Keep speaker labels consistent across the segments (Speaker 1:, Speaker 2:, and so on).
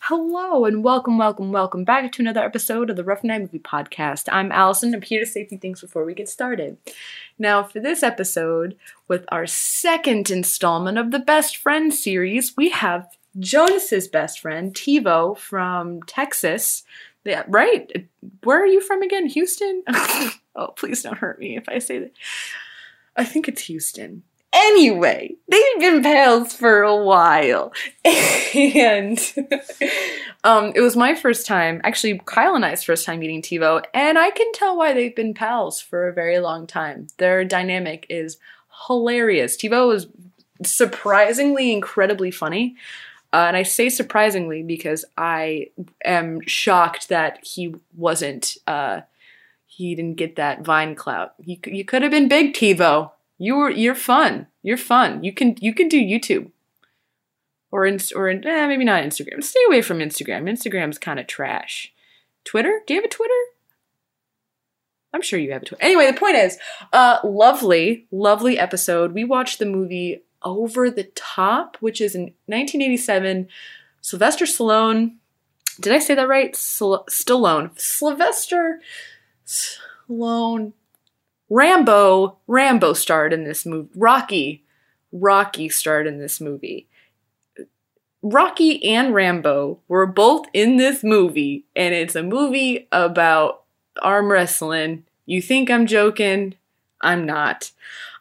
Speaker 1: Hello and welcome, welcome, welcome back to another episode of the Rough Night Movie Podcast. I'm Allison. I'm here to say a few things before we get started. Now, for this episode, with our second installment of the Best Friend series, we have Jonas's best friend, TiVo from Texas. Yeah, right? Where are you from again? Houston? oh, please don't hurt me if I say that. I think it's Houston. Anyway, they've been pals for a while. And um, it was my first time, actually, Kyle and I's first time meeting TiVo, and I can tell why they've been pals for a very long time. Their dynamic is hilarious. TiVo is surprisingly, incredibly funny. Uh, and I say surprisingly because I am shocked that he wasn't, uh, he didn't get that Vine clout. You, c- you could have been big, TiVo. You were, you're fun. You're fun. You can, you can do YouTube. Or, inst- or eh, maybe not Instagram. Stay away from Instagram. Instagram's kind of trash. Twitter? Do you have a Twitter? I'm sure you have a Twitter. Anyway, the point is, uh, lovely, lovely episode. We watched the movie Over the Top, which is in 1987. Sylvester Stallone. Did I say that right? Sl- Stallone. Sylvester Stallone. Rambo. Rambo starred in this movie. Rocky. Rocky starred in this movie. Rocky and Rambo were both in this movie, and it's a movie about arm wrestling. You think I'm joking? I'm not.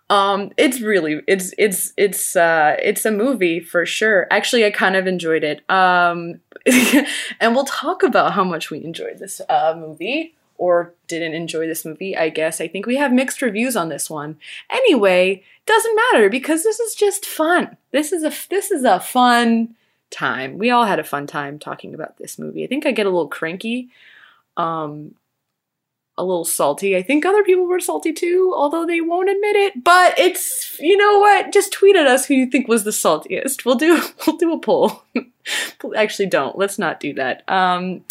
Speaker 1: Um, it's really it's it's it's uh it's a movie for sure. Actually, I kind of enjoyed it. Um, and we'll talk about how much we enjoyed this uh, movie or didn't enjoy this movie. I guess I think we have mixed reviews on this one. Anyway, doesn't matter because this is just fun. This is a this is a fun time. We all had a fun time talking about this movie. I think I get a little cranky. Um, a little salty. I think other people were salty too, although they won't admit it. But it's you know what? Just tweet at us who you think was the saltiest. We'll do we'll do a poll. Actually, don't. Let's not do that. Um,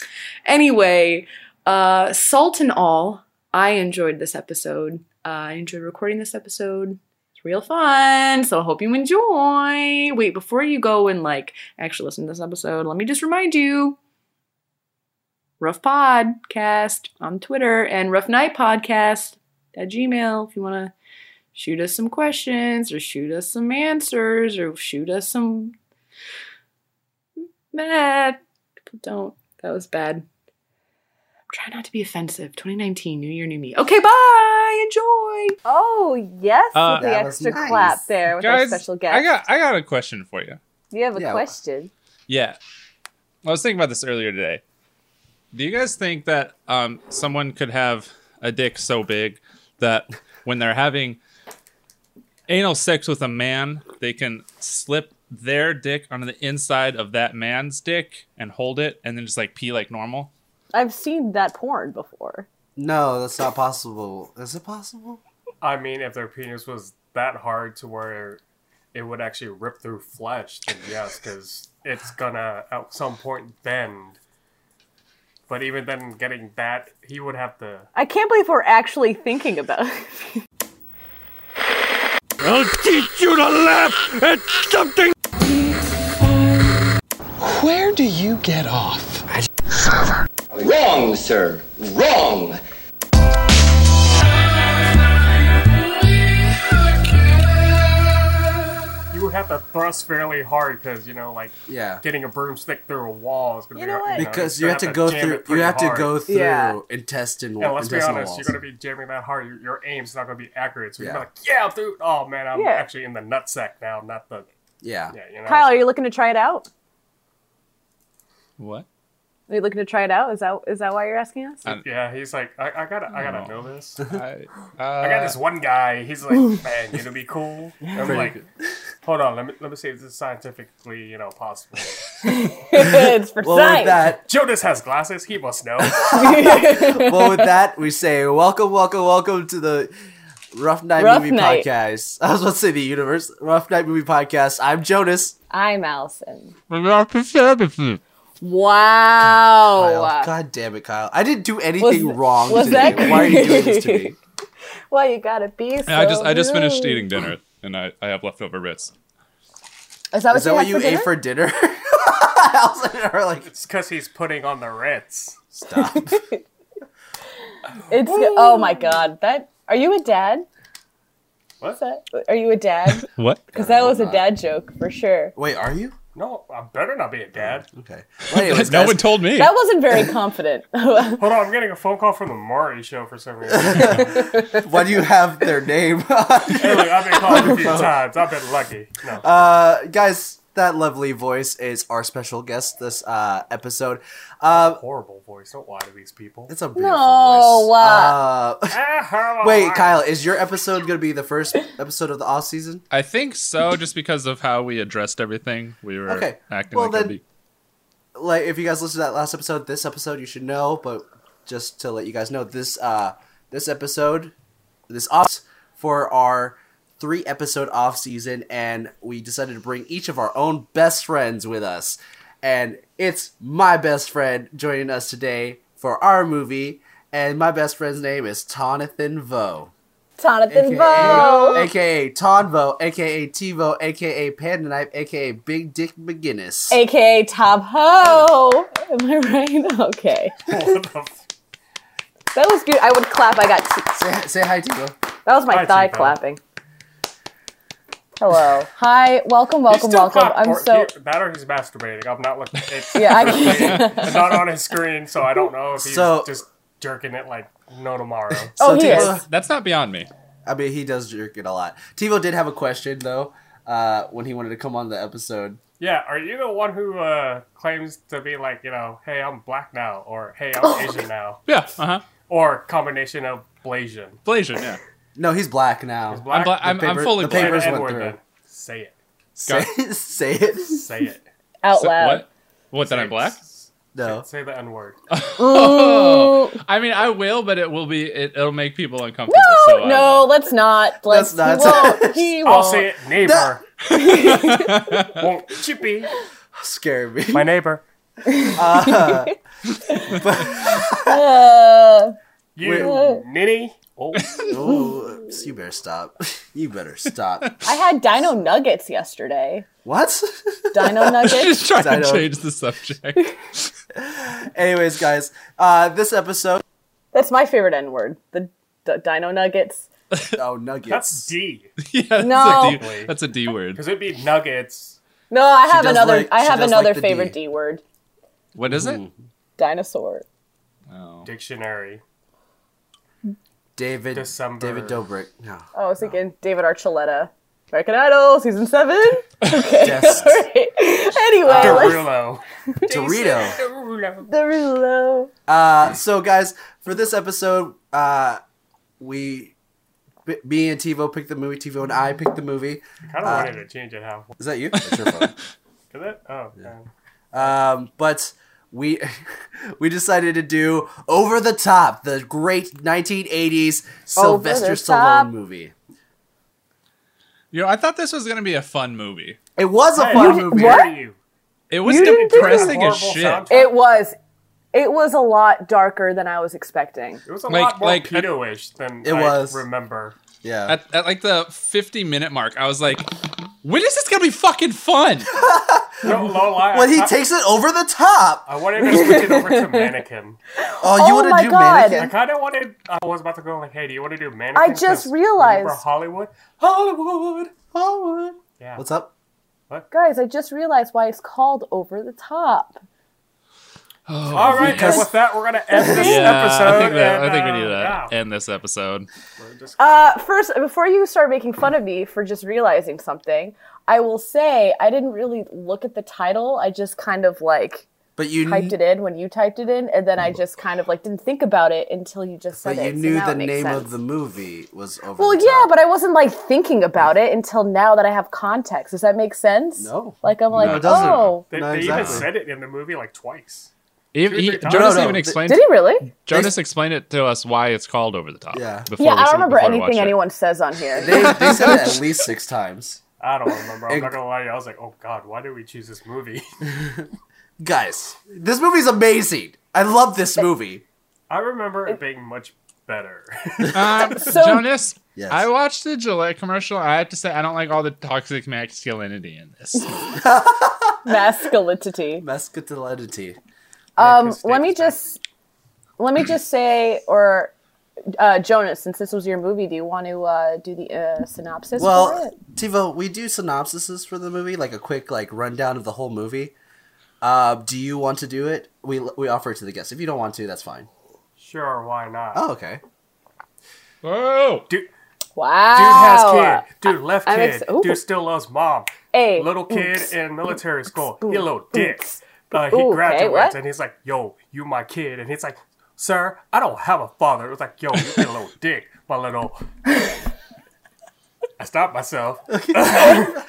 Speaker 1: anyway, uh, salt and all, I enjoyed this episode. Uh, I enjoyed recording this episode. It's real fun. So I hope you enjoy. Wait, before you go and like actually listen to this episode, let me just remind you Rough Podcast on Twitter and Rough Night Podcast at Gmail if you want to shoot us some questions or shoot us some answers or shoot us some meh. Don't. That was bad. Try not to be offensive. 2019, new year, new me. Okay, bye. Enjoy.
Speaker 2: Oh yes,
Speaker 3: Uh,
Speaker 2: with the
Speaker 4: That was
Speaker 2: extra
Speaker 4: nice.
Speaker 2: clap there with our
Speaker 3: Guys,
Speaker 2: special guest.
Speaker 3: I got I got a question for you.
Speaker 2: you have a
Speaker 4: Yeah.
Speaker 2: question.
Speaker 3: Yeah. I was thinking about this earlier today. Do you guys think that um, someone could have a dick so big that when they're having anal sex with a man, they can slip their dick onto the inside of that man's dick and hold it and then just like pee like normal?
Speaker 2: I've seen that porn before.
Speaker 4: No, that's not possible. Is it possible?
Speaker 5: I mean, if their penis was that hard to where it would actually rip through flesh, then yes, because it's gonna at some point bend. But even then, getting that, he would have to.
Speaker 2: I can't believe we're actually thinking about it.
Speaker 6: I'll teach you to laugh at something.
Speaker 7: Where do you get off?
Speaker 8: Wrong, sir. Wrong.
Speaker 5: You would have to thrust fairly hard because you know, like
Speaker 4: Yeah.
Speaker 5: getting a broomstick through a wall is gonna
Speaker 2: You
Speaker 5: be
Speaker 2: know
Speaker 5: hard.
Speaker 2: what?
Speaker 5: know,
Speaker 4: Because you
Speaker 5: you're
Speaker 4: have to
Speaker 5: gonna
Speaker 4: go
Speaker 5: jam
Speaker 4: through.
Speaker 5: it
Speaker 4: You
Speaker 5: pretty
Speaker 4: have to
Speaker 5: hard.
Speaker 4: go through
Speaker 2: Yeah.
Speaker 4: intestine.
Speaker 5: And let's be
Speaker 4: intestinal
Speaker 5: honest,
Speaker 4: walls.
Speaker 5: you're gonna be jamming that hard. Your, your aim's not gonna be accurate. So
Speaker 4: Yeah.
Speaker 5: you're like, yeah, dude. Oh man, I'm
Speaker 2: Yeah.
Speaker 5: actually in the nutsack now, not the.
Speaker 4: Yeah.
Speaker 5: Yeah, you know.
Speaker 2: Kyle, are you looking to try it out?
Speaker 3: What?
Speaker 2: Are you looking to try it out? Is that is that why you're asking us?
Speaker 5: Yeah, he's like, I, I gotta, I gotta
Speaker 3: No.
Speaker 5: know this.
Speaker 3: I, uh,
Speaker 5: I got this one guy. He's like, man, it'll be cool. I'm like, hold on, let me let me see if this is scientifically, you know, possible.
Speaker 2: it's for
Speaker 4: Well, with
Speaker 2: science.
Speaker 4: that,
Speaker 5: Jonas has glasses. He must know.
Speaker 4: well, with that, we say welcome, welcome, welcome to the Rough Night
Speaker 2: Rough
Speaker 4: Movie
Speaker 2: Night.
Speaker 4: Podcast. I was about to say the universe, Rough Night Movie Podcast. I'm Jonas.
Speaker 2: I'm Allison.
Speaker 3: uh,
Speaker 6: Services.
Speaker 2: Wow.
Speaker 4: Kyle. God damn it, Kyle! I didn't do anything
Speaker 2: Oh, uh, Was-
Speaker 4: wrong
Speaker 2: was
Speaker 4: today.
Speaker 2: that-
Speaker 4: Why are you doing this to me?
Speaker 2: Well, you gotta be. So
Speaker 3: I just I just finished
Speaker 2: rude.
Speaker 3: eating dinner and I, I have leftover Ritz.
Speaker 2: Is that what
Speaker 4: Is that what
Speaker 2: you,
Speaker 4: you
Speaker 2: had
Speaker 4: ate
Speaker 2: for
Speaker 4: for dinner? Allison and her like
Speaker 5: It's because he's putting on the Ritz.
Speaker 4: stop.
Speaker 2: It's oh my god. That are you a dad?
Speaker 5: What?
Speaker 2: Are you a dad?
Speaker 3: What?
Speaker 2: Because that was a dad joke for sure.
Speaker 4: Wait, are you?
Speaker 5: No, I better not be a dad.
Speaker 4: Okay. Well, anyways,
Speaker 3: no
Speaker 4: guys,
Speaker 3: one told me.
Speaker 2: That wasn't very confident.
Speaker 5: Hold on, I'm getting a phone call from the Maury show for some reason.
Speaker 4: why do you have their name?
Speaker 5: hey, look, I've been called a few times. I've been lucky. No.
Speaker 4: uh, guys, that lovely voice is our special guest this uh, episode. Uh,
Speaker 5: Horrible voice. Don't lie to these people.
Speaker 4: it's a beautiful
Speaker 2: No,
Speaker 4: voice.
Speaker 2: uh,
Speaker 4: Uh,
Speaker 5: Ah,
Speaker 4: wait, Kyle, is your episode going to be the first episode of the off season?
Speaker 3: I think so, just because of how we addressed everything. We were
Speaker 4: Okay,
Speaker 3: acting
Speaker 4: well
Speaker 3: like a
Speaker 4: then-
Speaker 3: bee.
Speaker 4: Like, if you guys listened to that last episode, this episode you should know. But just to let you guys know, this uh, this episode, this off for our three episode off season, and we decided to bring each of our own best friends with us. And it's my best friend joining us today for our movie, and my best friend's name is Tonathan Vo.
Speaker 2: Jonathan
Speaker 4: AKA,
Speaker 2: Bo.
Speaker 4: aka Tonvo, aka Tivo, aka Panda Knife, aka Big Dick McGinnis.
Speaker 2: AKA Top Ho. Am I right? Okay.
Speaker 5: What the f-
Speaker 2: That was good. I would clap. I got t-
Speaker 4: say, say hi, Tivo.
Speaker 2: that was my
Speaker 5: Hi,
Speaker 2: thigh
Speaker 5: Chico.
Speaker 2: clapping. Hello. Hi. Welcome, welcome,
Speaker 5: He's still
Speaker 2: welcome.
Speaker 5: caught-
Speaker 2: I'm
Speaker 5: or-
Speaker 2: so
Speaker 5: he- that or he's masturbating. I'm not looking. It's
Speaker 2: Yeah, I can't.
Speaker 5: it's not on his screen, so I don't know if he's
Speaker 4: So-
Speaker 5: just jerking it like no tomorrow.
Speaker 2: Oh, he
Speaker 4: Tivo,
Speaker 2: is.
Speaker 3: That's not beyond me.
Speaker 4: I mean, he does jerk it a lot. Tivo did have a question though uh, when he wanted to come on the episode.
Speaker 5: Yeah, are you the one who uh, claims to be like, you know, hey, I'm black now, or hey, I'm Asian now,
Speaker 3: Yeah. Uh huh.
Speaker 5: or combination of Blasian?
Speaker 3: Blasian. Yeah.
Speaker 4: No, he's black now.
Speaker 3: I'm, bla-
Speaker 5: Black,
Speaker 3: I'm,
Speaker 4: paper-
Speaker 3: I'm fully
Speaker 4: the
Speaker 5: and
Speaker 3: black.
Speaker 4: papers went
Speaker 5: N-word
Speaker 4: through.
Speaker 5: then. Say it.
Speaker 4: Say, say it.
Speaker 5: Say it.
Speaker 2: out
Speaker 3: So-
Speaker 2: loud.
Speaker 3: what? What? That I'm black?
Speaker 4: No.
Speaker 5: Say the N word.
Speaker 3: Oh, I mean, I will, but it will be. It, it'll make people uncomfortable. so uh, I-
Speaker 2: no, let's not. Let's
Speaker 4: Let's
Speaker 2: He won't. He
Speaker 4: not.
Speaker 5: I'll
Speaker 2: won't.
Speaker 5: say it. Neighbor. Won't chippy.
Speaker 4: Scare me.
Speaker 5: My neighbor.
Speaker 2: Uh,
Speaker 5: You ninny. Oh,
Speaker 4: Ooh, you better stop. You better stop.
Speaker 2: I had Dino Nuggets yesterday.
Speaker 4: what?
Speaker 2: Dino Nuggets.
Speaker 3: Just trying
Speaker 4: I
Speaker 3: to
Speaker 4: don't-
Speaker 3: change the subject.
Speaker 4: Anyways, guys, uh, this episode.
Speaker 2: That's my favorite N word. The, the Dino Nuggets.
Speaker 4: Oh, nuggets.
Speaker 5: that's D.
Speaker 3: yeah, that's,
Speaker 2: No.
Speaker 3: a D, that's a D word.
Speaker 5: Because it'd be nuggets.
Speaker 2: No, I have
Speaker 4: does
Speaker 2: another.
Speaker 4: like-
Speaker 2: I
Speaker 4: she
Speaker 2: have
Speaker 4: does
Speaker 2: another
Speaker 4: like the D.
Speaker 2: favorite D. word.
Speaker 3: What is it?
Speaker 2: Dinosaur.
Speaker 3: Oh.
Speaker 5: Dictionary.
Speaker 4: David.
Speaker 5: December.
Speaker 4: David Dobrik. No.
Speaker 2: Oh, I was thinking David Archuleta. American Idol season seven.
Speaker 4: Yes.
Speaker 2: All right. Anyway, let's
Speaker 5: Derulo.
Speaker 4: Dorito.
Speaker 5: Derulo.
Speaker 2: Derulo.
Speaker 4: Uh, so guys, for this episode, uh, we, b- me and TiVo picked the movie. TiVo and I picked the movie.
Speaker 5: Kind
Speaker 4: Uh,
Speaker 5: of wanted to change it half.
Speaker 4: Is that you? That's your phone.
Speaker 5: Is it? Oh, man.
Speaker 4: Um, but we we decided to do Over the Top, the great 1980s
Speaker 2: Over the
Speaker 4: Sylvester
Speaker 2: Top.
Speaker 4: Stallone movie.
Speaker 3: You know, I thought this was gonna be a fun movie.
Speaker 4: It was a
Speaker 5: Hey,
Speaker 4: fun
Speaker 5: how
Speaker 4: movie.
Speaker 2: what?
Speaker 5: dare you?
Speaker 3: It was
Speaker 2: You didn't do
Speaker 3: depressing as
Speaker 5: Horrible
Speaker 3: shit.
Speaker 5: soundtrack.
Speaker 2: It was. It was a lot darker than I was expecting.
Speaker 5: It was a
Speaker 3: Like-
Speaker 5: lot more
Speaker 3: like-
Speaker 5: pedo-ish than
Speaker 4: It
Speaker 5: I
Speaker 4: was.
Speaker 5: remember.
Speaker 4: Yeah.
Speaker 3: At, at like the 50 minute mark, I was like, when is this gonna be fucking fun?
Speaker 5: No, low lie.
Speaker 4: when
Speaker 5: I,
Speaker 4: he
Speaker 5: I-
Speaker 4: takes it over the top.
Speaker 5: I wanted to switch it over to mannequin.
Speaker 4: Oh, you
Speaker 2: Oh
Speaker 4: want
Speaker 2: my
Speaker 4: to do
Speaker 2: God.
Speaker 5: I
Speaker 4: mannequin?
Speaker 5: kind of wanted. I was about to go like, "Hey, do you want to do mannequin?"
Speaker 2: I just
Speaker 5: 'Cause
Speaker 2: realized-
Speaker 5: Remember Hollywood?
Speaker 4: Hollywood, Hollywood.
Speaker 5: Yeah.
Speaker 4: What's up?
Speaker 2: Guys, I just realized why it's called Over the Top.
Speaker 4: Oh,
Speaker 5: All right, and with that, we're gonna end this episode.
Speaker 3: I think, that,
Speaker 5: and,
Speaker 3: I think we
Speaker 5: uh,
Speaker 3: need to
Speaker 5: yeah.
Speaker 3: end this episode.
Speaker 2: Uh, first, before you start making fun of me for just realizing something, I will say I didn't really look at the title. I just kind of like
Speaker 4: But you
Speaker 2: typed it in when you typed it in, and then I just kind of like didn't think about it until you just said
Speaker 4: Mm. but you
Speaker 2: it. so
Speaker 4: knew
Speaker 2: now
Speaker 4: the
Speaker 2: it makes
Speaker 4: name
Speaker 2: sense.
Speaker 4: of the movie was over.
Speaker 2: Well,
Speaker 4: the
Speaker 2: yeah,
Speaker 4: top.
Speaker 2: but I wasn't like thinking about it until now that I have context. Does that make sense?
Speaker 4: No.
Speaker 2: Like I'm like,
Speaker 4: it doesn't.
Speaker 2: oh,
Speaker 5: They,
Speaker 4: No,
Speaker 5: they even
Speaker 4: exactly.
Speaker 5: said it in the movie like twice.
Speaker 3: He-
Speaker 5: Two or
Speaker 3: he-
Speaker 5: three times.
Speaker 3: Jonas
Speaker 4: No, no,
Speaker 3: even
Speaker 4: th-
Speaker 3: explained.
Speaker 2: did he really?
Speaker 3: Jonas explained it to us why it's called over the top.
Speaker 4: Yeah.
Speaker 3: before
Speaker 2: yeah,
Speaker 3: we
Speaker 2: I
Speaker 3: see-
Speaker 2: don't remember
Speaker 3: before we watched
Speaker 2: anything
Speaker 3: it.
Speaker 2: anyone says on here.
Speaker 4: they, they said it at least six times.
Speaker 5: I don't remember. I'm
Speaker 4: It-
Speaker 5: not gonna lie to you. I was like, "Oh God, why did we choose this movie?"
Speaker 4: Guys, this movie's amazing. I love this movie.
Speaker 5: I remember it being much better.
Speaker 3: Um,
Speaker 2: So-
Speaker 3: Jonas,
Speaker 4: Yes.
Speaker 3: I watched the Gillette commercial. I have to say, I don't like all the toxic masculinity in this.
Speaker 2: masculinity.
Speaker 4: Masculinity.
Speaker 2: Um,
Speaker 5: Steak
Speaker 2: let me
Speaker 5: is back.
Speaker 2: just let me just say, or uh, Jonas, since this was your movie, do you want to uh, do the uh, synopsis? for
Speaker 4: Well,
Speaker 2: it?
Speaker 4: Tivo, we do synopsises for the movie, like a quick like rundown of the whole movie. Uh, do you want to do it? We we offer it to the guests. If you don't want to, that's fine.
Speaker 5: Sure, why not?
Speaker 4: Oh, okay.
Speaker 3: Whoa!
Speaker 5: Dude, dude has
Speaker 2: wow.
Speaker 5: kid. Dude left
Speaker 2: I'm
Speaker 5: kid.
Speaker 2: ex- ooh.
Speaker 5: dude still loves mom.
Speaker 2: Hey,
Speaker 5: Little kid
Speaker 2: oops.
Speaker 5: in military school.
Speaker 2: boom,
Speaker 5: He a little dick.
Speaker 2: oops.
Speaker 5: Uh, he
Speaker 2: Ooh, okay,
Speaker 5: graduates
Speaker 2: what?
Speaker 5: and he's like, "Yo, you my kid," and he's like, "Sir, I don't have a father." It was like, "Yo, you a little dick, my little." I stopped myself.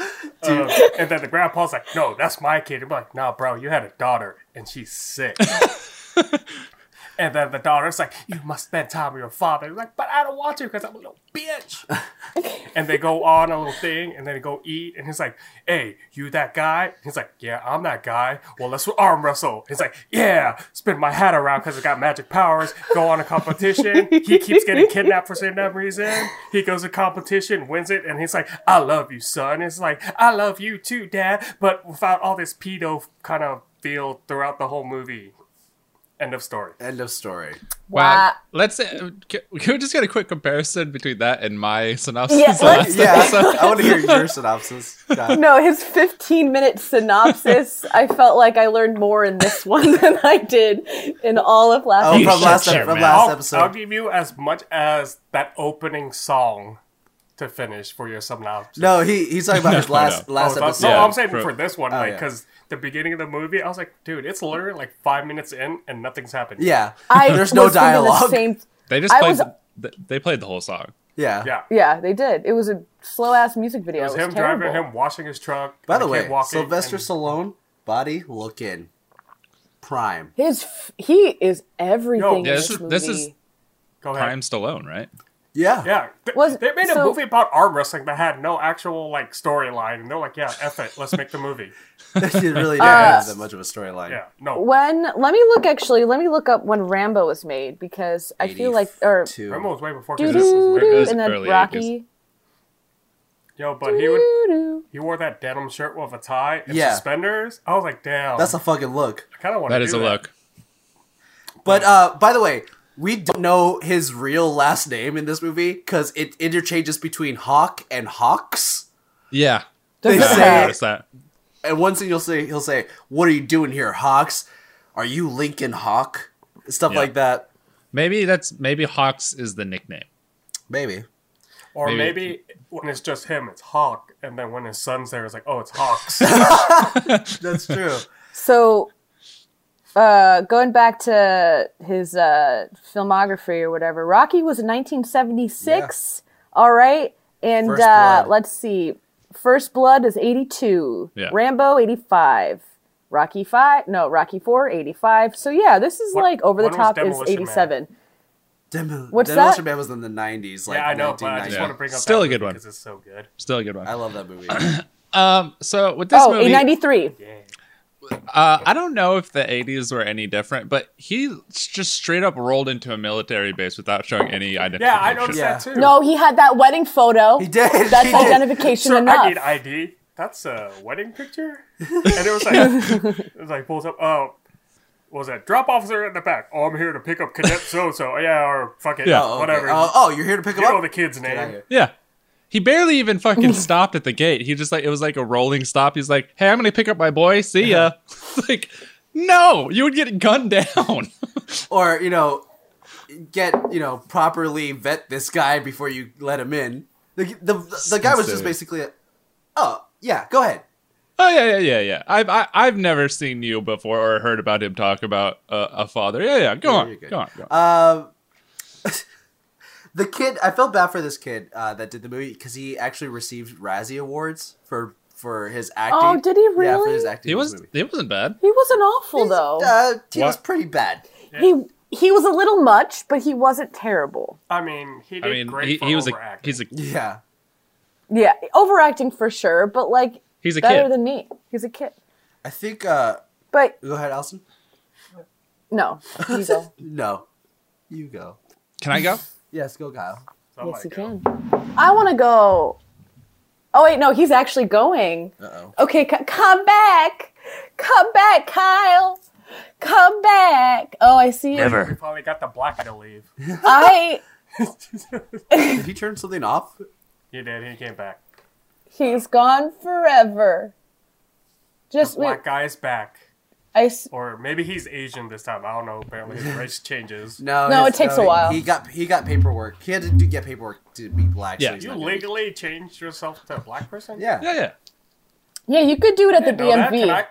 Speaker 5: Uh, and then the grandpa's like, "No, that's my kid." I'm like, "Nah, bro, you had a daughter and she's sick." and then the daughter's like, "You must spend time with your father." He's like, "But I don't want to because I'm a little bitch." and they go on a little thing and then they go eat and he's like hey you that guy he's like yeah i'm that guy well let's arm wrestle he's like yeah spin my hat around because i got magic powers go on a competition he keeps getting kidnapped for some damn reason he goes to competition wins it and he's like i love you son it's like i love you too dad but without all this pedo kind of feel throughout the whole movie end of story
Speaker 4: End of story.
Speaker 3: Wow.
Speaker 2: Wow.
Speaker 3: Let's uh, can can we just get a quick comparison between that and my synopsis?
Speaker 2: Yeah,
Speaker 3: of the
Speaker 2: let's-
Speaker 3: last
Speaker 4: Yeah,
Speaker 3: episode?
Speaker 4: I want to hear your synopsis. Yeah.
Speaker 2: No, his 15 minute synopsis, I felt like I learned more in this one than I did in all of last
Speaker 4: Oh,
Speaker 2: year.
Speaker 4: from last,
Speaker 6: shut
Speaker 4: ep-
Speaker 6: your
Speaker 4: from
Speaker 6: mouth.
Speaker 4: last
Speaker 5: I'll,
Speaker 4: episode.
Speaker 5: I'll give you as much as that opening song to finish for your synopsis
Speaker 4: No, he he's talking about his last
Speaker 5: Oh,
Speaker 4: last
Speaker 5: so-
Speaker 4: episode. Oh,
Speaker 5: No,
Speaker 3: Yeah,
Speaker 5: I'm saying
Speaker 3: for-
Speaker 5: for this one, like,
Speaker 4: yeah.
Speaker 5: because the beginning of the movie, I was like, dude, it's literally like five minutes in and nothing's happened.
Speaker 4: Yeah,
Speaker 2: I
Speaker 4: there's no
Speaker 2: was thinking the
Speaker 4: dialogue.
Speaker 2: same-
Speaker 3: They just
Speaker 2: I
Speaker 3: played.
Speaker 2: was-
Speaker 3: th- they played the whole song.
Speaker 4: Yeah,
Speaker 5: Yeah.
Speaker 2: yeah, they did. It was a slow ass music video.
Speaker 5: It was him
Speaker 2: terrible.
Speaker 5: driving, him washing his truck.
Speaker 4: By
Speaker 5: and
Speaker 4: the
Speaker 5: kid
Speaker 4: way,
Speaker 5: walking,
Speaker 4: Sylvester
Speaker 5: and-
Speaker 4: Stallone, body looking prime.
Speaker 2: His f- he is everything.
Speaker 5: Yeah,
Speaker 2: in
Speaker 5: this
Speaker 2: this,
Speaker 3: is- this is-
Speaker 2: movie.
Speaker 5: Go ahead.
Speaker 3: Prime Stallone, right?
Speaker 4: Yeah,
Speaker 5: Yeah. Th-
Speaker 2: Was-
Speaker 5: they made a
Speaker 2: so-
Speaker 5: movie about arm wrestling that had no actual, like, storyline. And they're like, yeah, F it. Let's make the movie.
Speaker 4: he really didn't have that much of a storyline.
Speaker 5: Uh, Yeah. No.
Speaker 2: when let me look actually let me look up when Rambo was made because I feel like or
Speaker 4: Two.
Speaker 5: Rambo was way before
Speaker 2: doo
Speaker 5: Christmas was
Speaker 2: doo
Speaker 5: made.
Speaker 2: doo
Speaker 3: was
Speaker 2: and then
Speaker 3: early
Speaker 2: Rocky
Speaker 5: Yo, but he would.
Speaker 2: doo doo.
Speaker 5: He wore that denim shirt with a tie and
Speaker 4: Yeah.
Speaker 5: suspenders. I was like, damn.
Speaker 4: That's
Speaker 5: That's
Speaker 4: a fucking look.
Speaker 5: kind of want
Speaker 3: That
Speaker 5: to
Speaker 3: is
Speaker 5: do
Speaker 3: a look.
Speaker 4: But uh, by the way, we don't know his real last name in this movie because it interchanges between Hawk and Hawks.
Speaker 3: Yeah.
Speaker 4: They
Speaker 3: I
Speaker 4: say,
Speaker 3: noticed that.
Speaker 4: and one scene you'll say, he'll say, "What are you doing here, Hawks? Are you Lincoln Hawk?" Stuff
Speaker 3: Yeah.
Speaker 4: like that.
Speaker 3: Maybe that's maybe Hawks is the nickname.
Speaker 4: Maybe.
Speaker 5: Or
Speaker 3: Maybe-
Speaker 5: maybe. when it's just him, it's Hawk. And then when his son's there, it's like, oh, it's Hawks.
Speaker 4: That's true.
Speaker 2: So, uh, going back to his uh, filmography or whatever, Rocky was in 1976. All right, and
Speaker 4: First
Speaker 2: uh,
Speaker 4: Blood.
Speaker 2: let's see, First Blood is 82.
Speaker 3: Yeah.
Speaker 2: Rambo 85. Rocky five, no, Rocky four, 85. So yeah, this is
Speaker 5: What-
Speaker 2: like over the
Speaker 5: when was
Speaker 2: top is
Speaker 5: Demolition Man?
Speaker 2: 87.
Speaker 4: Demo-
Speaker 2: What's
Speaker 4: Demolition
Speaker 2: that?
Speaker 4: Man was in the '90s. Like
Speaker 5: yeah, I know, but I
Speaker 4: 1990s.
Speaker 5: just
Speaker 3: Yeah.
Speaker 5: want to bring up
Speaker 3: Still
Speaker 5: that
Speaker 3: a good
Speaker 5: movie
Speaker 3: one.
Speaker 5: because it's so good.
Speaker 3: Still a good one.
Speaker 4: I love that movie.
Speaker 3: Um. So with this
Speaker 2: Oh,
Speaker 3: movie,
Speaker 2: in 93.
Speaker 3: uh, I don't know if the '80s were any different, but he s- just straight up rolled into a military base without showing any identification.
Speaker 5: Yeah, I noticed that too.
Speaker 2: No, he had that wedding photo.
Speaker 4: He did.
Speaker 2: That's
Speaker 4: he did.
Speaker 2: identification
Speaker 5: Sir,
Speaker 2: enough.
Speaker 5: I need ID. That's a wedding picture, and it was like, it was like pulls up. Oh, what was that drop officer in the back? Oh, I'm here to pick up cadet so so. Yeah, or fuck it,
Speaker 3: Yeah.
Speaker 4: Oh, okay.
Speaker 5: whatever.
Speaker 4: Oh, oh, you're here to pick him
Speaker 5: you know
Speaker 4: up.
Speaker 5: the kid's name.
Speaker 4: here.
Speaker 3: Yeah. He barely even fucking stopped at the gate. He just like it was like a rolling stop. He's like, "Hey, I'm gonna pick up my boy. See ya." It's like, no, you would get gunned down.
Speaker 4: or you know, get you know properly vet this guy before you let him in. The the the, the guy was just
Speaker 3: Insane.
Speaker 4: basically, a, oh yeah, go ahead.
Speaker 3: oh yeah, yeah, yeah, yeah. I've I, I've never seen you before or heard about him talk about uh, a father. Yeah, yeah. Go
Speaker 4: Yeah,
Speaker 3: on,
Speaker 4: you're good.
Speaker 3: go on, go on.
Speaker 4: Um, the kid, I felt bad for this kid uh, that did the movie because he actually received Razzie awards for for his acting.
Speaker 2: Oh, did he
Speaker 4: Yeah, for his
Speaker 2: really?
Speaker 4: acting.
Speaker 3: he
Speaker 4: in this
Speaker 3: was
Speaker 4: movie.
Speaker 3: he wasn't bad.
Speaker 2: he wasn't awful though.
Speaker 4: Uh, he was
Speaker 3: What?
Speaker 4: pretty bad.
Speaker 2: he he was a little much, but he wasn't terrible.
Speaker 5: I mean, he did
Speaker 3: I mean,
Speaker 5: great
Speaker 3: he,
Speaker 5: for
Speaker 3: he was a
Speaker 5: overacting.
Speaker 3: he's a
Speaker 4: Yeah.
Speaker 2: Yeah, overacting for sure, but like
Speaker 3: he's a
Speaker 2: better
Speaker 3: kid.
Speaker 2: than me. He's a kid.
Speaker 4: I think. Uh,
Speaker 2: But
Speaker 4: go ahead, Allison.
Speaker 2: no, you go.
Speaker 4: No, you go.
Speaker 3: Can I go?
Speaker 4: Yes, go, Kyle.
Speaker 5: So I'm
Speaker 2: yes, you
Speaker 5: like,
Speaker 2: can. I want to go. Oh wait, no, he's actually going.
Speaker 4: Uh-oh.
Speaker 2: Okay, c- come back, come back, Kyle, come back. Oh, I see. you.
Speaker 5: We finally got the black guy to leave.
Speaker 2: I
Speaker 4: Did he turn something off?
Speaker 5: He did. He came back.
Speaker 2: he's gone forever.
Speaker 5: The
Speaker 2: Just wait,
Speaker 5: black guy is back.
Speaker 2: I s-
Speaker 5: Or maybe he's Asian this time. I don't know. Apparently his race changes.
Speaker 4: No,
Speaker 2: No,
Speaker 4: his-
Speaker 2: it takes a while.
Speaker 4: He got he got paperwork. He had to do, get paperwork to be black.
Speaker 3: Yeah.
Speaker 4: so he's
Speaker 5: You
Speaker 4: not gonna-
Speaker 5: legally changed yourself to a black person?
Speaker 4: Yeah.
Speaker 3: Yeah, yeah.
Speaker 2: yeah, you could do it at the
Speaker 5: Know that? Can I,
Speaker 2: DMV.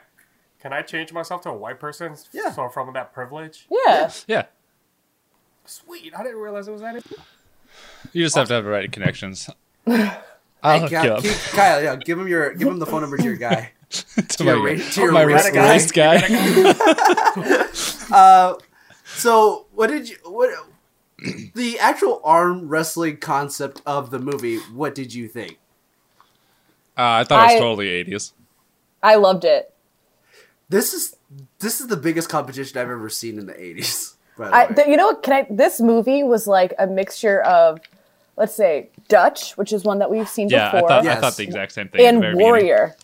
Speaker 5: can I change myself to a white person?
Speaker 4: Yeah.
Speaker 5: So from that privilege?
Speaker 2: Yeah,
Speaker 3: Yeah.
Speaker 5: Sweet. I didn't realize it was that.
Speaker 3: You just have to have the right connections.
Speaker 4: Hey,
Speaker 3: I'll hook you
Speaker 4: Kyle,
Speaker 3: up
Speaker 4: keep- Kyle, yeah, give him your give him the phone number to your guy.
Speaker 3: to my,
Speaker 4: ra- to your
Speaker 3: my
Speaker 4: race
Speaker 3: wrist,
Speaker 4: guy.
Speaker 3: wrist guy.
Speaker 4: So, what did you what the actual arm wrestling concept of the movie? What did you think?
Speaker 3: Uh, I thought it was
Speaker 2: I-
Speaker 3: totally 80s.
Speaker 2: I loved it.
Speaker 4: This is this is the biggest competition I've ever seen in the eighties. By the
Speaker 2: I,
Speaker 4: way.
Speaker 2: th- you know what? Can I? This movie was like a mixture of, let's say, Dutch, which is one that we've seen
Speaker 3: Yeah, I
Speaker 2: before,
Speaker 3: thought, I
Speaker 4: Yes.
Speaker 3: thought the exact same thing. at the
Speaker 2: and
Speaker 3: very beginning.
Speaker 2: Warrior.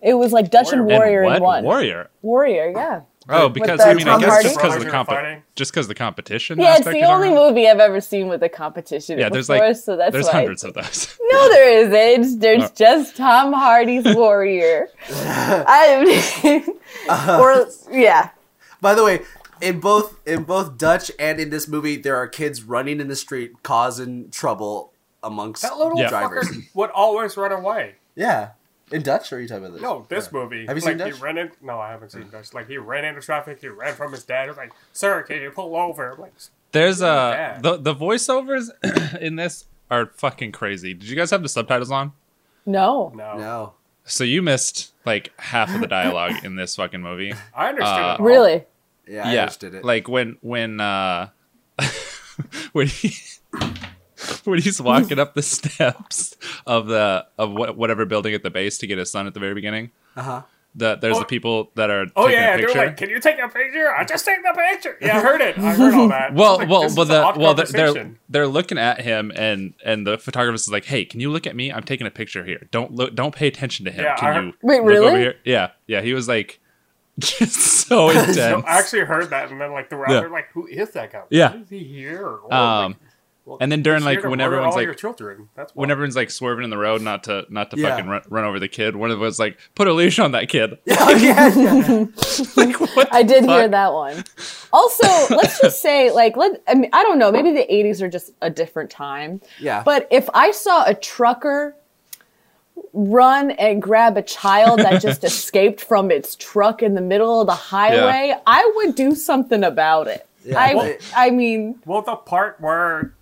Speaker 2: It was like Dutch and
Speaker 3: And
Speaker 2: Warrior in
Speaker 3: what?
Speaker 2: one.
Speaker 3: Warrior.
Speaker 2: Warrior, yeah.
Speaker 3: Oh, because
Speaker 2: the
Speaker 3: I mean, I
Speaker 2: Tom
Speaker 3: guess
Speaker 2: Hardy?
Speaker 3: just because of the
Speaker 5: Roger
Speaker 3: comp-
Speaker 5: fighting?
Speaker 3: just because the competition.
Speaker 2: Yeah, it's
Speaker 3: aspect
Speaker 2: the
Speaker 3: is
Speaker 2: only
Speaker 3: around.
Speaker 2: movie I've ever seen with a competition.
Speaker 3: Yeah, there's
Speaker 2: before,
Speaker 3: like
Speaker 2: so that's
Speaker 3: there's
Speaker 2: why.
Speaker 3: hundreds of those.
Speaker 2: No, there isn't. There's
Speaker 3: No.
Speaker 2: just Tom Hardy's Warrior. I, or yeah,
Speaker 4: By the way, in both in both Dutch and in this movie, there are kids running in the street causing trouble amongst
Speaker 5: That little
Speaker 3: Yeah.
Speaker 4: drivers.
Speaker 5: fucker would always run away.
Speaker 4: Yeah, in Dutch, or are you talking about this?
Speaker 5: No, this movie.
Speaker 4: Have you
Speaker 5: like,
Speaker 4: seen Dutch?
Speaker 5: He ran in, no, I haven't seen Dutch. Like he ran into traffic. He ran from his dad. He was like, "Sir, can you pull over?" I'm like,
Speaker 3: There's uh
Speaker 5: bad.
Speaker 3: the the voiceovers in this are fucking crazy. Did you guys have the subtitles on?
Speaker 2: no.
Speaker 5: no.
Speaker 4: no.
Speaker 3: So you missed like half of the dialogue in this fucking movie.
Speaker 5: I understand.
Speaker 3: Uh,
Speaker 5: it all.
Speaker 2: Really?
Speaker 4: Yeah, I
Speaker 3: yeah,
Speaker 4: understood it.
Speaker 3: like when when uh when he when he's walking up the steps of the of what, whatever building at the base to get his son at the very beginning.
Speaker 4: uh huh.
Speaker 3: The, there's
Speaker 5: Oh.
Speaker 3: the people that are
Speaker 5: Oh
Speaker 3: taking
Speaker 5: yeah,
Speaker 3: a
Speaker 5: they were
Speaker 3: picture.
Speaker 5: like, "Can you take a picture?" I just take the picture. Yeah, I heard it. I heard all that.
Speaker 3: well,
Speaker 5: Like,
Speaker 3: well,
Speaker 5: this
Speaker 3: well,
Speaker 5: is an
Speaker 3: the,
Speaker 5: odd
Speaker 3: well, they're, they're
Speaker 5: conversation.
Speaker 3: they're looking at him, and and the photographer's like, "Hey, can you look at me? I'm taking a picture here. Don't look. Don't pay attention to him.
Speaker 5: Yeah, I
Speaker 3: can
Speaker 5: heard-
Speaker 3: you
Speaker 2: Wait,
Speaker 3: look
Speaker 2: really?
Speaker 3: over here?" Yeah, yeah. He was like, just so intense.
Speaker 5: No, I actually heard that, and then like throughout,
Speaker 3: Yeah.
Speaker 5: they're like, "Who is that guy?
Speaker 3: Yeah.
Speaker 5: Why is he here?" Or, like,
Speaker 3: um,
Speaker 5: well,
Speaker 3: and then during
Speaker 5: he's
Speaker 3: like
Speaker 5: here to
Speaker 3: when
Speaker 5: murder
Speaker 3: everyone's
Speaker 5: all
Speaker 3: like
Speaker 5: your children. That's why.
Speaker 3: when everyone's like swerving in the road, not to not to
Speaker 4: Yeah.
Speaker 3: fucking run, run over the kid. One of them was like, "Put a leash on that kid."
Speaker 4: Oh, yeah, yeah.
Speaker 3: like, what
Speaker 2: I
Speaker 3: the
Speaker 2: did hear
Speaker 3: fuck?
Speaker 2: that one. Also, let's just say, like, let I mean, I don't know. Maybe the '80s are just a different time.
Speaker 4: Yeah.
Speaker 2: But if I saw a trucker run and grab a child that just escaped from its truck in the middle of the highway, I would do something about it.
Speaker 4: Yeah,
Speaker 2: I,
Speaker 4: well-
Speaker 2: I mean,
Speaker 5: Well, the part where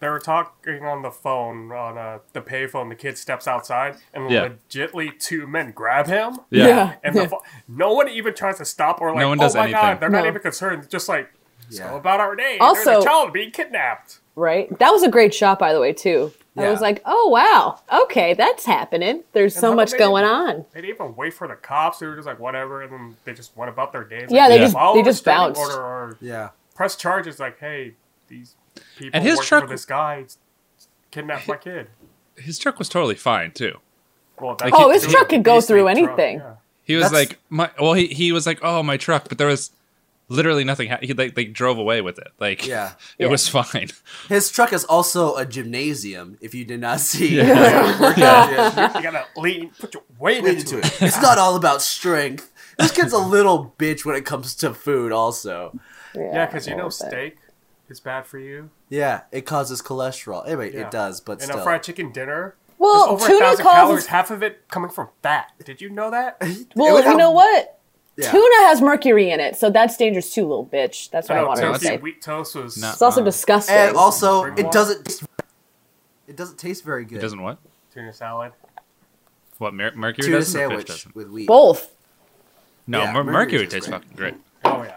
Speaker 5: they were talking on the phone on uh, the payphone, the kid steps outside, and
Speaker 3: Yeah.
Speaker 5: legitly two men grab him.
Speaker 3: Yeah.
Speaker 2: yeah.
Speaker 5: And the fo- no one even tries to stop or like,
Speaker 3: one
Speaker 5: oh
Speaker 3: does
Speaker 5: my
Speaker 3: anything.
Speaker 5: god, they're not
Speaker 2: No.
Speaker 5: even concerned. Just like, so
Speaker 4: Yeah.
Speaker 5: about our day.
Speaker 2: Also-
Speaker 5: There's a child being kidnapped.
Speaker 2: right? That was a great shot, by the way, too. I
Speaker 4: Yeah.
Speaker 2: was like, oh wow, okay, that's happening. There's so
Speaker 5: how
Speaker 2: much
Speaker 5: they-
Speaker 2: going on.
Speaker 5: They didn't even wait for the cops. They were just like, whatever, and then they just went about their day. It's
Speaker 2: Yeah,
Speaker 5: like,
Speaker 2: they
Speaker 3: Yeah.
Speaker 2: just
Speaker 5: follow
Speaker 2: they
Speaker 5: the
Speaker 2: just
Speaker 5: restraining
Speaker 2: bounced.
Speaker 5: order or
Speaker 4: yeah.
Speaker 5: press charges. Like, hey, these people
Speaker 3: And his
Speaker 5: working
Speaker 3: truck-
Speaker 5: for this guy kidnapped my kid.
Speaker 3: His truck was totally fine too.
Speaker 5: Well,
Speaker 3: Like,
Speaker 5: that's
Speaker 3: Oh,
Speaker 2: his truck could go
Speaker 5: beastly
Speaker 2: through
Speaker 5: truck,
Speaker 2: anything.
Speaker 5: yeah.
Speaker 3: He was
Speaker 4: That's-
Speaker 3: like, "My well, he he was like, oh my truck," but there was literally nothing. Ha- he like they drove away with it. Like,
Speaker 4: Yeah.
Speaker 3: it was fine.
Speaker 4: His truck is also a gymnasium. If you did not see,
Speaker 5: You, you gotta lean, put your weight
Speaker 4: Lean
Speaker 5: into
Speaker 4: into
Speaker 5: it.
Speaker 4: it. It's not all about strength. This kid's a little bitch when it comes to food. Also,
Speaker 5: Yeah, because you know
Speaker 2: but-
Speaker 5: steak is bad for you.
Speaker 4: yeah, it causes cholesterol. Anyway,
Speaker 5: Yeah.
Speaker 4: it does, but
Speaker 5: And
Speaker 4: still,
Speaker 5: a fried chicken dinner.
Speaker 2: Well,
Speaker 5: is over
Speaker 2: tuna
Speaker 5: a thousand
Speaker 2: causes-
Speaker 5: calories, half of it coming from fat. Did you know that?
Speaker 2: Well, you know what?
Speaker 4: yeah.
Speaker 2: Tuna has mercury in it, so that's dangerous too, little bitch. That's what I,
Speaker 5: No,
Speaker 2: wanted to
Speaker 5: turkey
Speaker 2: say.
Speaker 5: wheat toast was
Speaker 3: No.
Speaker 2: It's also disgusting.
Speaker 4: and also
Speaker 5: Drink
Speaker 4: it
Speaker 5: more.
Speaker 4: doesn't. taste- It doesn't taste very good.
Speaker 3: It doesn't what
Speaker 5: tuna salad.
Speaker 3: what mer- mercury
Speaker 4: Tuna
Speaker 3: doesn't or fish
Speaker 4: sandwich
Speaker 3: doesn't?
Speaker 4: with wheat.
Speaker 2: Both.
Speaker 3: No,
Speaker 4: Yeah,
Speaker 3: mer-
Speaker 4: mercury
Speaker 3: mercury tastes
Speaker 4: tastes great.
Speaker 3: fucking great.
Speaker 5: Oh yeah,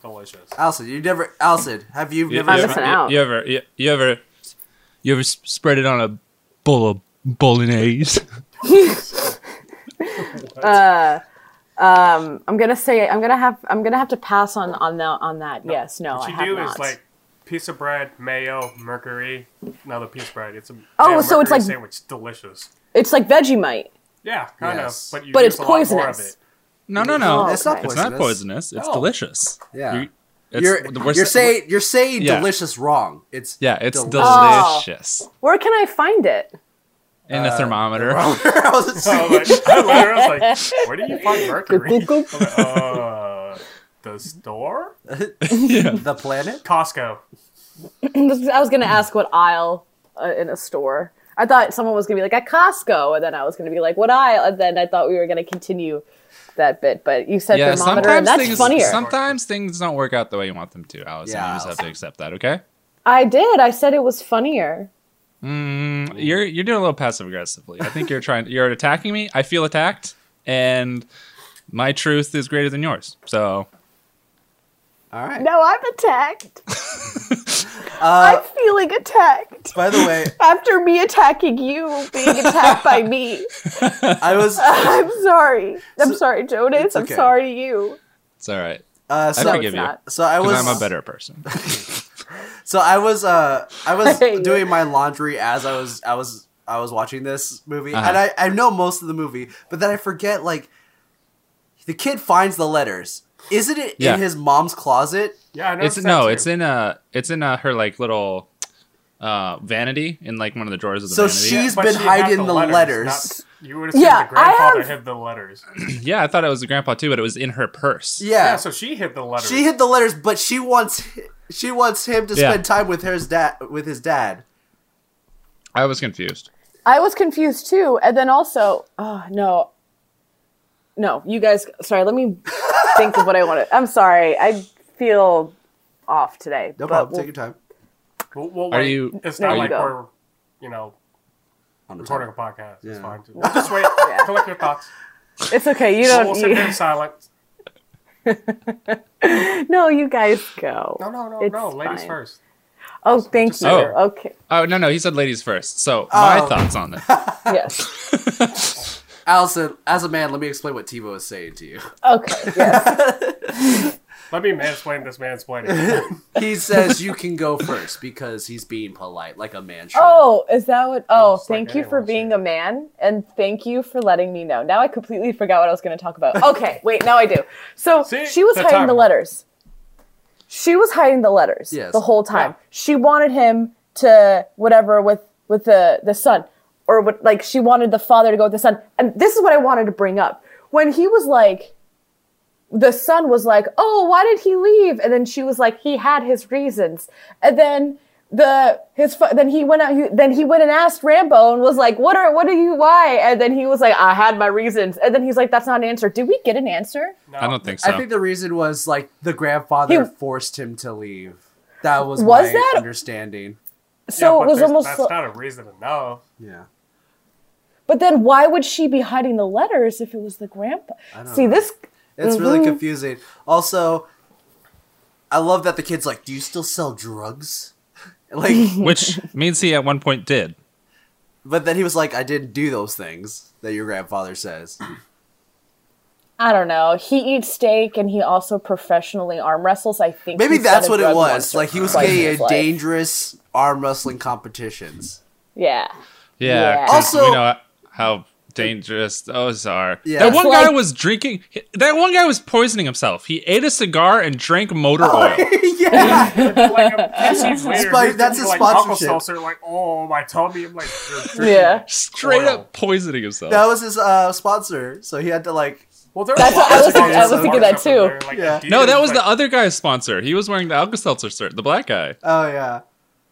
Speaker 5: delicious.
Speaker 4: Allison, you never. Allison, have you
Speaker 3: You,
Speaker 4: never?
Speaker 3: you
Speaker 2: I'm
Speaker 3: ever,
Speaker 2: missing
Speaker 3: you-
Speaker 2: out.
Speaker 3: you ever you, you ever you ever s- spread it on a bowl of bolognese?
Speaker 2: I'm gonna say I'm gonna have I'm gonna have to pass on on that on that. Yes, no, I
Speaker 5: What you
Speaker 2: have
Speaker 5: do
Speaker 2: not.
Speaker 5: is like piece of bread, mayo, mercury. Another piece of bread. It's a
Speaker 2: Oh,
Speaker 5: yeah,
Speaker 2: so it's
Speaker 5: mercury
Speaker 2: like-
Speaker 5: sandwich. Delicious.
Speaker 2: It's like Vegemite.
Speaker 5: Yeah, kind
Speaker 4: Yes.
Speaker 5: of. But, you
Speaker 2: But
Speaker 5: use
Speaker 2: it's
Speaker 5: a lot more of
Speaker 2: poisonous.
Speaker 5: it.
Speaker 3: No, no, no.
Speaker 2: Oh,
Speaker 4: it's not
Speaker 2: okay.
Speaker 4: poisonous.
Speaker 3: It's not poisonous. It's
Speaker 5: Oh.
Speaker 3: delicious.
Speaker 4: Yeah.
Speaker 3: You- it's-
Speaker 4: You're,
Speaker 3: we're
Speaker 4: you're
Speaker 3: sa-
Speaker 4: saying you're saying
Speaker 3: Yeah.
Speaker 4: delicious wrong. It's
Speaker 3: Yeah, it's
Speaker 2: Oh.
Speaker 3: delicious.
Speaker 2: Where can I find it?
Speaker 3: In
Speaker 4: Uh,
Speaker 3: a thermometer.
Speaker 4: I
Speaker 3: Oh.
Speaker 4: was
Speaker 5: So
Speaker 4: like,
Speaker 5: like, I literally was like, where do you find mercury?
Speaker 2: Goop, goop.
Speaker 5: uh, the store?
Speaker 4: the planet.
Speaker 5: Costco.
Speaker 2: I was gonna ask what aisle uh, in a store. I thought someone was gonna be like at Costco, and then I was gonna be like, what aisle? And then I thought we were gonna continue that bit, but you said
Speaker 3: yeah,
Speaker 2: thermometer, and
Speaker 3: sometimes
Speaker 2: that's
Speaker 3: things
Speaker 2: funnier.
Speaker 3: sometimes things don't work out the way you want them to, Allison.
Speaker 4: Yeah,
Speaker 3: you just have
Speaker 4: Allison.
Speaker 3: to accept that, okay?
Speaker 2: I did. I said it was funnier.
Speaker 3: Mm, you're you're doing a little passive aggressively. I think you're trying you're attacking me. I feel attacked and my truth is greater than yours. So
Speaker 4: All right.
Speaker 2: No, I'm attacked.
Speaker 4: Uh,
Speaker 2: I'm feeling attacked.
Speaker 4: by the way,
Speaker 2: After me attacking you, being attacked by me.
Speaker 4: I was uh,
Speaker 2: I'm sorry. I'm sorry, Jonas. I'm
Speaker 4: okay.
Speaker 2: sorry, you.
Speaker 3: it's all right.
Speaker 4: uh, so,
Speaker 3: I forgive you.
Speaker 2: not.
Speaker 4: so I was
Speaker 3: Because I'm a better person.
Speaker 4: So I was uh I was
Speaker 2: Hey.
Speaker 4: doing my laundry as I was I was I was watching this movie
Speaker 3: Uh-huh.
Speaker 4: and I I know most of the movie but then I forget like the kid finds the letters isn't it
Speaker 3: Yeah.
Speaker 4: in his mom's closet
Speaker 5: Yeah, I know.
Speaker 3: It's no, it's in a it's in a her like little uh vanity in like one of the drawers of the
Speaker 4: so
Speaker 3: vanity.
Speaker 4: she's been hiding the, letters,
Speaker 5: not- you would assume
Speaker 2: Yeah,
Speaker 5: the grandfather
Speaker 2: I have-
Speaker 5: hid the letters.
Speaker 3: Yeah, I thought it was the grandpa too, but it was in her purse.
Speaker 4: yeah,
Speaker 5: Yeah, so she hid the letters.
Speaker 4: she hid the letters but she wants she wants him to
Speaker 3: Yeah.
Speaker 4: spend time with his dad with his dad
Speaker 3: I was confused.
Speaker 2: I was confused too. And then also, oh, no. No, you guys, sorry, let me think of what I wanted. I'm sorry. I feel off today.
Speaker 4: no
Speaker 2: but
Speaker 4: problem
Speaker 2: we'll-
Speaker 4: take your time
Speaker 5: Well, well,
Speaker 3: Are
Speaker 5: wait,
Speaker 3: you-
Speaker 5: It's
Speaker 2: There
Speaker 5: not
Speaker 2: you
Speaker 5: like
Speaker 2: go.
Speaker 5: we're, you know,
Speaker 4: on the
Speaker 5: recording
Speaker 4: time.
Speaker 5: a podcast. It's
Speaker 4: Yeah.
Speaker 5: fine. Just, just wait. Collect your thoughts.
Speaker 2: It's okay. You
Speaker 5: We'll
Speaker 2: don't
Speaker 5: sit here in
Speaker 2: need.
Speaker 5: silence.
Speaker 2: No, you guys go.
Speaker 5: No, no, no,
Speaker 2: It's
Speaker 5: no. Ladies
Speaker 2: fine.
Speaker 5: first.
Speaker 2: Oh, thank you.
Speaker 3: Oh.
Speaker 2: Okay.
Speaker 3: Oh no no, he said ladies first. So my
Speaker 4: Oh.
Speaker 3: thoughts on this.
Speaker 2: Yes.
Speaker 4: Allison as a man let me explain what Tebow is saying to you
Speaker 2: Okay. Yes.
Speaker 5: Let me mansplain this mansplaining.
Speaker 4: he says you can go first because he's being polite like a man should
Speaker 2: Oh, is that what? Oh,
Speaker 5: It's like
Speaker 2: thank you
Speaker 5: anyone
Speaker 2: for
Speaker 5: else
Speaker 2: being a man, and thank you for letting me know. Now I completely forgot what I was going to talk about. Okay, wait, now I do. So
Speaker 5: See?
Speaker 2: she was
Speaker 5: The
Speaker 2: hiding the
Speaker 5: timeline.
Speaker 2: letters. She was hiding the letters
Speaker 4: Yes.
Speaker 2: the whole time.
Speaker 5: Yeah.
Speaker 2: She wanted him to whatever with with the the son, or what? Like she wanted the father to go with the son. And this is what I wanted to bring up when he was like. The son was like, "Oh, why did he leave?" And then she was like, "He had his reasons." And then the his fu- then he went out he, then he went and asked Rambo and was like what are what are you why and then he was like I had my reasons and then he's like that's not an answer did we get an answer
Speaker 5: No.
Speaker 3: I don't think so.
Speaker 4: I think the reason was like the grandfather
Speaker 2: He-
Speaker 4: forced him to leave. That was,
Speaker 2: Was
Speaker 4: my
Speaker 2: that-
Speaker 4: understanding.
Speaker 5: Yeah,
Speaker 2: so
Speaker 5: but
Speaker 2: it was
Speaker 5: there's-
Speaker 2: almost
Speaker 5: That's
Speaker 2: li-
Speaker 5: not a reason enough.
Speaker 4: Yeah.
Speaker 2: but then why would she be hiding the letters if it was the grandpa see
Speaker 4: know.
Speaker 2: this
Speaker 4: It's
Speaker 2: Mm-hmm.
Speaker 4: really confusing. Also, I love that the kid's like, Do you still sell drugs? Like
Speaker 3: Which means he at one point did.
Speaker 4: but then he was like, I didn't do those things that your grandfather says.
Speaker 2: I don't know he eats steak and he also professionally arm wrestles I think
Speaker 4: Maybe
Speaker 2: he's got
Speaker 4: that's
Speaker 2: a
Speaker 4: what it
Speaker 2: drug
Speaker 4: was.
Speaker 2: monster
Speaker 4: Like he was
Speaker 2: twice in
Speaker 4: getting
Speaker 2: his
Speaker 4: in
Speaker 2: life.
Speaker 4: dangerous arm wrestling competitions.
Speaker 2: yeah Yeah.
Speaker 3: Yeah. 'cause
Speaker 4: Also-
Speaker 3: we know how dangerous those are.
Speaker 4: Yeah.
Speaker 3: That
Speaker 4: It's
Speaker 3: one guy
Speaker 2: like-
Speaker 3: was drinking. That one guy was poisoning himself. He ate a cigar and drank motor oil.
Speaker 4: yeah.
Speaker 5: It's like a few seasons later,
Speaker 4: Spike,
Speaker 5: he's
Speaker 4: that's a
Speaker 5: drinking, like Alka
Speaker 4: sponsorship.
Speaker 5: Seltzer, like, oh, my tummy. I'm like, you're drinking
Speaker 2: yeah
Speaker 3: Straight
Speaker 5: Oil.
Speaker 3: up poisoning himself.
Speaker 4: That was his uh, sponsor. So he had to like
Speaker 5: Well, there
Speaker 2: That's
Speaker 5: was
Speaker 2: what I was
Speaker 5: lots of
Speaker 2: thinking- I
Speaker 5: guys
Speaker 2: was thinking that
Speaker 5: marked up in
Speaker 2: too.
Speaker 5: there, like,
Speaker 4: Yeah.
Speaker 5: dude,
Speaker 3: no, that was
Speaker 5: like,
Speaker 3: the other guy's sponsor. He was wearing the Alka Seltzer shirt, the black guy.
Speaker 4: oh yeah.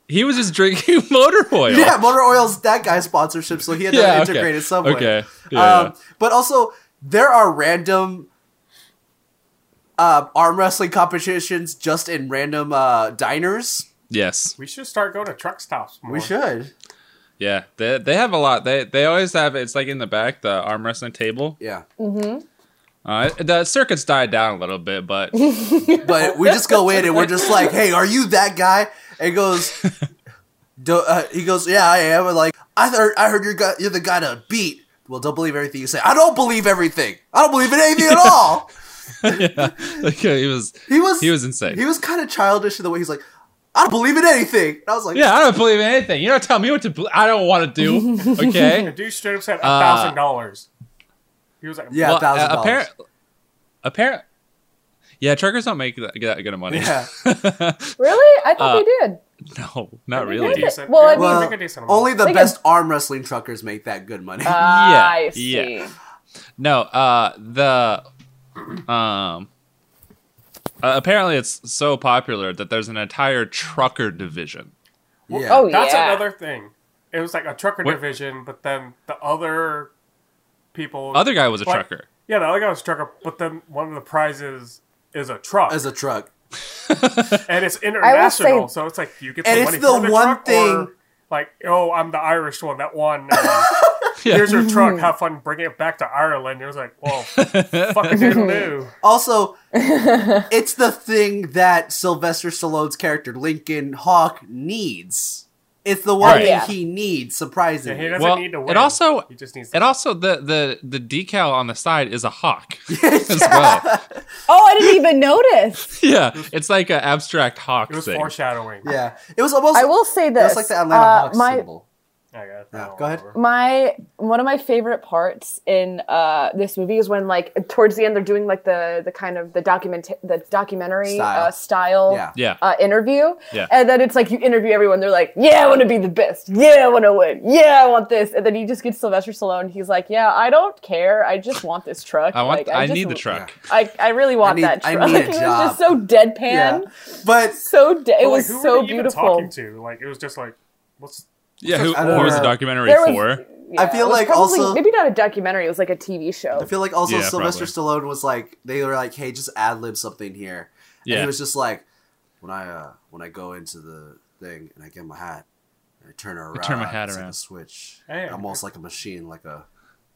Speaker 3: He was just drinking motor oil.
Speaker 4: Yeah, motor oil's that guy's sponsorship, so he had to
Speaker 3: Yeah, okay.
Speaker 4: integrate it somewhere.
Speaker 3: Okay. Yeah,
Speaker 4: Um, but also, there are random uh, arm wrestling competitions just in random uh, diners.
Speaker 3: yes.
Speaker 5: We should start going to truck stops. More.
Speaker 4: We should.
Speaker 3: Yeah. They, they have a lot. They they always have it's like in the back the arm wrestling table.
Speaker 4: Yeah.
Speaker 3: Uh, the circuits died down a little bit, but
Speaker 4: But we just go in and we're just like, hey, are you that guy? And he goes, do, uh, he goes, yeah, I am. And like, I, heard, I heard you're, gu- you're the guy to beat. Well, don't believe everything you say. I don't believe everything. I don't believe in anything at all.
Speaker 3: yeah, like, he was
Speaker 4: He was
Speaker 3: He was insane.
Speaker 4: He was kind of childish in the way he's like, I I don't believe in anything. And I was like,
Speaker 3: Yeah, I don't believe in anything. You're not telling me what to. bel- I don't want to do. Okay.
Speaker 5: The dude straight up said a
Speaker 3: Uh,
Speaker 5: thousand dollars. He was like,
Speaker 4: yeah, thousand dollars.
Speaker 3: apparent. Apparent. Yeah, truckers don't make that, that good of money.
Speaker 4: Yeah.
Speaker 2: Really? I thought they did.
Speaker 3: no, not
Speaker 2: they
Speaker 3: really.
Speaker 2: did.
Speaker 5: decent.
Speaker 2: Well, I
Speaker 5: Yeah,
Speaker 2: mean-
Speaker 5: make a
Speaker 4: Well,
Speaker 5: decent amount.
Speaker 4: only the
Speaker 2: They
Speaker 4: best arm wrestling truckers make that good money.
Speaker 2: Uh, I see.
Speaker 3: yeah. No, uh, the um, uh, apparently it's so popular that there's an entire trucker division.
Speaker 4: yeah.
Speaker 2: Oh yeah.
Speaker 5: That's another thing. It was like a trucker
Speaker 3: What-
Speaker 5: division, but then the other people.
Speaker 3: Other guy was a
Speaker 5: Like-
Speaker 3: trucker.
Speaker 5: Yeah, the other guy was a trucker, but then one of the prizes is a truck.
Speaker 4: As a truck.
Speaker 5: and it's
Speaker 2: I will say-
Speaker 5: international, so it's like you get
Speaker 4: And
Speaker 5: the
Speaker 4: it's
Speaker 5: money
Speaker 4: the
Speaker 5: for the
Speaker 4: one
Speaker 5: truck,
Speaker 4: thing-
Speaker 5: Or, like, oh, I'm the Irish one that won. uh, Here's your truck. Have fun bringing it back to Ireland. It was like, well, fucking do.
Speaker 4: Also, it's the thing that Sylvester Stallone's character Lincoln Hawk needs. It's the one
Speaker 3: Right.
Speaker 4: thing
Speaker 2: Yeah.
Speaker 4: he needs.
Speaker 5: He
Speaker 4: Surprisingly,
Speaker 5: doesn't
Speaker 3: Well,
Speaker 5: need to
Speaker 3: it
Speaker 5: win.
Speaker 3: also-
Speaker 5: he just needs. To
Speaker 3: And also the the the decal on the side is a hawk as well.
Speaker 2: Oh, I didn't even notice.
Speaker 3: Yeah, it's like an abstract hawk
Speaker 5: it was
Speaker 3: thing.
Speaker 5: foreshadowing.
Speaker 4: yeah, it was almost.
Speaker 2: I will say
Speaker 4: It
Speaker 2: this.
Speaker 4: was like the Atlanta
Speaker 2: uh,
Speaker 4: Hawks
Speaker 2: my,
Speaker 4: symbol.
Speaker 5: I got it.
Speaker 4: Yeah,
Speaker 5: I don't
Speaker 4: go ahead.
Speaker 5: remember.
Speaker 2: my one of my favorite parts in uh, this movie is when like towards the end they're doing like the the kind of the document the documentary
Speaker 4: Style.
Speaker 2: Uh, style
Speaker 4: Yeah.
Speaker 3: Yeah.
Speaker 2: Uh, interview
Speaker 3: Yeah.
Speaker 2: and then it's like you interview everyone they're like yeah I want to be the best yeah I want to win yeah I want this and then you just get Sylvester Stallone he's like yeah I don't care I just want this truck
Speaker 3: I want.
Speaker 2: Like,
Speaker 3: I,
Speaker 2: just-
Speaker 3: need the truck.
Speaker 2: I, I really want
Speaker 4: need-
Speaker 2: that
Speaker 4: I
Speaker 2: truck
Speaker 4: need a
Speaker 2: it was just
Speaker 4: job.
Speaker 2: so deadpan
Speaker 4: Yeah, but
Speaker 2: so de- it
Speaker 5: But, like,
Speaker 2: was
Speaker 5: who
Speaker 2: so
Speaker 5: were they even
Speaker 2: beautiful
Speaker 5: talking to like it was just like, what's
Speaker 3: Yeah. Who,
Speaker 4: I don't
Speaker 3: who was the
Speaker 4: know.
Speaker 3: documentary
Speaker 2: There was-
Speaker 3: for?
Speaker 2: Yeah,
Speaker 4: I feel
Speaker 2: it was
Speaker 4: like
Speaker 2: probably-
Speaker 4: also-
Speaker 2: maybe not a documentary. It was like a TV show.
Speaker 4: I feel like also
Speaker 3: Yeah,
Speaker 4: Sylvester Stallone was like they were like, hey, just ad lib something here. And
Speaker 3: Yeah.
Speaker 4: he was just like, when I uh, when I go into the thing and I get my hat, and I turn her around.
Speaker 3: turn my hat
Speaker 4: it's like
Speaker 3: around.
Speaker 4: a switch.
Speaker 5: Hey.
Speaker 4: Almost like a machine, like a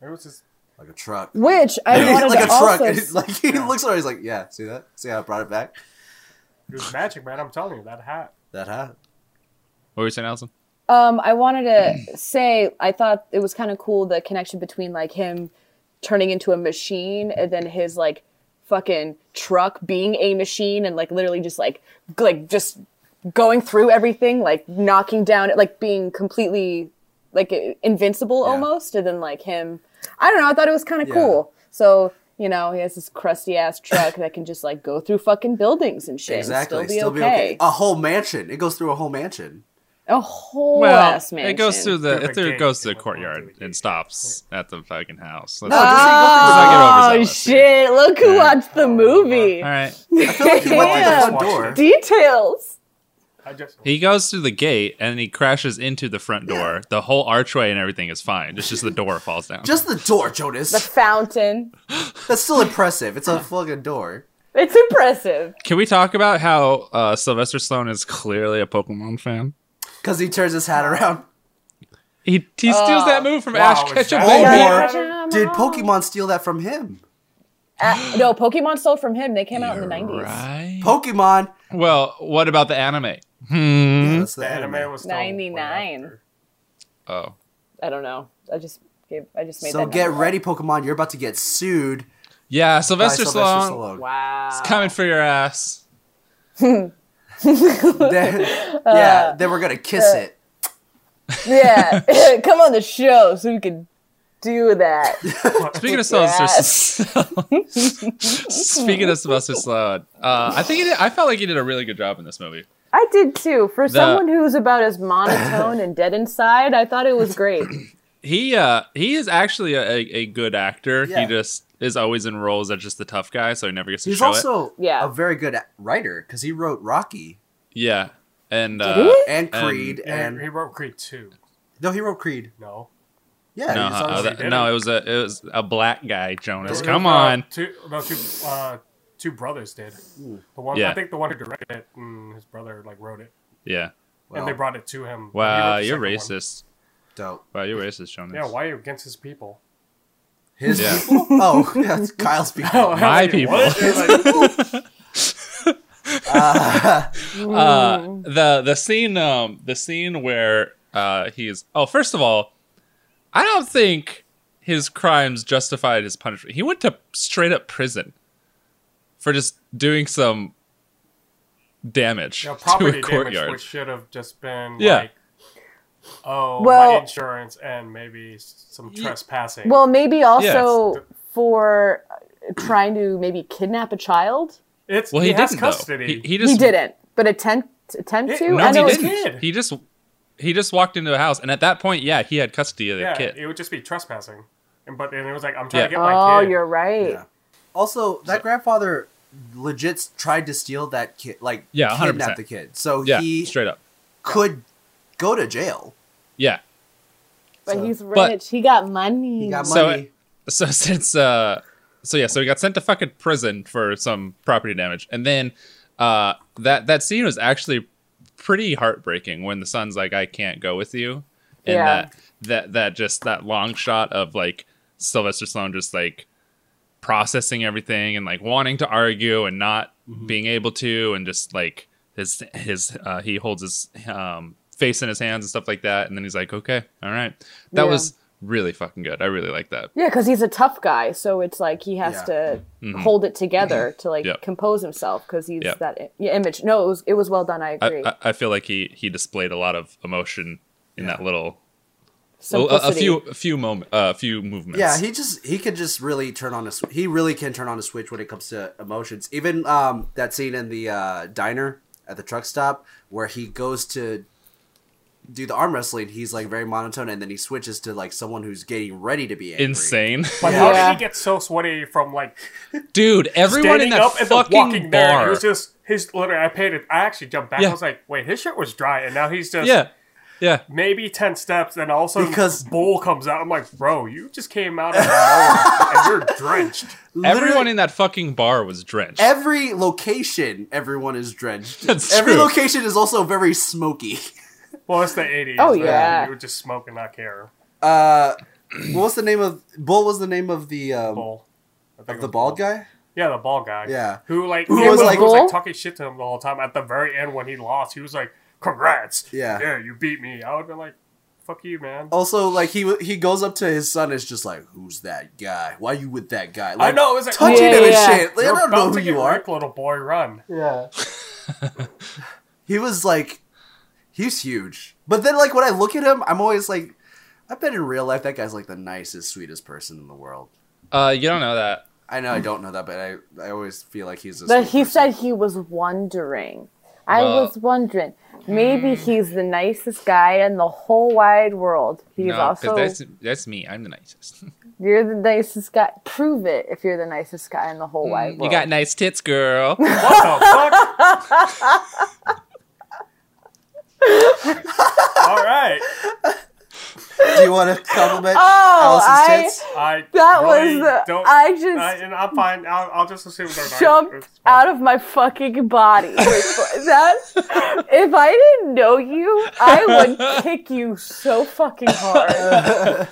Speaker 5: it was just
Speaker 4: like a truck.
Speaker 2: Which I wanted
Speaker 4: like a
Speaker 2: to also.
Speaker 4: truck. And he's like he looks at her, he's like, yeah, see that? See how I brought it back?
Speaker 5: it was magic, man. I'm telling you that hat.
Speaker 4: That hat.
Speaker 3: What were you saying, Allison?
Speaker 2: um, I wanted to say I thought it was kind of cool the connection between like him turning into a machine and then his like fucking truck being a machine and like literally just like g- like just going through everything like knocking down like being completely like i- invincible almost and then like him I don't know I thought it was kind of cool so you know he has this crusty ass truck that can just like go through fucking buildings and shit
Speaker 4: Exactly.
Speaker 2: and still be okay,
Speaker 4: A whole mansion. It goes through a whole mansion.
Speaker 2: a whole
Speaker 3: Well,
Speaker 2: ass mansion
Speaker 3: it goes through the
Speaker 5: Through
Speaker 3: it
Speaker 5: the
Speaker 3: through,
Speaker 5: gate.
Speaker 3: goes to the
Speaker 5: It went through
Speaker 3: courtyard
Speaker 5: the
Speaker 3: and
Speaker 5: gate.
Speaker 3: stops at the fucking house. Let's-
Speaker 4: No, just so you
Speaker 2: Oh
Speaker 3: Let's not get
Speaker 4: go through the-
Speaker 3: overzealous here.
Speaker 2: shit! Look who watched the movie.
Speaker 3: All right.
Speaker 4: He went through the
Speaker 2: Damn.
Speaker 4: front door.
Speaker 2: Details.
Speaker 5: I just
Speaker 3: He goes through the gate and he crashes into the front door. The whole archway and everything is fine. It's just the door falls down.
Speaker 4: Just the door,
Speaker 2: The
Speaker 4: Jonas.
Speaker 2: fountain.
Speaker 4: That's still impressive. It's a fucking door.
Speaker 2: It's impressive.
Speaker 3: Can we talk about how uh, Sylvester Stallone is clearly a Pokemon fan?
Speaker 4: Because he turns his hat around.
Speaker 3: He he steals that move from Ash
Speaker 5: is
Speaker 3: Ketchum.
Speaker 5: that-
Speaker 3: baby.
Speaker 4: Or did Pokemon steal that from him?
Speaker 2: Uh, no, Pokemon stole from him. They came out in the nineties.
Speaker 3: Right.
Speaker 4: Pokemon.
Speaker 3: Well, what about the anime? Hmm.
Speaker 4: That's the
Speaker 5: the
Speaker 4: anime.
Speaker 5: anime was still way
Speaker 2: 99.
Speaker 5: after.
Speaker 3: Oh.
Speaker 2: I don't know. I just gave. I just made.
Speaker 4: So
Speaker 2: that
Speaker 4: get
Speaker 2: number up.
Speaker 4: ready, Pokemon. You're about to get sued
Speaker 3: Yeah,
Speaker 4: by
Speaker 3: Sylvester,
Speaker 4: Sylvester
Speaker 3: Stallone.
Speaker 4: Stallone.
Speaker 2: Wow.
Speaker 3: is coming for your ass.
Speaker 4: Then-
Speaker 2: Uh,
Speaker 4: yeah, then we're gonna kiss it.
Speaker 2: Yeah. Come on the show so we can do that.
Speaker 3: Speaking of Sylvester,
Speaker 2: Yes.
Speaker 3: Stallone- speaking of Sylvester Stallone, uh, I think he did, I felt like he did a really good job in this movie.
Speaker 2: I did too. For
Speaker 3: The-
Speaker 2: someone who's about as monotone and dead inside, I thought it was great.
Speaker 3: He uh, he is actually a, a, a good actor.
Speaker 4: Yeah.
Speaker 3: He just is always in roles as just the tough guy, so he never gets to
Speaker 4: He's
Speaker 3: show it.
Speaker 4: also
Speaker 2: Yeah.
Speaker 4: a very good a- writer because he wrote Rocky
Speaker 3: Yeah, and uh,
Speaker 4: and Creed and,
Speaker 5: And he wrote Creed 2.
Speaker 4: no, he wrote Creed.
Speaker 5: No.
Speaker 4: Yeah,
Speaker 3: no,
Speaker 4: he was
Speaker 3: uh,
Speaker 4: on-
Speaker 3: that-
Speaker 5: did
Speaker 3: no,
Speaker 5: it.
Speaker 3: it was a it was a black guy, Jonas.
Speaker 5: It
Speaker 3: Come
Speaker 5: was, uh,
Speaker 3: on,
Speaker 5: Two, no, two, uh, two brothers did. The one,
Speaker 3: Yeah.
Speaker 5: I think the one who directed it and his brother like wrote it.
Speaker 3: yeah.
Speaker 5: and
Speaker 4: Well.
Speaker 5: they brought it to him.
Speaker 3: Wow,
Speaker 5: He
Speaker 3: you're
Speaker 5: wrote the second
Speaker 3: racist.
Speaker 4: dope.
Speaker 3: Wow, you're racist, Jonas.
Speaker 5: one. Yeah, why are you against his people?
Speaker 4: His
Speaker 3: Yeah.
Speaker 4: people? Oh, yeah, it's Kyle's people.
Speaker 3: My
Speaker 5: Like,
Speaker 3: people.
Speaker 5: what? Like,
Speaker 3: Uh, the the scene um the scene where uh he's oh first of all I don't think his crimes justified his punishment. He went to straight up prison for just doing some damage
Speaker 5: Now,
Speaker 3: to
Speaker 5: property
Speaker 3: a
Speaker 5: damage,
Speaker 3: courtyard.
Speaker 5: which should have just been
Speaker 3: Yeah.
Speaker 5: like, oh,
Speaker 2: Well-
Speaker 5: my insurance and maybe s- some trespassing.
Speaker 2: Well, maybe also
Speaker 5: Yes.
Speaker 2: for trying to maybe kidnap a child.
Speaker 5: it's
Speaker 3: well,
Speaker 5: he,
Speaker 3: he,
Speaker 5: has
Speaker 3: didn't
Speaker 5: custody.
Speaker 3: though. He, he just
Speaker 2: He didn't, but attempt attempt to.
Speaker 5: No,
Speaker 2: I
Speaker 3: No,
Speaker 2: know
Speaker 3: he
Speaker 2: it's-
Speaker 5: he
Speaker 3: didn't.
Speaker 5: did.
Speaker 3: He just he just walked into a house, and at that point, yeah, he had custody of the
Speaker 5: yeah,
Speaker 3: kid.
Speaker 5: it would just be trespassing. And but and it was like, I'm trying
Speaker 3: Yeah.
Speaker 5: to get my
Speaker 2: Oh,
Speaker 5: kid.
Speaker 2: you're right.
Speaker 4: Yeah. Also, that grandfather legit tried to steal that kid, like
Speaker 3: Yeah, 100%.
Speaker 4: kidnap the kid. So
Speaker 3: yeah,
Speaker 4: he
Speaker 3: straight up.
Speaker 4: could go to jail.
Speaker 3: Yeah.
Speaker 2: But
Speaker 4: So-
Speaker 2: he's rich.
Speaker 3: But-
Speaker 2: he got money.
Speaker 4: He got
Speaker 3: So
Speaker 4: money.
Speaker 3: So since uh, so yeah, so he got sent to fucking prison for some property damage, and then uh, that that scene was actually pretty heartbreaking when the son's like, "I can't go with you," and
Speaker 2: Yeah.
Speaker 3: that that that just that long shot of like Sylvester Stallone just like processing everything and like wanting to argue and not being able to and just like his his uh, he holds his um, face in his hands and stuff like that and then he's like okay all right that
Speaker 2: Yeah.
Speaker 3: was really fucking good i really like that
Speaker 2: Yeah, because he's a tough guy, so it's like he has
Speaker 4: Yeah. Mm-hmm.
Speaker 2: to hold it together to like
Speaker 3: Mm-hmm. Yep.
Speaker 2: compose himself because he's
Speaker 3: Yep.
Speaker 2: that i- yeah, image. No, it was it was well done. I
Speaker 3: I,
Speaker 2: agree.
Speaker 3: I- I feel like he he displayed a lot of emotion in that little a, a- a
Speaker 2: Simplicity.
Speaker 3: few a few moment uh, a few movements.
Speaker 4: Yeah, he just he could just really turn on a sw- he really can turn on a switch when it comes to emotions. Even um that scene in the uh, diner at the truck stop where he goes to do the arm wrestling, he's like very monotone, and then he switches to like someone who's getting ready to be angry.
Speaker 3: insane,
Speaker 5: But how
Speaker 2: Yeah.
Speaker 5: did he get so sweaty from like
Speaker 3: dude. Everyone in
Speaker 5: standing
Speaker 3: that
Speaker 5: up and then
Speaker 3: fucking
Speaker 5: walking there? It
Speaker 3: bar.
Speaker 5: was just his. Literally, I paid it. I actually jumped back.
Speaker 3: Yeah.
Speaker 5: I was like, wait, his shirt was dry, and now he's just
Speaker 3: yeah, yeah.
Speaker 5: maybe ten steps, and all of a sudden,
Speaker 4: Because-
Speaker 5: bowl comes out. I'm like, bro, you just came out of nowhere, and you're drenched.
Speaker 3: Everyone
Speaker 4: Literally-
Speaker 3: in that fucking bar was drenched.
Speaker 4: every location, everyone is drenched.
Speaker 3: That's
Speaker 4: every
Speaker 3: true.
Speaker 4: location is also very smoky.
Speaker 5: Well, it's the '80s.
Speaker 2: Oh,
Speaker 5: man.
Speaker 2: yeah.
Speaker 5: you would just smoke and not care.
Speaker 4: Uh, what was the name of Bull? Was the name of the um,
Speaker 5: Bowl. I think it
Speaker 4: of the
Speaker 5: was
Speaker 4: bald
Speaker 5: bowl.
Speaker 4: guy?
Speaker 5: Yeah, the ball guy.
Speaker 4: Yeah.
Speaker 5: Who like
Speaker 4: Who
Speaker 5: he
Speaker 4: was
Speaker 5: was,
Speaker 4: like-
Speaker 5: was,
Speaker 2: Bull?
Speaker 5: like talking shit to him the whole time. At the very end when he lost, he was like, Congrats.
Speaker 4: Yeah. Oh,
Speaker 5: Yeah, you beat me. I would have been like, Fuck you, man.
Speaker 4: Also, like he he goes up to his son, and is just like, "Who's that guy? Why you with that guy?" Like,
Speaker 5: know, it's like,
Speaker 4: touching
Speaker 2: Yeah,
Speaker 4: him
Speaker 2: yeah.
Speaker 4: and shit. Like, I
Speaker 5: You're
Speaker 4: don't
Speaker 5: about
Speaker 4: know who
Speaker 5: to get
Speaker 4: you are.
Speaker 5: ripped, little boy, run.
Speaker 2: yeah.
Speaker 4: He was like, he's huge. But then, like when I look at him, I'm always like, I bet in real life that guy's like the nicest, sweetest person in the world.
Speaker 3: Uh, you don't know that.
Speaker 4: I know I
Speaker 5: Hmm.
Speaker 4: don't know that, but I I always feel like he's. A
Speaker 2: But
Speaker 4: sweet
Speaker 2: he
Speaker 4: person.
Speaker 2: said he was wondering. I
Speaker 3: Well-
Speaker 2: was wondering.
Speaker 4: mm.
Speaker 2: Maybe he's the nicest guy in the whole wide world. He's
Speaker 3: no, 'cause
Speaker 2: also
Speaker 3: that's that's me. I'm the nicest.
Speaker 2: you're the nicest guy. Prove it if you're the nicest guy in the whole
Speaker 4: Mm.
Speaker 2: wide world.
Speaker 3: you got nice tits, girl.
Speaker 5: What the fuck? All right.
Speaker 4: "Do you want to compliment
Speaker 2: Oh, I-
Speaker 4: Allison's tits?"
Speaker 5: I
Speaker 2: That
Speaker 5: really
Speaker 2: was the-
Speaker 5: don't,
Speaker 2: I just
Speaker 5: and I'm fine. I'll, I'll just assume they're nice.
Speaker 2: jumped
Speaker 5: It's fine.
Speaker 2: out of my fucking body. Like, that if I didn't know you, I would kick you so fucking hard. That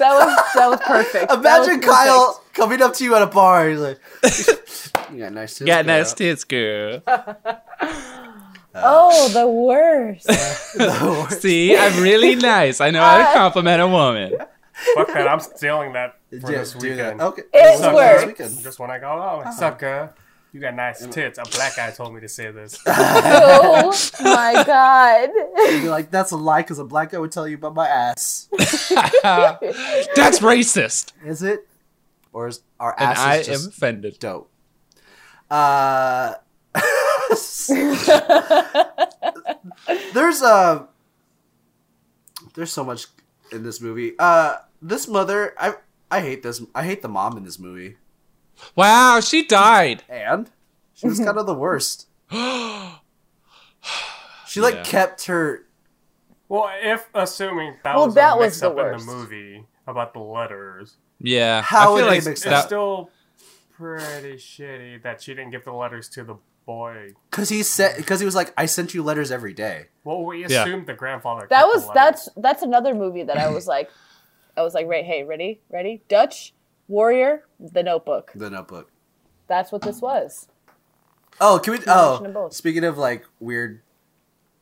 Speaker 2: was that was perfect. That was
Speaker 4: Imagine
Speaker 2: perfect.
Speaker 4: Kyle coming up to you at a bar. He's like, "You got nice tits."
Speaker 3: got
Speaker 4: girl."
Speaker 3: nice tits, girl.
Speaker 2: Oh, the worst.
Speaker 3: See, I'm really nice. I know how to compliment a woman.
Speaker 5: Fuck that. I'm stealing that for
Speaker 4: Yeah,
Speaker 5: this
Speaker 4: do that.
Speaker 5: weekend.
Speaker 4: Okay.
Speaker 2: It
Speaker 4: Suck
Speaker 2: works.
Speaker 4: this weekend.
Speaker 5: Just when I go, oh, what's up, girl? You got nice tits. A black guy told me to say this.
Speaker 2: oh my god.
Speaker 4: You're like, that's a lie because a black guy would tell you about my ass.
Speaker 3: That's racist,
Speaker 4: Is it? Or is our
Speaker 3: and
Speaker 4: ass
Speaker 3: I
Speaker 4: is just
Speaker 3: am offended.
Speaker 4: dope? Uh, there's a there's so much in this movie. Uh, this mother, I I hate this. I hate the mom in this movie,
Speaker 3: Wow, she died.
Speaker 4: and she was kind of the worst. She like
Speaker 3: Yeah.
Speaker 4: kept her.
Speaker 5: well, if assuming that
Speaker 2: Well,
Speaker 5: was
Speaker 2: that
Speaker 5: a
Speaker 2: was
Speaker 5: mix
Speaker 2: the
Speaker 5: up
Speaker 2: worst.
Speaker 5: in the movie about the letters,
Speaker 3: Yeah,
Speaker 4: How
Speaker 3: I
Speaker 4: would
Speaker 3: feel
Speaker 4: they
Speaker 3: like
Speaker 4: mix
Speaker 5: it's
Speaker 4: That-
Speaker 5: still pretty shitty that she didn't give the letters to the boy.
Speaker 4: Cause he said, cause he was like, "I sent you letters every day."
Speaker 5: Well, we
Speaker 3: Yeah.
Speaker 5: assumed the grandfather.
Speaker 2: That
Speaker 5: kept the
Speaker 2: was
Speaker 5: letters.
Speaker 2: that's that's another movie that I was like I was like, right, hey, ready? Ready? Dutch Warrior, The Notebook.
Speaker 4: The Notebook.
Speaker 2: That's what this was.
Speaker 4: Oh, can we?
Speaker 2: mention them
Speaker 4: Oh,
Speaker 2: both.
Speaker 4: speaking of like weird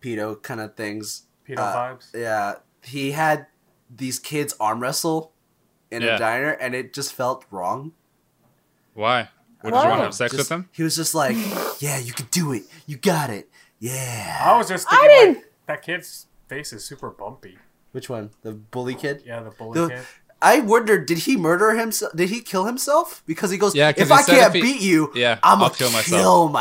Speaker 4: pedo kind of things,
Speaker 5: pedo
Speaker 4: uh,
Speaker 5: vibes.
Speaker 4: yeah, he had these kids arm wrestle in
Speaker 3: Yeah.
Speaker 4: a diner, and it just felt wrong.
Speaker 3: Why? Would
Speaker 2: Why?
Speaker 3: you want to have sex
Speaker 4: Just-
Speaker 3: with them?
Speaker 4: He was just like, Yeah, you can do it. You got it. Yeah.
Speaker 5: I was just thinking, like,
Speaker 2: didn't-
Speaker 5: that kid's face is super bumpy.
Speaker 4: Which one? The bully kid?
Speaker 5: Yeah, the bully
Speaker 4: The-
Speaker 5: kid.
Speaker 4: I wonder, did he murder himself? Did he kill himself? Because he goes,
Speaker 3: Yeah, 'cause
Speaker 4: if
Speaker 3: he
Speaker 4: I
Speaker 3: said
Speaker 4: can't
Speaker 3: if he-
Speaker 4: beat you,
Speaker 3: yeah,
Speaker 4: I'm
Speaker 3: I'll
Speaker 4: gonna
Speaker 3: kill
Speaker 4: kill
Speaker 3: myself."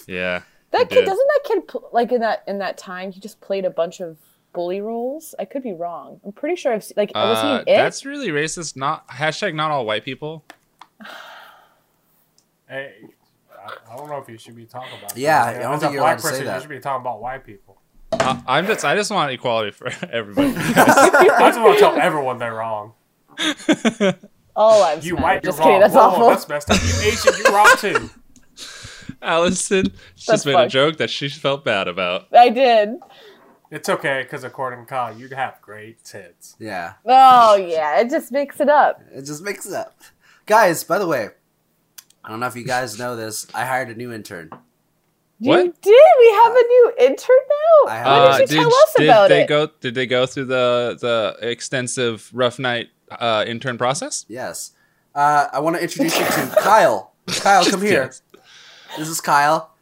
Speaker 4: myself.
Speaker 3: Yeah.
Speaker 2: That
Speaker 3: he
Speaker 2: kid
Speaker 3: did.
Speaker 2: doesn't that kid pl- like in that in that time he just played a bunch of bully roles. I could be wrong. I'm pretty sure I've seen, like was he
Speaker 3: Uh,
Speaker 2: in it?
Speaker 3: that's really racist. Not hashtag not all white people.
Speaker 5: Hey, I, I don't know if you should be talking about.
Speaker 4: Yeah,
Speaker 5: that.
Speaker 4: I don't
Speaker 5: As
Speaker 4: think
Speaker 5: a
Speaker 4: you're allowed
Speaker 5: black
Speaker 4: to say
Speaker 5: person,
Speaker 4: that.
Speaker 5: you should be talking about white people.
Speaker 3: I, I'm just I just want equality for everybody.
Speaker 5: I just want to tell everyone they're wrong.
Speaker 2: All lives
Speaker 5: You
Speaker 2: matter.
Speaker 5: white, you're
Speaker 2: Oh, just kidding.
Speaker 5: wrong.
Speaker 2: That's
Speaker 5: Whoa,
Speaker 2: awful.
Speaker 5: That's messed up. You Asian, you're wrong too.
Speaker 3: Allison just
Speaker 2: That's
Speaker 3: made a
Speaker 2: fucked.
Speaker 3: joke that she felt bad about.
Speaker 2: I did.
Speaker 5: It's okay, because according to Kyle, you have great tits.
Speaker 4: Yeah,
Speaker 2: Oh yeah, it just makes it up.
Speaker 4: it just makes it up. Guys, by the way, I don't know if you guys know this. I hired a new intern.
Speaker 3: What?
Speaker 2: You did. We have a new intern now.
Speaker 4: I
Speaker 3: Uh,
Speaker 2: Why
Speaker 4: have-
Speaker 2: didn't you tell us
Speaker 3: did
Speaker 2: about
Speaker 3: they
Speaker 2: it?
Speaker 3: go? Did they go through the the extensive rough night uh, intern process?
Speaker 4: Yes. Uh, I want to introduce you to Kyle. Kyle, come here.
Speaker 3: Yes.
Speaker 4: This is Kyle.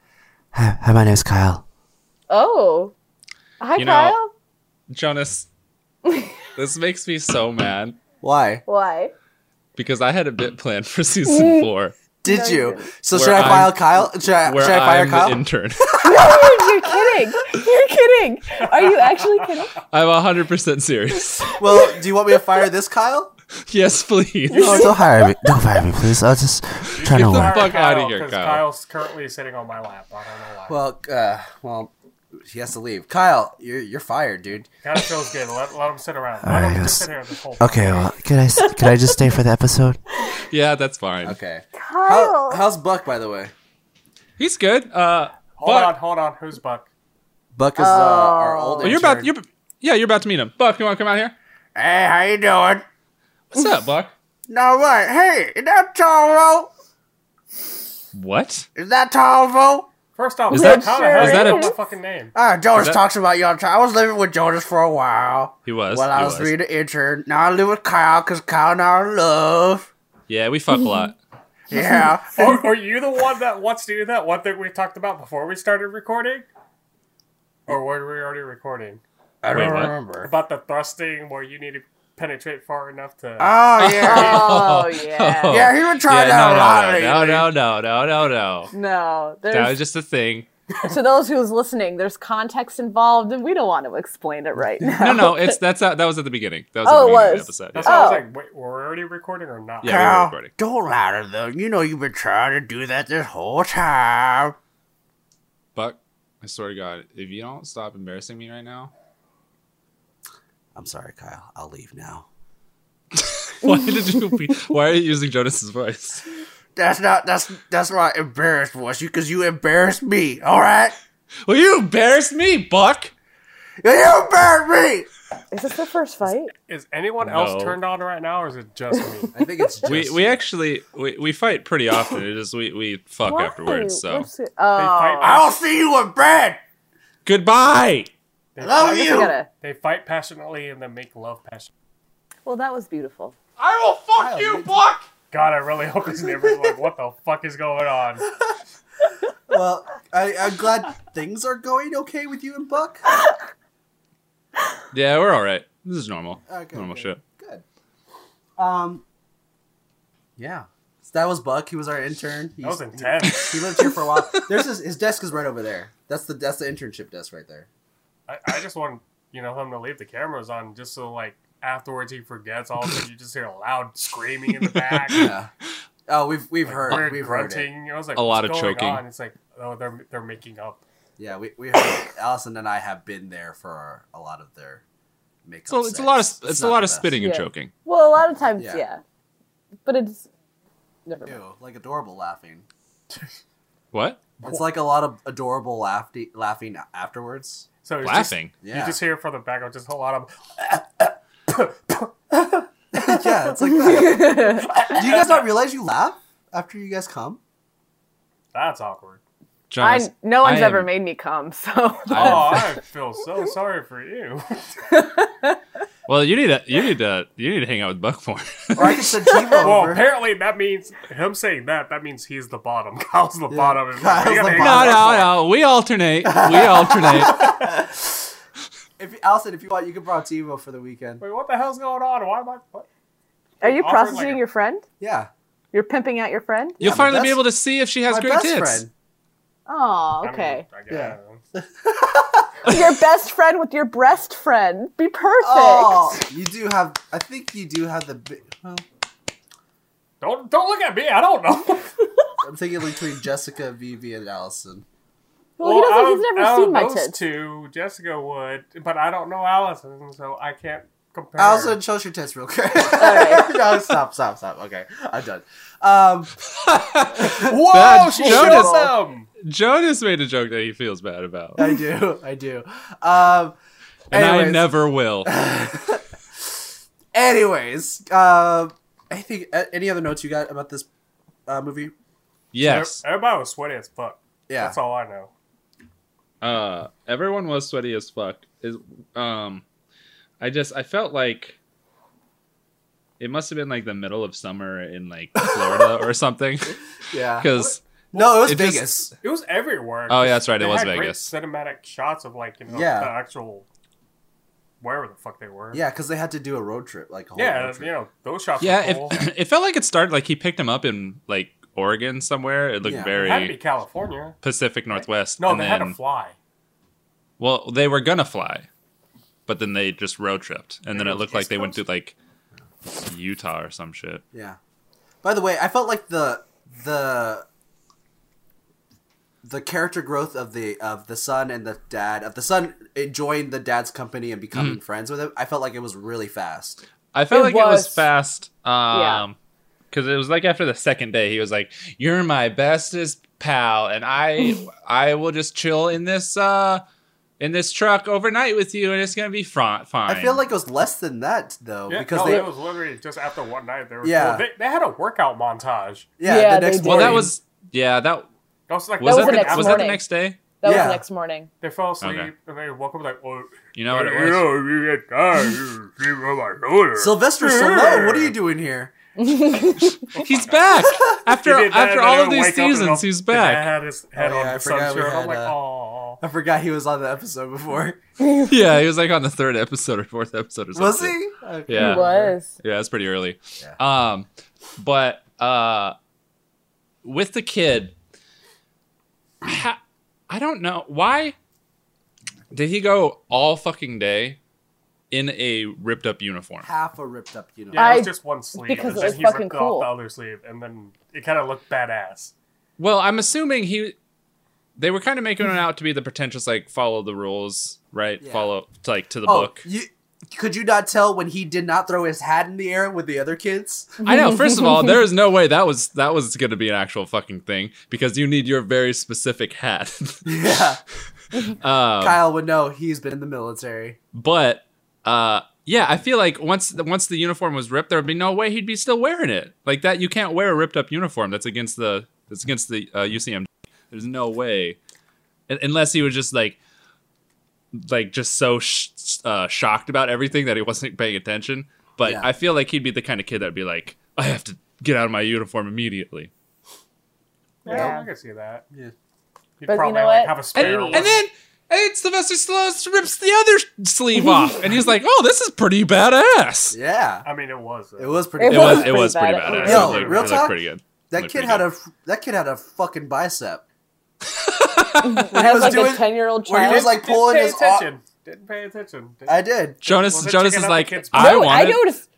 Speaker 4: Hi, hi, my name's Kyle.
Speaker 2: oh, hi
Speaker 3: You know-
Speaker 2: Kyle.
Speaker 3: Jonas, this makes me so mad
Speaker 4: Why?
Speaker 2: Why?
Speaker 3: because I had a bit plan for season four
Speaker 4: Did
Speaker 2: No, you
Speaker 4: you? So
Speaker 3: Where
Speaker 4: should I
Speaker 3: I'm-
Speaker 4: file Kyle? Should I,
Speaker 3: where
Speaker 4: should I fire
Speaker 3: I'm
Speaker 4: Kyle?
Speaker 3: the intern.
Speaker 2: No, you're kidding. You're kidding. Are you actually kidding?
Speaker 3: I'm 100 percent serious.
Speaker 4: well, do you want me to fire this Kyle?
Speaker 3: yes, please.
Speaker 4: Don't hire me. Don't fire me, please. I'll just try
Speaker 3: Get
Speaker 4: to
Speaker 3: the
Speaker 4: work.
Speaker 3: fuck
Speaker 5: Kyle,
Speaker 3: out of here,
Speaker 5: 'cause
Speaker 3: Kyle.
Speaker 5: Kyle's currently sitting on my lap. I don't know why.
Speaker 4: Well, uh, well, he has to leave. Kyle, you're you're fired, dude.
Speaker 5: kind of feels good. Let, let him sit around. Let
Speaker 4: right,
Speaker 5: him
Speaker 4: yes.
Speaker 5: just sit here this whole
Speaker 4: Okay, well, can I can I just stay for the episode?
Speaker 3: Yeah, that's fine.
Speaker 4: Okay.
Speaker 2: Kyle.
Speaker 4: How, how's Buck, by the way?
Speaker 3: He's good. Uh,
Speaker 5: Hold
Speaker 3: Buck-
Speaker 5: on, hold on. Who's Buck?
Speaker 4: Buck is uh, our old.
Speaker 3: oh, you're about you're yeah you're about to meet him. Buck, you want to come out here?
Speaker 4: Hey, how you doing?
Speaker 3: What's up, Buck?
Speaker 4: No what? Hey, is that Toro?
Speaker 3: What?
Speaker 4: Is that Toro?
Speaker 5: First off,
Speaker 3: Is
Speaker 5: Buck,
Speaker 3: that-
Speaker 5: how the
Speaker 2: is
Speaker 5: hell do you
Speaker 3: that
Speaker 5: know
Speaker 3: a-
Speaker 5: my fucking name?
Speaker 4: Ah, Jonas
Speaker 3: that-
Speaker 4: talks about you all the time. I was living with Jonas for a while.
Speaker 3: He was.
Speaker 4: While
Speaker 3: he
Speaker 4: I was, being an intern. Now I live with Kyle because Kyle and I are in love.
Speaker 3: Yeah, we fuck a lot.
Speaker 4: Yeah.
Speaker 5: Are, are you the one that wants to do that one thing we talked about before we started recording? Or were we already recording?
Speaker 4: I don't
Speaker 3: Wait, what?
Speaker 4: remember.
Speaker 5: About the thrusting where you need to penetrate far enough to.
Speaker 4: Oh, yeah.
Speaker 2: Oh yeah.
Speaker 4: yeah, he been
Speaker 3: Yeah,
Speaker 4: trying that a lot
Speaker 3: no,
Speaker 4: lately.
Speaker 3: no, no, no, no, no, no, no.
Speaker 2: No,
Speaker 3: That was
Speaker 2: there's
Speaker 3: just a thing.
Speaker 2: to those who's listening. There's context involved, and we don't want to explain it right now.
Speaker 3: No, no, it's that's uh, that was at the beginning. That was at
Speaker 2: Oh,
Speaker 3: the
Speaker 2: it was.
Speaker 3: beginning of the episode.
Speaker 5: That's why I was
Speaker 2: Oh.
Speaker 5: like, wait, were we already recording or not?
Speaker 3: Yeah. we were
Speaker 4: Kyle,
Speaker 3: recording.
Speaker 4: don't lie to them. You know you've been trying to do that this whole time.
Speaker 3: Buck, I swear to God, if you don't stop embarrassing me right now,
Speaker 4: I'm sorry, Kyle. I'll leave now.
Speaker 3: why did you? Be, why are you using Jonas's voice?
Speaker 4: That's not. That's that's why I embarrassed was you because you embarrassed me. All right,
Speaker 3: Well, you embarrassed me, Buck.
Speaker 4: you embarrassed me.
Speaker 2: Is this the first fight?
Speaker 5: Is anyone else
Speaker 3: No.
Speaker 5: turned on right now or is it just me?
Speaker 4: I think it's just
Speaker 3: We we actually we, we fight pretty often. It is we we fuck afterwards. So
Speaker 2: What's it- oh,
Speaker 5: fight-
Speaker 4: I'll see you in bed.
Speaker 3: goodbye.
Speaker 5: They
Speaker 4: Love
Speaker 5: fight,
Speaker 4: you.
Speaker 2: I gotta-
Speaker 5: They fight passionately and then make love passionately.
Speaker 2: well, that was beautiful.
Speaker 5: God, I really hope his neighbor's like, what the fuck is going on?
Speaker 4: Well, I, I'm glad things are going okay with you and Buck.
Speaker 3: Yeah, we're all right. This is normal.
Speaker 4: Okay,
Speaker 3: normal
Speaker 4: good.
Speaker 3: shit.
Speaker 4: Good. Um. Yeah. So that was Buck. He was our intern. He
Speaker 5: That was
Speaker 4: used-
Speaker 5: intense.
Speaker 4: He lived here for a while. There's his, his desk is right over there. That's the that's the internship desk right there.
Speaker 5: I, I just want you know him to leave the cameras on just so like afterwards he forgets all of it. You just hear loud screaming in the back.
Speaker 4: Yeah. Oh, we've we've heard
Speaker 5: Weird
Speaker 4: we've heard it.
Speaker 5: grunting. I was like,
Speaker 3: A lot
Speaker 5: "What's
Speaker 3: of
Speaker 5: going
Speaker 3: choking.
Speaker 5: On? It's like, oh, they're they're making up.
Speaker 4: Yeah, we we heard it. Allison and I have been there for a lot of their makeup.
Speaker 3: So it's a
Speaker 4: sets.
Speaker 3: lot of it's, a
Speaker 4: not
Speaker 3: lot
Speaker 4: the
Speaker 3: of
Speaker 4: best.
Speaker 3: spitting and
Speaker 2: Yeah.
Speaker 3: choking.
Speaker 2: Well, a lot of times,
Speaker 4: Yeah.
Speaker 2: yeah, but it's never. Mind.
Speaker 4: Ew, like adorable laughing.
Speaker 3: What?
Speaker 4: It's like a lot of adorable laughing laughing afterwards.
Speaker 5: So it's just-
Speaker 3: Laughing.
Speaker 4: Yeah,
Speaker 5: you just hear from the background just a lot of.
Speaker 4: yeah, it's like that. Do you guys not realize you laugh after you guys come?
Speaker 5: That's awkward.
Speaker 3: Jonas,
Speaker 2: I, no one's
Speaker 3: I
Speaker 2: ever
Speaker 3: am-
Speaker 2: made me come, so
Speaker 5: Oh, I feel so sorry for you.
Speaker 3: Well, you need to you need to you need to hang out with Buck more.
Speaker 4: Or I can send Timo
Speaker 5: Well,
Speaker 4: over.
Speaker 5: apparently that means him saying that. That means he's the bottom. Kyle's the bottom. We
Speaker 4: Kyle's
Speaker 5: gotta
Speaker 4: the
Speaker 5: hang
Speaker 4: bottom.
Speaker 3: no,
Speaker 5: out.
Speaker 3: no, no. We alternate. We alternate.
Speaker 4: If Allison, if you want, you can borrow Timo for the weekend.
Speaker 5: Wait, what the hell's going on? Why am I? What?
Speaker 2: Are you
Speaker 5: Offer
Speaker 2: prostituting
Speaker 5: later.
Speaker 2: your friend?
Speaker 4: Yeah,
Speaker 2: You're pimping out your friend?
Speaker 3: You'll
Speaker 4: my
Speaker 3: finally be
Speaker 4: best-
Speaker 3: able to see if she has
Speaker 4: my
Speaker 3: great
Speaker 4: best
Speaker 3: tits.
Speaker 4: friend.
Speaker 2: Oh,
Speaker 5: I mean,
Speaker 2: okay.
Speaker 5: I guess.
Speaker 4: Yeah.
Speaker 2: your best friend with your breast friend. Be perfect.
Speaker 4: Oh, you do have. I think you do have the. bi- Well,
Speaker 5: Don't don't look at me. I don't know.
Speaker 4: I'm thinking between Jessica, Vivi, and Allison.
Speaker 2: Well, he doesn't,
Speaker 5: out of-
Speaker 2: he's never
Speaker 5: out
Speaker 2: seen
Speaker 5: of
Speaker 2: my
Speaker 5: those
Speaker 2: tits.
Speaker 5: two, Jessica would, but I don't know Allison, so I can't compare.
Speaker 4: Allison, show us your tits real quick.
Speaker 2: right.
Speaker 4: no, stop, stop, stop. Okay, I'm done. Um,
Speaker 5: Whoa,
Speaker 3: That's
Speaker 5: she
Speaker 3: Jonas.
Speaker 5: showed them.
Speaker 3: Jonas made a joke that he feels bad about,
Speaker 4: I do, I do. Um,
Speaker 3: and I
Speaker 4: anyways.
Speaker 3: never will.
Speaker 4: Anyways, um, I think a- any other notes you got about this uh, movie?
Speaker 3: Yes,
Speaker 5: Everybody was sweaty as fuck.
Speaker 4: Yeah,
Speaker 5: That's all I know.
Speaker 3: uh, everyone was sweaty as fuck. Is um, I just I felt like it must have been like the middle of summer in like Florida or something,
Speaker 4: yeah.
Speaker 3: because
Speaker 4: No, it was
Speaker 3: It just-
Speaker 4: Vegas.
Speaker 5: It was everywhere.
Speaker 3: Oh, yeah, that's right, it
Speaker 5: They
Speaker 3: was
Speaker 5: had great
Speaker 3: Vegas.
Speaker 5: cinematic shots of like you know
Speaker 4: Yeah.
Speaker 5: the actual wherever the fuck they were.
Speaker 4: Yeah, because they had to do a road trip, like a whole
Speaker 5: yeah,
Speaker 4: road
Speaker 5: you
Speaker 4: trip.
Speaker 5: know those shots.
Speaker 3: yeah,
Speaker 5: were cool.
Speaker 3: it, it felt like it started like he picked him up in like Oregon somewhere. It looked
Speaker 4: Yeah.
Speaker 5: It had to be
Speaker 3: very
Speaker 5: California.
Speaker 3: Pacific Northwest.
Speaker 5: No,
Speaker 3: and
Speaker 5: they
Speaker 3: then,
Speaker 5: had to fly.
Speaker 3: Well, they were gonna fly, but then they just road tripped, and then it looked like they went to like Utah or some shit.
Speaker 4: Yeah. By the way, I felt like the the the character growth of the of the son and the dad of the son enjoying the dad's company and becoming friends with him. I felt like it was really fast.
Speaker 3: I felt
Speaker 2: It
Speaker 3: like it was
Speaker 2: was.
Speaker 3: fast.
Speaker 2: Yeah.
Speaker 3: Um, because it was like after the second day, he was like, "You're my bestest pal, and I I will just chill in this uh in this truck overnight with you, and it's gonna be fr- fine."
Speaker 4: I feel like it was less than that though
Speaker 5: Yeah,
Speaker 4: because
Speaker 5: no,
Speaker 4: they
Speaker 5: it was literally just after one night. They were
Speaker 4: Yeah.
Speaker 5: well, they, they had a workout montage.
Speaker 4: yeah,
Speaker 2: Yeah,
Speaker 4: the
Speaker 2: they
Speaker 4: next
Speaker 2: did.
Speaker 3: well, that
Speaker 4: morning-
Speaker 3: was yeah that
Speaker 5: That was like
Speaker 3: was
Speaker 2: was the
Speaker 3: that, the,
Speaker 2: next
Speaker 3: was that the
Speaker 5: morning.
Speaker 2: morning.
Speaker 3: next day.
Speaker 2: That was
Speaker 4: Yeah.
Speaker 2: the next morning.
Speaker 5: They fell asleep
Speaker 3: Okay.
Speaker 5: and they woke up like, oh,
Speaker 3: You know what it
Speaker 5: you
Speaker 3: was?
Speaker 5: know, you get tired, you sleep on my shoulder.
Speaker 4: Sylvester Stallone. What are you doing here?
Speaker 3: He's back after
Speaker 5: He did that,
Speaker 3: after
Speaker 5: and
Speaker 3: all of
Speaker 5: then
Speaker 3: these
Speaker 5: he'll wake up and
Speaker 3: seasons.
Speaker 5: he'll-
Speaker 3: He's
Speaker 5: the dad
Speaker 3: back.
Speaker 5: had his head
Speaker 4: Oh,
Speaker 5: on
Speaker 4: yeah, I
Speaker 5: the
Speaker 4: forgot we
Speaker 5: sunshirt. I'm
Speaker 4: had,
Speaker 5: like,
Speaker 4: uh,
Speaker 5: oh.
Speaker 4: I forgot he was on the episode before.
Speaker 3: Yeah, he was like on the third episode or fourth episode or something.
Speaker 4: Was he? Okay.
Speaker 3: Yeah.
Speaker 2: He was.
Speaker 3: Yeah, it's pretty early. Um, but uh, with the kid, ha- I don't know why did he go all fucking day in a ripped up uniform.
Speaker 4: Half a ripped up, you know.
Speaker 5: Yeah, it
Speaker 2: I-
Speaker 5: was just one sleeve.
Speaker 2: because
Speaker 5: and
Speaker 2: it
Speaker 5: then
Speaker 2: was
Speaker 5: he
Speaker 2: fucking
Speaker 5: ripped
Speaker 2: cool.
Speaker 5: off the other sleeve, and then it kind of looked badass.
Speaker 3: Well, I'm assuming he. They were kind of making it out to be the pretentious, like follow the rules, right?
Speaker 4: Yeah.
Speaker 3: Follow like to the
Speaker 4: Oh,
Speaker 3: book.
Speaker 4: you could you not tell when he did not throw his hat in the air with the other kids?
Speaker 3: I know. First of all, there is no way that was that was going to be an actual fucking thing because you need your very specific hat.
Speaker 4: Yeah.
Speaker 3: um,
Speaker 4: Kyle would know he's been in the military.
Speaker 3: but uh, yeah, I feel like once the, once the uniform was ripped, there would be no way he'd be still wearing it. Like that, you can't wear a ripped up uniform. That's against the that's against the uh, UCM. There's no way, Un- unless he was just like like just so sh- uh, shocked about everything that he wasn't paying attention. But
Speaker 4: Yeah.
Speaker 3: I feel like he'd be the kind of kid that'd be like, I have to get out of my uniform immediately.
Speaker 5: Yeah,
Speaker 2: Yeah.
Speaker 5: I can see that.
Speaker 4: Yeah.
Speaker 5: You'd
Speaker 2: But you
Speaker 5: probably
Speaker 2: know
Speaker 5: like,
Speaker 2: what?
Speaker 5: have a
Speaker 3: And,
Speaker 5: spare one.
Speaker 3: and then and then Sylvester Stallone rips the other sleeve off, and he's like, "Oh, this is pretty badass."
Speaker 4: Yeah.
Speaker 5: I mean, it was. uh,
Speaker 4: It was pretty.
Speaker 3: It
Speaker 2: It
Speaker 3: was
Speaker 2: was
Speaker 3: it was pretty
Speaker 2: pretty
Speaker 3: badass.
Speaker 2: badass.
Speaker 3: It
Speaker 4: Yo,
Speaker 3: looked-
Speaker 4: real
Speaker 3: it looked
Speaker 4: talk?
Speaker 3: pretty good.
Speaker 4: that
Speaker 3: looked
Speaker 4: kid
Speaker 3: pretty
Speaker 4: had
Speaker 3: good.
Speaker 4: a that kid had a fucking bicep.
Speaker 2: When I was,
Speaker 4: was
Speaker 2: like
Speaker 4: doing-
Speaker 2: a 10 year old
Speaker 4: where he
Speaker 2: child.
Speaker 4: was like
Speaker 5: Didn't
Speaker 4: pulling
Speaker 5: pay
Speaker 4: his. au-
Speaker 5: attention. Didn't pay attention. Didn't-
Speaker 4: I did.
Speaker 3: Jonas
Speaker 5: Was it
Speaker 3: Jonas
Speaker 5: checking
Speaker 3: is
Speaker 5: out the
Speaker 3: like
Speaker 5: kid's
Speaker 3: I
Speaker 5: body?"
Speaker 2: no, I
Speaker 3: wanted.
Speaker 2: noticed.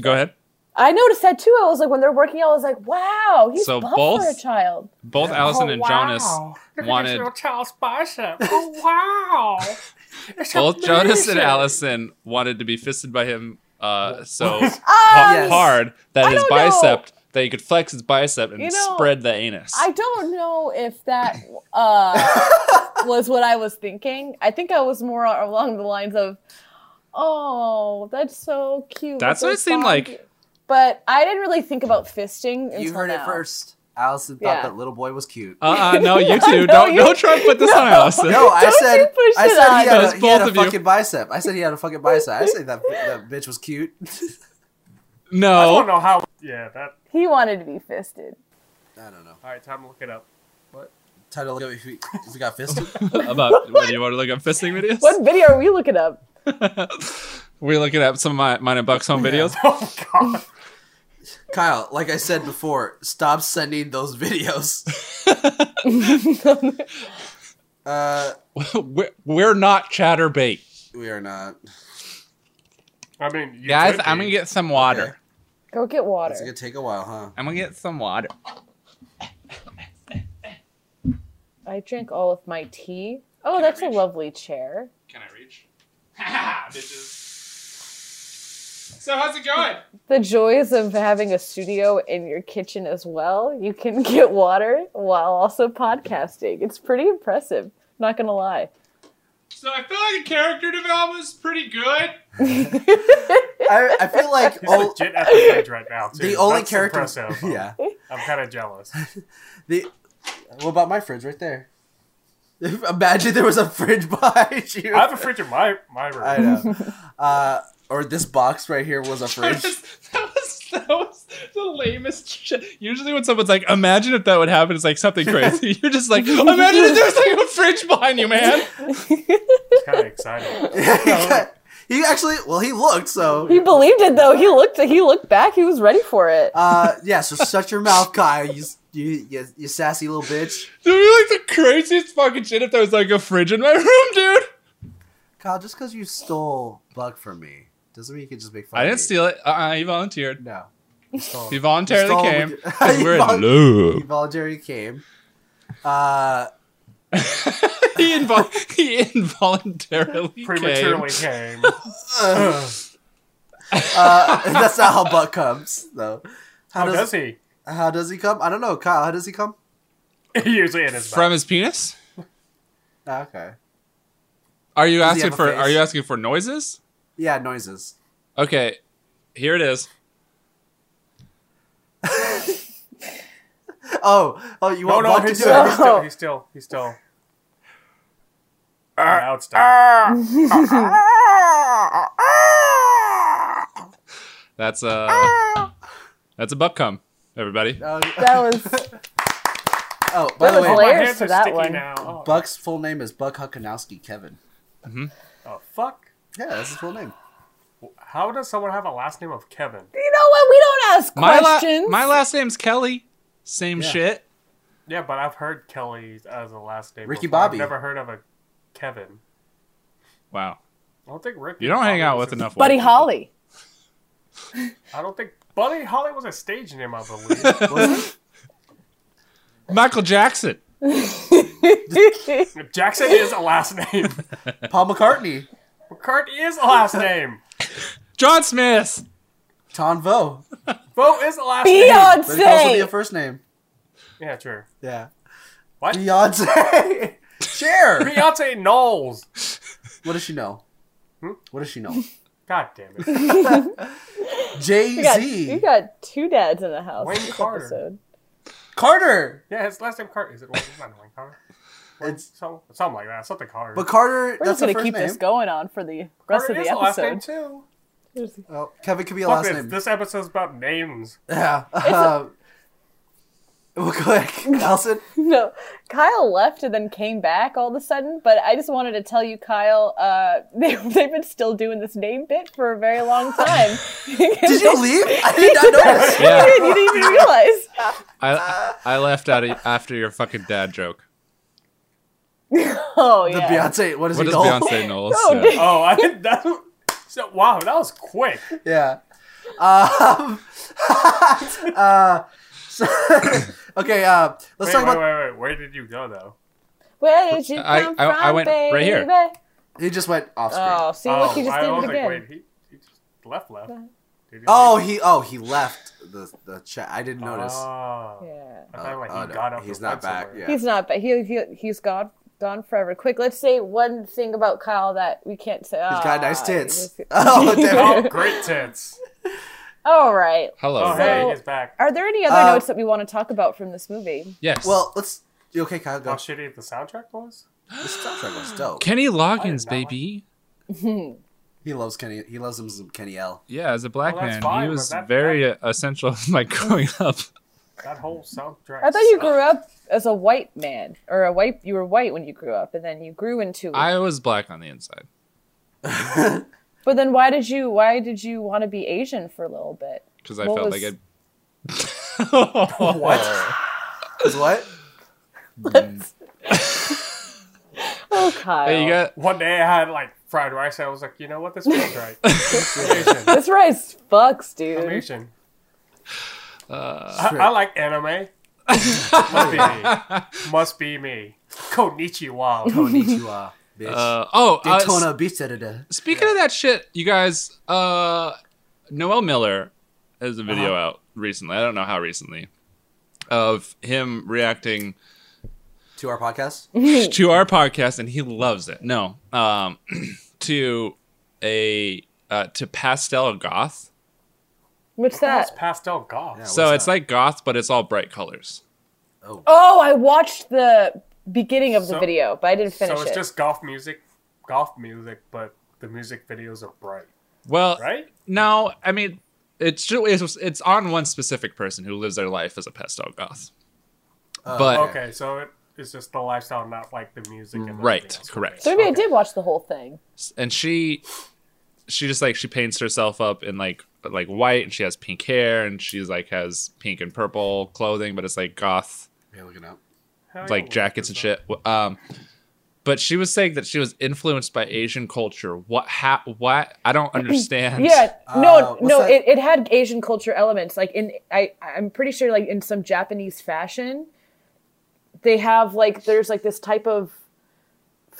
Speaker 3: Go ahead.
Speaker 2: I noticed that too. I was like, when they're working out, I was like, wow, he's
Speaker 3: So
Speaker 2: buff
Speaker 3: both-
Speaker 2: for a child.
Speaker 3: Both Allison
Speaker 5: Oh,
Speaker 3: and
Speaker 5: wow.
Speaker 3: Jonas
Speaker 5: Look at this
Speaker 3: wanted-
Speaker 5: little child's bicep. Oh wow! It's
Speaker 3: both Jonas and
Speaker 5: amazing.
Speaker 3: Allison wanted to be fisted by him uh, so
Speaker 2: Ah,
Speaker 4: yes.
Speaker 3: hard that
Speaker 2: I
Speaker 3: his
Speaker 2: don't know.
Speaker 3: bicep that he could flex his bicep and
Speaker 2: You know,
Speaker 3: spread the anus.
Speaker 2: I don't know if that uh, was what I was thinking. I think I was more along the lines of, "Oh, that's so cute."
Speaker 3: That's
Speaker 2: Look
Speaker 3: what
Speaker 2: at
Speaker 3: it seemed
Speaker 2: Bonnie."
Speaker 3: like.
Speaker 2: But I didn't really think about fisting.
Speaker 4: You
Speaker 2: until
Speaker 4: heard it
Speaker 2: now.
Speaker 4: first. Allison thought
Speaker 2: Yeah.
Speaker 4: that little boy was cute.
Speaker 3: Uh, uh, no, you two. don't,
Speaker 2: you-
Speaker 3: don't try to put this on
Speaker 2: No.
Speaker 3: Allison.
Speaker 4: no, I
Speaker 2: Don't you
Speaker 4: said
Speaker 2: push
Speaker 4: I
Speaker 2: it
Speaker 4: said he
Speaker 2: on
Speaker 4: had
Speaker 3: us.
Speaker 4: a, he had
Speaker 3: Both
Speaker 4: a
Speaker 3: of you.
Speaker 4: fucking bicep. I said he had a fucking bicep. I said that that bitch was cute.
Speaker 5: I don't
Speaker 3: No.
Speaker 5: know how. Yeah, that.
Speaker 2: He wanted to be fisted.
Speaker 4: I don't know.
Speaker 5: All right, time to look it up.
Speaker 4: Time to look up if we, if we got fisted.
Speaker 3: About, what, do you want to look up fisting videos?
Speaker 2: What video are we looking up?
Speaker 3: We're looking at some of my, mine and Buck's home videos.
Speaker 5: Oh god.
Speaker 4: Kyle, like I said before, stop sending those videos. uh,
Speaker 3: we're, we're not chatterbait.
Speaker 4: we are not.
Speaker 5: I mean, you
Speaker 3: Guys,
Speaker 5: could
Speaker 3: I'm
Speaker 5: be.
Speaker 3: going to get some water.
Speaker 4: Okay.
Speaker 2: Go get water.
Speaker 4: It's gonna take a while, huh?
Speaker 3: I'm going to get some water.
Speaker 2: I drank all of my tea. Oh, that's a lovely chair.
Speaker 3: Can I reach? bitches. So how's it going?
Speaker 2: The joys of having a studio in your kitchen as well. You can get water while also podcasting. It's pretty impressive. Not gonna lie.
Speaker 3: So I feel like the character development is pretty good.
Speaker 4: I, I feel like
Speaker 5: He's
Speaker 4: all,
Speaker 5: legit at the bridge right now. Too.
Speaker 4: the only
Speaker 5: That's
Speaker 4: character.
Speaker 5: impressive.
Speaker 4: Yeah.
Speaker 5: I'm kind of jealous.
Speaker 4: The what about my fridge right there? Imagine there was a fridge behind you.
Speaker 5: I have a fridge in my my room.
Speaker 4: I know. Uh, or this box right here was a fridge.
Speaker 3: that was that was the lamest shit. Usually when someone's like, imagine if that would happen, it's like something crazy. You're just like, imagine if there's like a fridge behind you, man.
Speaker 5: It's kind of exciting.
Speaker 4: he actually, well, he looked so.
Speaker 2: He believed it though. He looked he looked back, he was ready for it.
Speaker 4: Uh, yeah. So shut your mouth, Kyle. You, you, you, you sassy little bitch.
Speaker 3: Dude, would be like the craziest fucking shit if there was like a fridge in my room, dude.
Speaker 4: Kyle, just because you stole Buck from me doesn't mean you can just make fun.
Speaker 3: I
Speaker 4: of
Speaker 3: didn't
Speaker 4: me.
Speaker 3: steal it. Uh-uh, he volunteered.
Speaker 4: No. You stole
Speaker 3: He
Speaker 4: it.
Speaker 3: voluntarily
Speaker 4: Stole-
Speaker 3: came.
Speaker 4: he
Speaker 3: 'cause we're in
Speaker 4: vol-
Speaker 3: love.
Speaker 4: He voluntarily came. Uh,
Speaker 3: he, invol- he involuntarily
Speaker 5: Prematurely
Speaker 3: came.
Speaker 5: came. Oh,
Speaker 4: uh, that's not how Buck comes, though. How
Speaker 5: How Oh, does he?
Speaker 4: How does he come? I don't know, Kyle. How does he come?
Speaker 5: Usually in his
Speaker 3: from his penis.
Speaker 4: Ah, okay.
Speaker 3: Are you
Speaker 4: Does he
Speaker 3: asking
Speaker 4: have a
Speaker 3: for?
Speaker 4: face?
Speaker 3: Are you asking for noises?
Speaker 4: Yeah, noises.
Speaker 3: Okay, here it is.
Speaker 4: Oh, oh, you
Speaker 5: No,
Speaker 4: want
Speaker 5: no,
Speaker 4: Buck to
Speaker 5: he's
Speaker 4: do
Speaker 5: still, he's
Speaker 4: it?
Speaker 5: still, he's still, he's still.
Speaker 4: Ah,
Speaker 5: now it's done.
Speaker 3: That's a that's a butt cum, everybody.
Speaker 4: Oh,
Speaker 2: That was
Speaker 4: oh, by
Speaker 2: That
Speaker 4: the
Speaker 2: was
Speaker 4: way,
Speaker 5: My
Speaker 2: Layers
Speaker 5: hands
Speaker 2: to
Speaker 5: are
Speaker 2: that
Speaker 5: sticky
Speaker 2: one.
Speaker 5: now. Oh,
Speaker 4: Buck's full name is Buck Huckanowski Kevin.
Speaker 5: oh, fuck.
Speaker 4: Yeah, that's his full name.
Speaker 5: How does someone have a last name of Kevin?
Speaker 2: You know what? We don't ask
Speaker 3: My la-
Speaker 2: questions.
Speaker 3: my last name's Kelly. Same
Speaker 4: Yeah.
Speaker 3: shit.
Speaker 5: Yeah, but I've heard Kelly as a last name.
Speaker 4: Ricky
Speaker 5: before.
Speaker 4: Bobby.
Speaker 5: I've never heard of a Kevin.
Speaker 3: Wow,
Speaker 5: I don't think Ricky.
Speaker 3: you don't hang
Speaker 5: Bobby
Speaker 3: out
Speaker 5: was
Speaker 3: with
Speaker 5: a-
Speaker 3: enough.
Speaker 2: Buddy
Speaker 3: white
Speaker 2: Holly.
Speaker 5: I don't think Buddy Holly was a stage name, I believe.
Speaker 3: people. Michael Jackson.
Speaker 5: Jackson is a last name.
Speaker 4: Paul McCartney,
Speaker 5: McCartney is a last name.
Speaker 3: John Smith.
Speaker 4: Ton Vo.
Speaker 5: Bo is a last
Speaker 4: But it
Speaker 5: name.
Speaker 4: could also be a
Speaker 2: Beyonce.
Speaker 4: first name.
Speaker 5: Yeah, sure.
Speaker 4: Yeah.
Speaker 5: What?
Speaker 4: Beyonce. Cher.
Speaker 5: Beyonce Knowles.
Speaker 4: what does she know? What does she know?
Speaker 5: God damn it.
Speaker 4: Jay
Speaker 2: You got, you
Speaker 4: Z.
Speaker 2: got two dads in the house.
Speaker 5: Wayne
Speaker 2: this
Speaker 5: Carter.
Speaker 2: episode.
Speaker 4: Carter.
Speaker 5: Yeah, his last name Carter. Is it Wayne? It's not Wayne Carter. Wayne-
Speaker 4: It's-
Speaker 5: some- something like that. Something Carter.
Speaker 4: But Carter.
Speaker 2: We're just
Speaker 4: that's the
Speaker 2: gonna
Speaker 4: first
Speaker 2: keep
Speaker 4: name.
Speaker 2: this going on for the rest
Speaker 5: Carter
Speaker 2: of the
Speaker 5: is a last name
Speaker 2: episode.
Speaker 5: too.
Speaker 4: Oh, Kevin could be a
Speaker 5: Fuck
Speaker 4: last
Speaker 5: this.
Speaker 4: name.
Speaker 5: This episode's about names.
Speaker 4: Yeah. Um, well, go ahead, Allison.
Speaker 2: No, Kyle left and then came back all of a sudden. But I just wanted to tell you, Kyle, uh, they, they've been still doing this name bit for a very long time.
Speaker 4: Did you leave? I did not notice.
Speaker 3: Yeah,
Speaker 2: you didn't even realize.
Speaker 3: I I left out of, after your fucking dad joke.
Speaker 2: Oh
Speaker 4: The
Speaker 2: yeah.
Speaker 4: Beyonce. What is
Speaker 3: What
Speaker 4: he
Speaker 3: does
Speaker 4: know?
Speaker 3: Beyonce Knowles?
Speaker 2: Oh,
Speaker 3: Yeah.
Speaker 2: dude.
Speaker 5: Oh, I didn't. That, so, wow, that was quick.
Speaker 4: Yeah. Um, uh, so, okay. Uh, let's
Speaker 5: Wait,
Speaker 4: talk about.
Speaker 5: wait, wait, wait. Where did you go though?
Speaker 2: Where did you come
Speaker 3: I-
Speaker 2: from,
Speaker 3: I- I went
Speaker 2: baby?
Speaker 3: right here.
Speaker 4: He just went off screen.
Speaker 2: Oh,
Speaker 4: Oh.
Speaker 2: see, look, he just
Speaker 5: I
Speaker 2: did
Speaker 5: was
Speaker 2: it again.
Speaker 5: like, wait, he, he just left, left. Did he
Speaker 4: he. Oh, he left the the chat. I didn't
Speaker 5: leave?
Speaker 4: notice.
Speaker 5: Oh.
Speaker 2: yeah.
Speaker 5: I thought like
Speaker 4: Oh,
Speaker 5: he
Speaker 4: no,
Speaker 5: got up.
Speaker 4: He's
Speaker 5: and
Speaker 4: not
Speaker 5: went
Speaker 4: back.
Speaker 5: somewhere.
Speaker 4: Yeah.
Speaker 2: He's not, but he, he he's gone gone forever. Quick, let's say one thing about Kyle that we can't say. Ah,
Speaker 4: He's got nice tits.
Speaker 2: He's-
Speaker 4: Oh, damn it.
Speaker 5: Oh, great tits.
Speaker 2: All right.
Speaker 3: Hello.
Speaker 5: Oh,
Speaker 3: Ray.
Speaker 5: hey, he's back.
Speaker 2: Are there any other
Speaker 4: Uh,
Speaker 2: notes that we want to talk about from this movie?
Speaker 3: Yes.
Speaker 4: Well, let's. You okay, Kyle? Go.
Speaker 5: How shitty the soundtrack was?
Speaker 4: The soundtrack was dope.
Speaker 3: Kenny Loggins,
Speaker 5: that
Speaker 3: baby.
Speaker 4: He loves Kenny. He loves him some Kenny L.
Speaker 3: Yeah, as a black
Speaker 5: Well, that's
Speaker 3: man,
Speaker 5: fine,
Speaker 3: he
Speaker 5: but
Speaker 3: was
Speaker 5: that-
Speaker 3: very uh, essential in my growing up.
Speaker 5: That whole soundtrack.
Speaker 2: I thought you
Speaker 5: sucked.
Speaker 2: grew up as a white man or a white. You were white when you grew up, and then you grew into.
Speaker 3: I was black on the inside.
Speaker 2: but then why did you? Why did you want to be Asian for a little bit?
Speaker 3: because I
Speaker 2: What
Speaker 3: felt
Speaker 2: was-
Speaker 3: like I.
Speaker 4: What? Is what?
Speaker 2: Oh, Kyle.
Speaker 3: hey, you got
Speaker 5: One day I had like fried rice. I was like, you know what? This feels right. Asian.
Speaker 2: This rice fucks, dude.
Speaker 5: I'm Asian. I, I like anime. Must be me. Must be me. Konnichiwa.
Speaker 4: Konnichiwa, bitch.
Speaker 3: uh, oh uh, s-
Speaker 4: Daytona Beach. Da, da, da.
Speaker 3: speaking of that shit, you guys, uh, Noel Miller has a video out recently. I don't know how recently of him reacting
Speaker 4: To our podcast.
Speaker 3: to our podcast, and he loves it. No, um, to a uh, to pastel goth.
Speaker 2: What's
Speaker 5: That's
Speaker 2: that?
Speaker 5: pastel goth.
Speaker 4: Yeah,
Speaker 3: So
Speaker 4: what's
Speaker 3: it's
Speaker 4: that?
Speaker 3: like goth, but it's all bright colors.
Speaker 2: Oh, I watched the beginning of the
Speaker 5: So-
Speaker 2: video, but I didn't finish
Speaker 5: so it's
Speaker 2: it.
Speaker 5: just golf music, golf music, but the music videos are bright,
Speaker 3: Well,
Speaker 5: right?
Speaker 3: No, I mean it's ju- it's it's on one specific person who lives their life as a pastel goth.
Speaker 4: Oh,
Speaker 3: but
Speaker 5: Okay, so it, it's just the lifestyle, not like the music. And everything
Speaker 3: Right,
Speaker 5: else.
Speaker 3: correct.
Speaker 2: so maybe I did watch the whole thing.
Speaker 3: and she she just like she paints herself up in like like white and she has pink hair and she's like has pink and purple clothing but it's like goth
Speaker 4: Yeah, looking up.
Speaker 5: Hell yeah,
Speaker 3: like jackets and shit um but she was saying that she was influenced by asian culture what ha- what i don't understand
Speaker 2: Yeah,
Speaker 4: Uh,
Speaker 2: no,
Speaker 4: what's
Speaker 2: no,
Speaker 4: that?
Speaker 2: it, it had Asian culture elements. Like in, I, I'm pretty sure, like in some Japanese fashion, they have like there's like this type of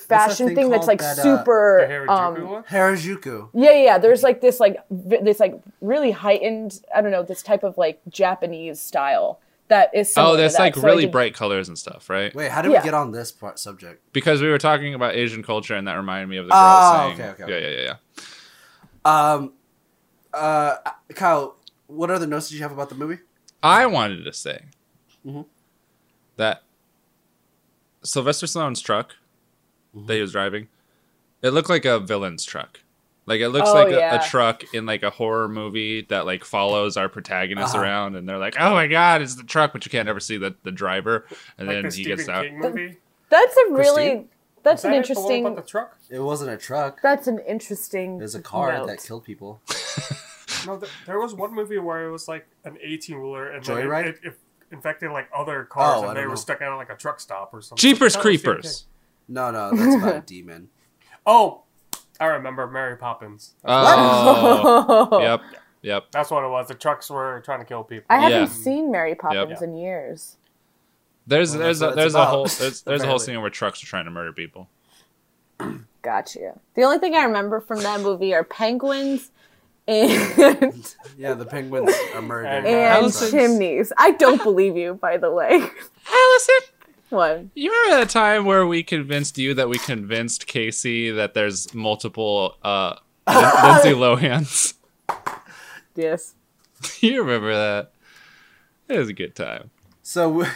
Speaker 4: that
Speaker 2: fashion
Speaker 4: thing
Speaker 2: thing, that's like
Speaker 4: called that, uh,
Speaker 5: The
Speaker 2: super.
Speaker 5: Harajuku
Speaker 2: um,
Speaker 5: one?
Speaker 4: Harajuku.
Speaker 2: yeah, yeah, yeah. There's like this like vi- this like really heightened. I don't know this type of like Japanese style that is. similar
Speaker 3: oh
Speaker 2: to
Speaker 3: that's
Speaker 2: that.
Speaker 3: like
Speaker 2: So I
Speaker 3: really
Speaker 2: did-
Speaker 3: bright colors and stuff right
Speaker 4: Wait, how did
Speaker 2: Yeah.
Speaker 4: we get on this part, subject?
Speaker 3: because we were talking about asian culture and that reminded me of the girl
Speaker 4: Oh,
Speaker 3: saying
Speaker 4: okay, okay, okay.
Speaker 3: yeah yeah yeah yeah
Speaker 4: Um, uh, Kyle, what other notes did you have about the movie?
Speaker 3: I wanted to say
Speaker 4: Mm-hmm.
Speaker 3: that Sylvester Stallone's truck
Speaker 4: Mm-hmm.
Speaker 3: that he was driving, it looked like a villain's truck. Like it looks
Speaker 2: Oh,
Speaker 3: like a,
Speaker 2: yeah.
Speaker 3: a truck in like a horror movie that like follows our protagonist
Speaker 4: Uh-huh.
Speaker 3: around, and they're like, "Oh my god, it's the truck!" But you can't ever see the, the driver, and
Speaker 5: Like
Speaker 3: then
Speaker 5: the
Speaker 3: he
Speaker 5: Stephen
Speaker 3: gets out.
Speaker 5: King movie.
Speaker 2: That's a really.
Speaker 4: Christine?
Speaker 2: That's
Speaker 5: Is that
Speaker 2: an
Speaker 5: it, the one
Speaker 2: interesting.
Speaker 5: about the truck?
Speaker 4: It wasn't a truck.
Speaker 2: That's an interesting.
Speaker 4: It was a car
Speaker 2: note.
Speaker 4: that killed people.
Speaker 5: No, th- there was one movie where it was like an 18 wheeler and then it-
Speaker 4: Joyride?
Speaker 5: It, it infected like other cars
Speaker 4: Oh, I
Speaker 5: and they
Speaker 4: don't know.
Speaker 5: were stuck out of like a truck stop or something.
Speaker 3: Jeepers
Speaker 5: That was Stephen
Speaker 3: Creepers.
Speaker 5: King.
Speaker 4: No, no, that's about a demon.
Speaker 5: Oh, I remember Mary Poppins.
Speaker 3: Oh, yep, yep.
Speaker 5: That's what it was. The trucks were trying to kill people.
Speaker 2: I haven't
Speaker 3: Yeah.
Speaker 2: seen Mary Poppins
Speaker 3: Yep.
Speaker 2: in years.
Speaker 3: There's
Speaker 4: Well,
Speaker 3: there's
Speaker 4: that's what
Speaker 3: a,
Speaker 4: it's
Speaker 3: there's a
Speaker 4: about,
Speaker 3: whole there's, there's a whole
Speaker 4: apparently.
Speaker 3: scene where trucks are trying to murder people.
Speaker 2: Gotcha. The only thing I remember from that movie are penguins and,
Speaker 4: Yeah, the penguins are murdered.
Speaker 2: and
Speaker 3: Allison's-
Speaker 2: chimneys. I don't believe you, by the way.
Speaker 3: Allison,
Speaker 2: One.
Speaker 3: You remember that time where we convinced you that we convinced Casey that there's multiple uh, Lindsay Lohans?
Speaker 2: Yes.
Speaker 3: you remember that? It was a good time.
Speaker 4: so, what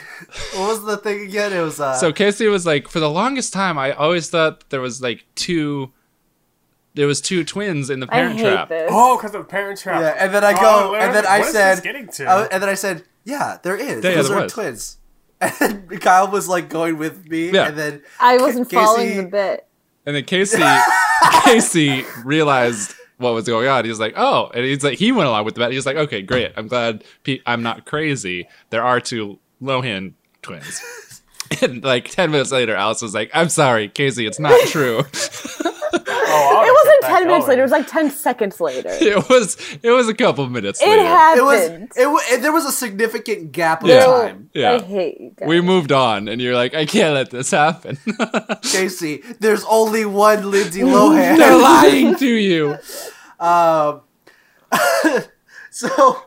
Speaker 4: was the thing again? It was uh,
Speaker 3: So Casey was like, for the longest time, I always thought there was like two, there was two twins in the
Speaker 2: I
Speaker 3: Parent
Speaker 2: hate
Speaker 3: Trap.
Speaker 2: this.
Speaker 5: Oh, because of the parent trap.
Speaker 4: yeah, and then I
Speaker 5: Oh,
Speaker 4: go,
Speaker 5: literally,
Speaker 4: and then
Speaker 5: what
Speaker 4: I
Speaker 5: is this
Speaker 4: said,
Speaker 5: getting to?
Speaker 4: I- and then I said, yeah, there is.
Speaker 3: Yeah, yeah,
Speaker 4: Those
Speaker 3: there
Speaker 4: are
Speaker 3: was.
Speaker 4: twins. And Kyle was like going with me,
Speaker 3: Yeah.
Speaker 4: and then
Speaker 2: I wasn't
Speaker 4: Casey-
Speaker 2: following the bit.
Speaker 3: And then Casey, Casey realized what was going on. He was like, "Oh," and he's like, he went along with the bet. He was like, "Okay, great. I'm glad Pe- I'm not crazy. There are two Lohan twins." And like ten minutes later, Alice was like, "I'm sorry, Casey, it's not true.
Speaker 5: Oh,
Speaker 2: It wasn't 10 minutes later, it was like 10 seconds later. It
Speaker 3: it was it was a couple minutes later.
Speaker 4: it was it,
Speaker 2: happened.
Speaker 4: wa- and there was a significant gap of
Speaker 3: Yeah.
Speaker 4: time.
Speaker 2: I
Speaker 3: yeah,
Speaker 2: hate you guys.
Speaker 3: we moved on, and you're like, I can't let this happen.
Speaker 4: Casey, there's only one Lindsay Lohan.
Speaker 3: They're lying to you.
Speaker 4: Um, so,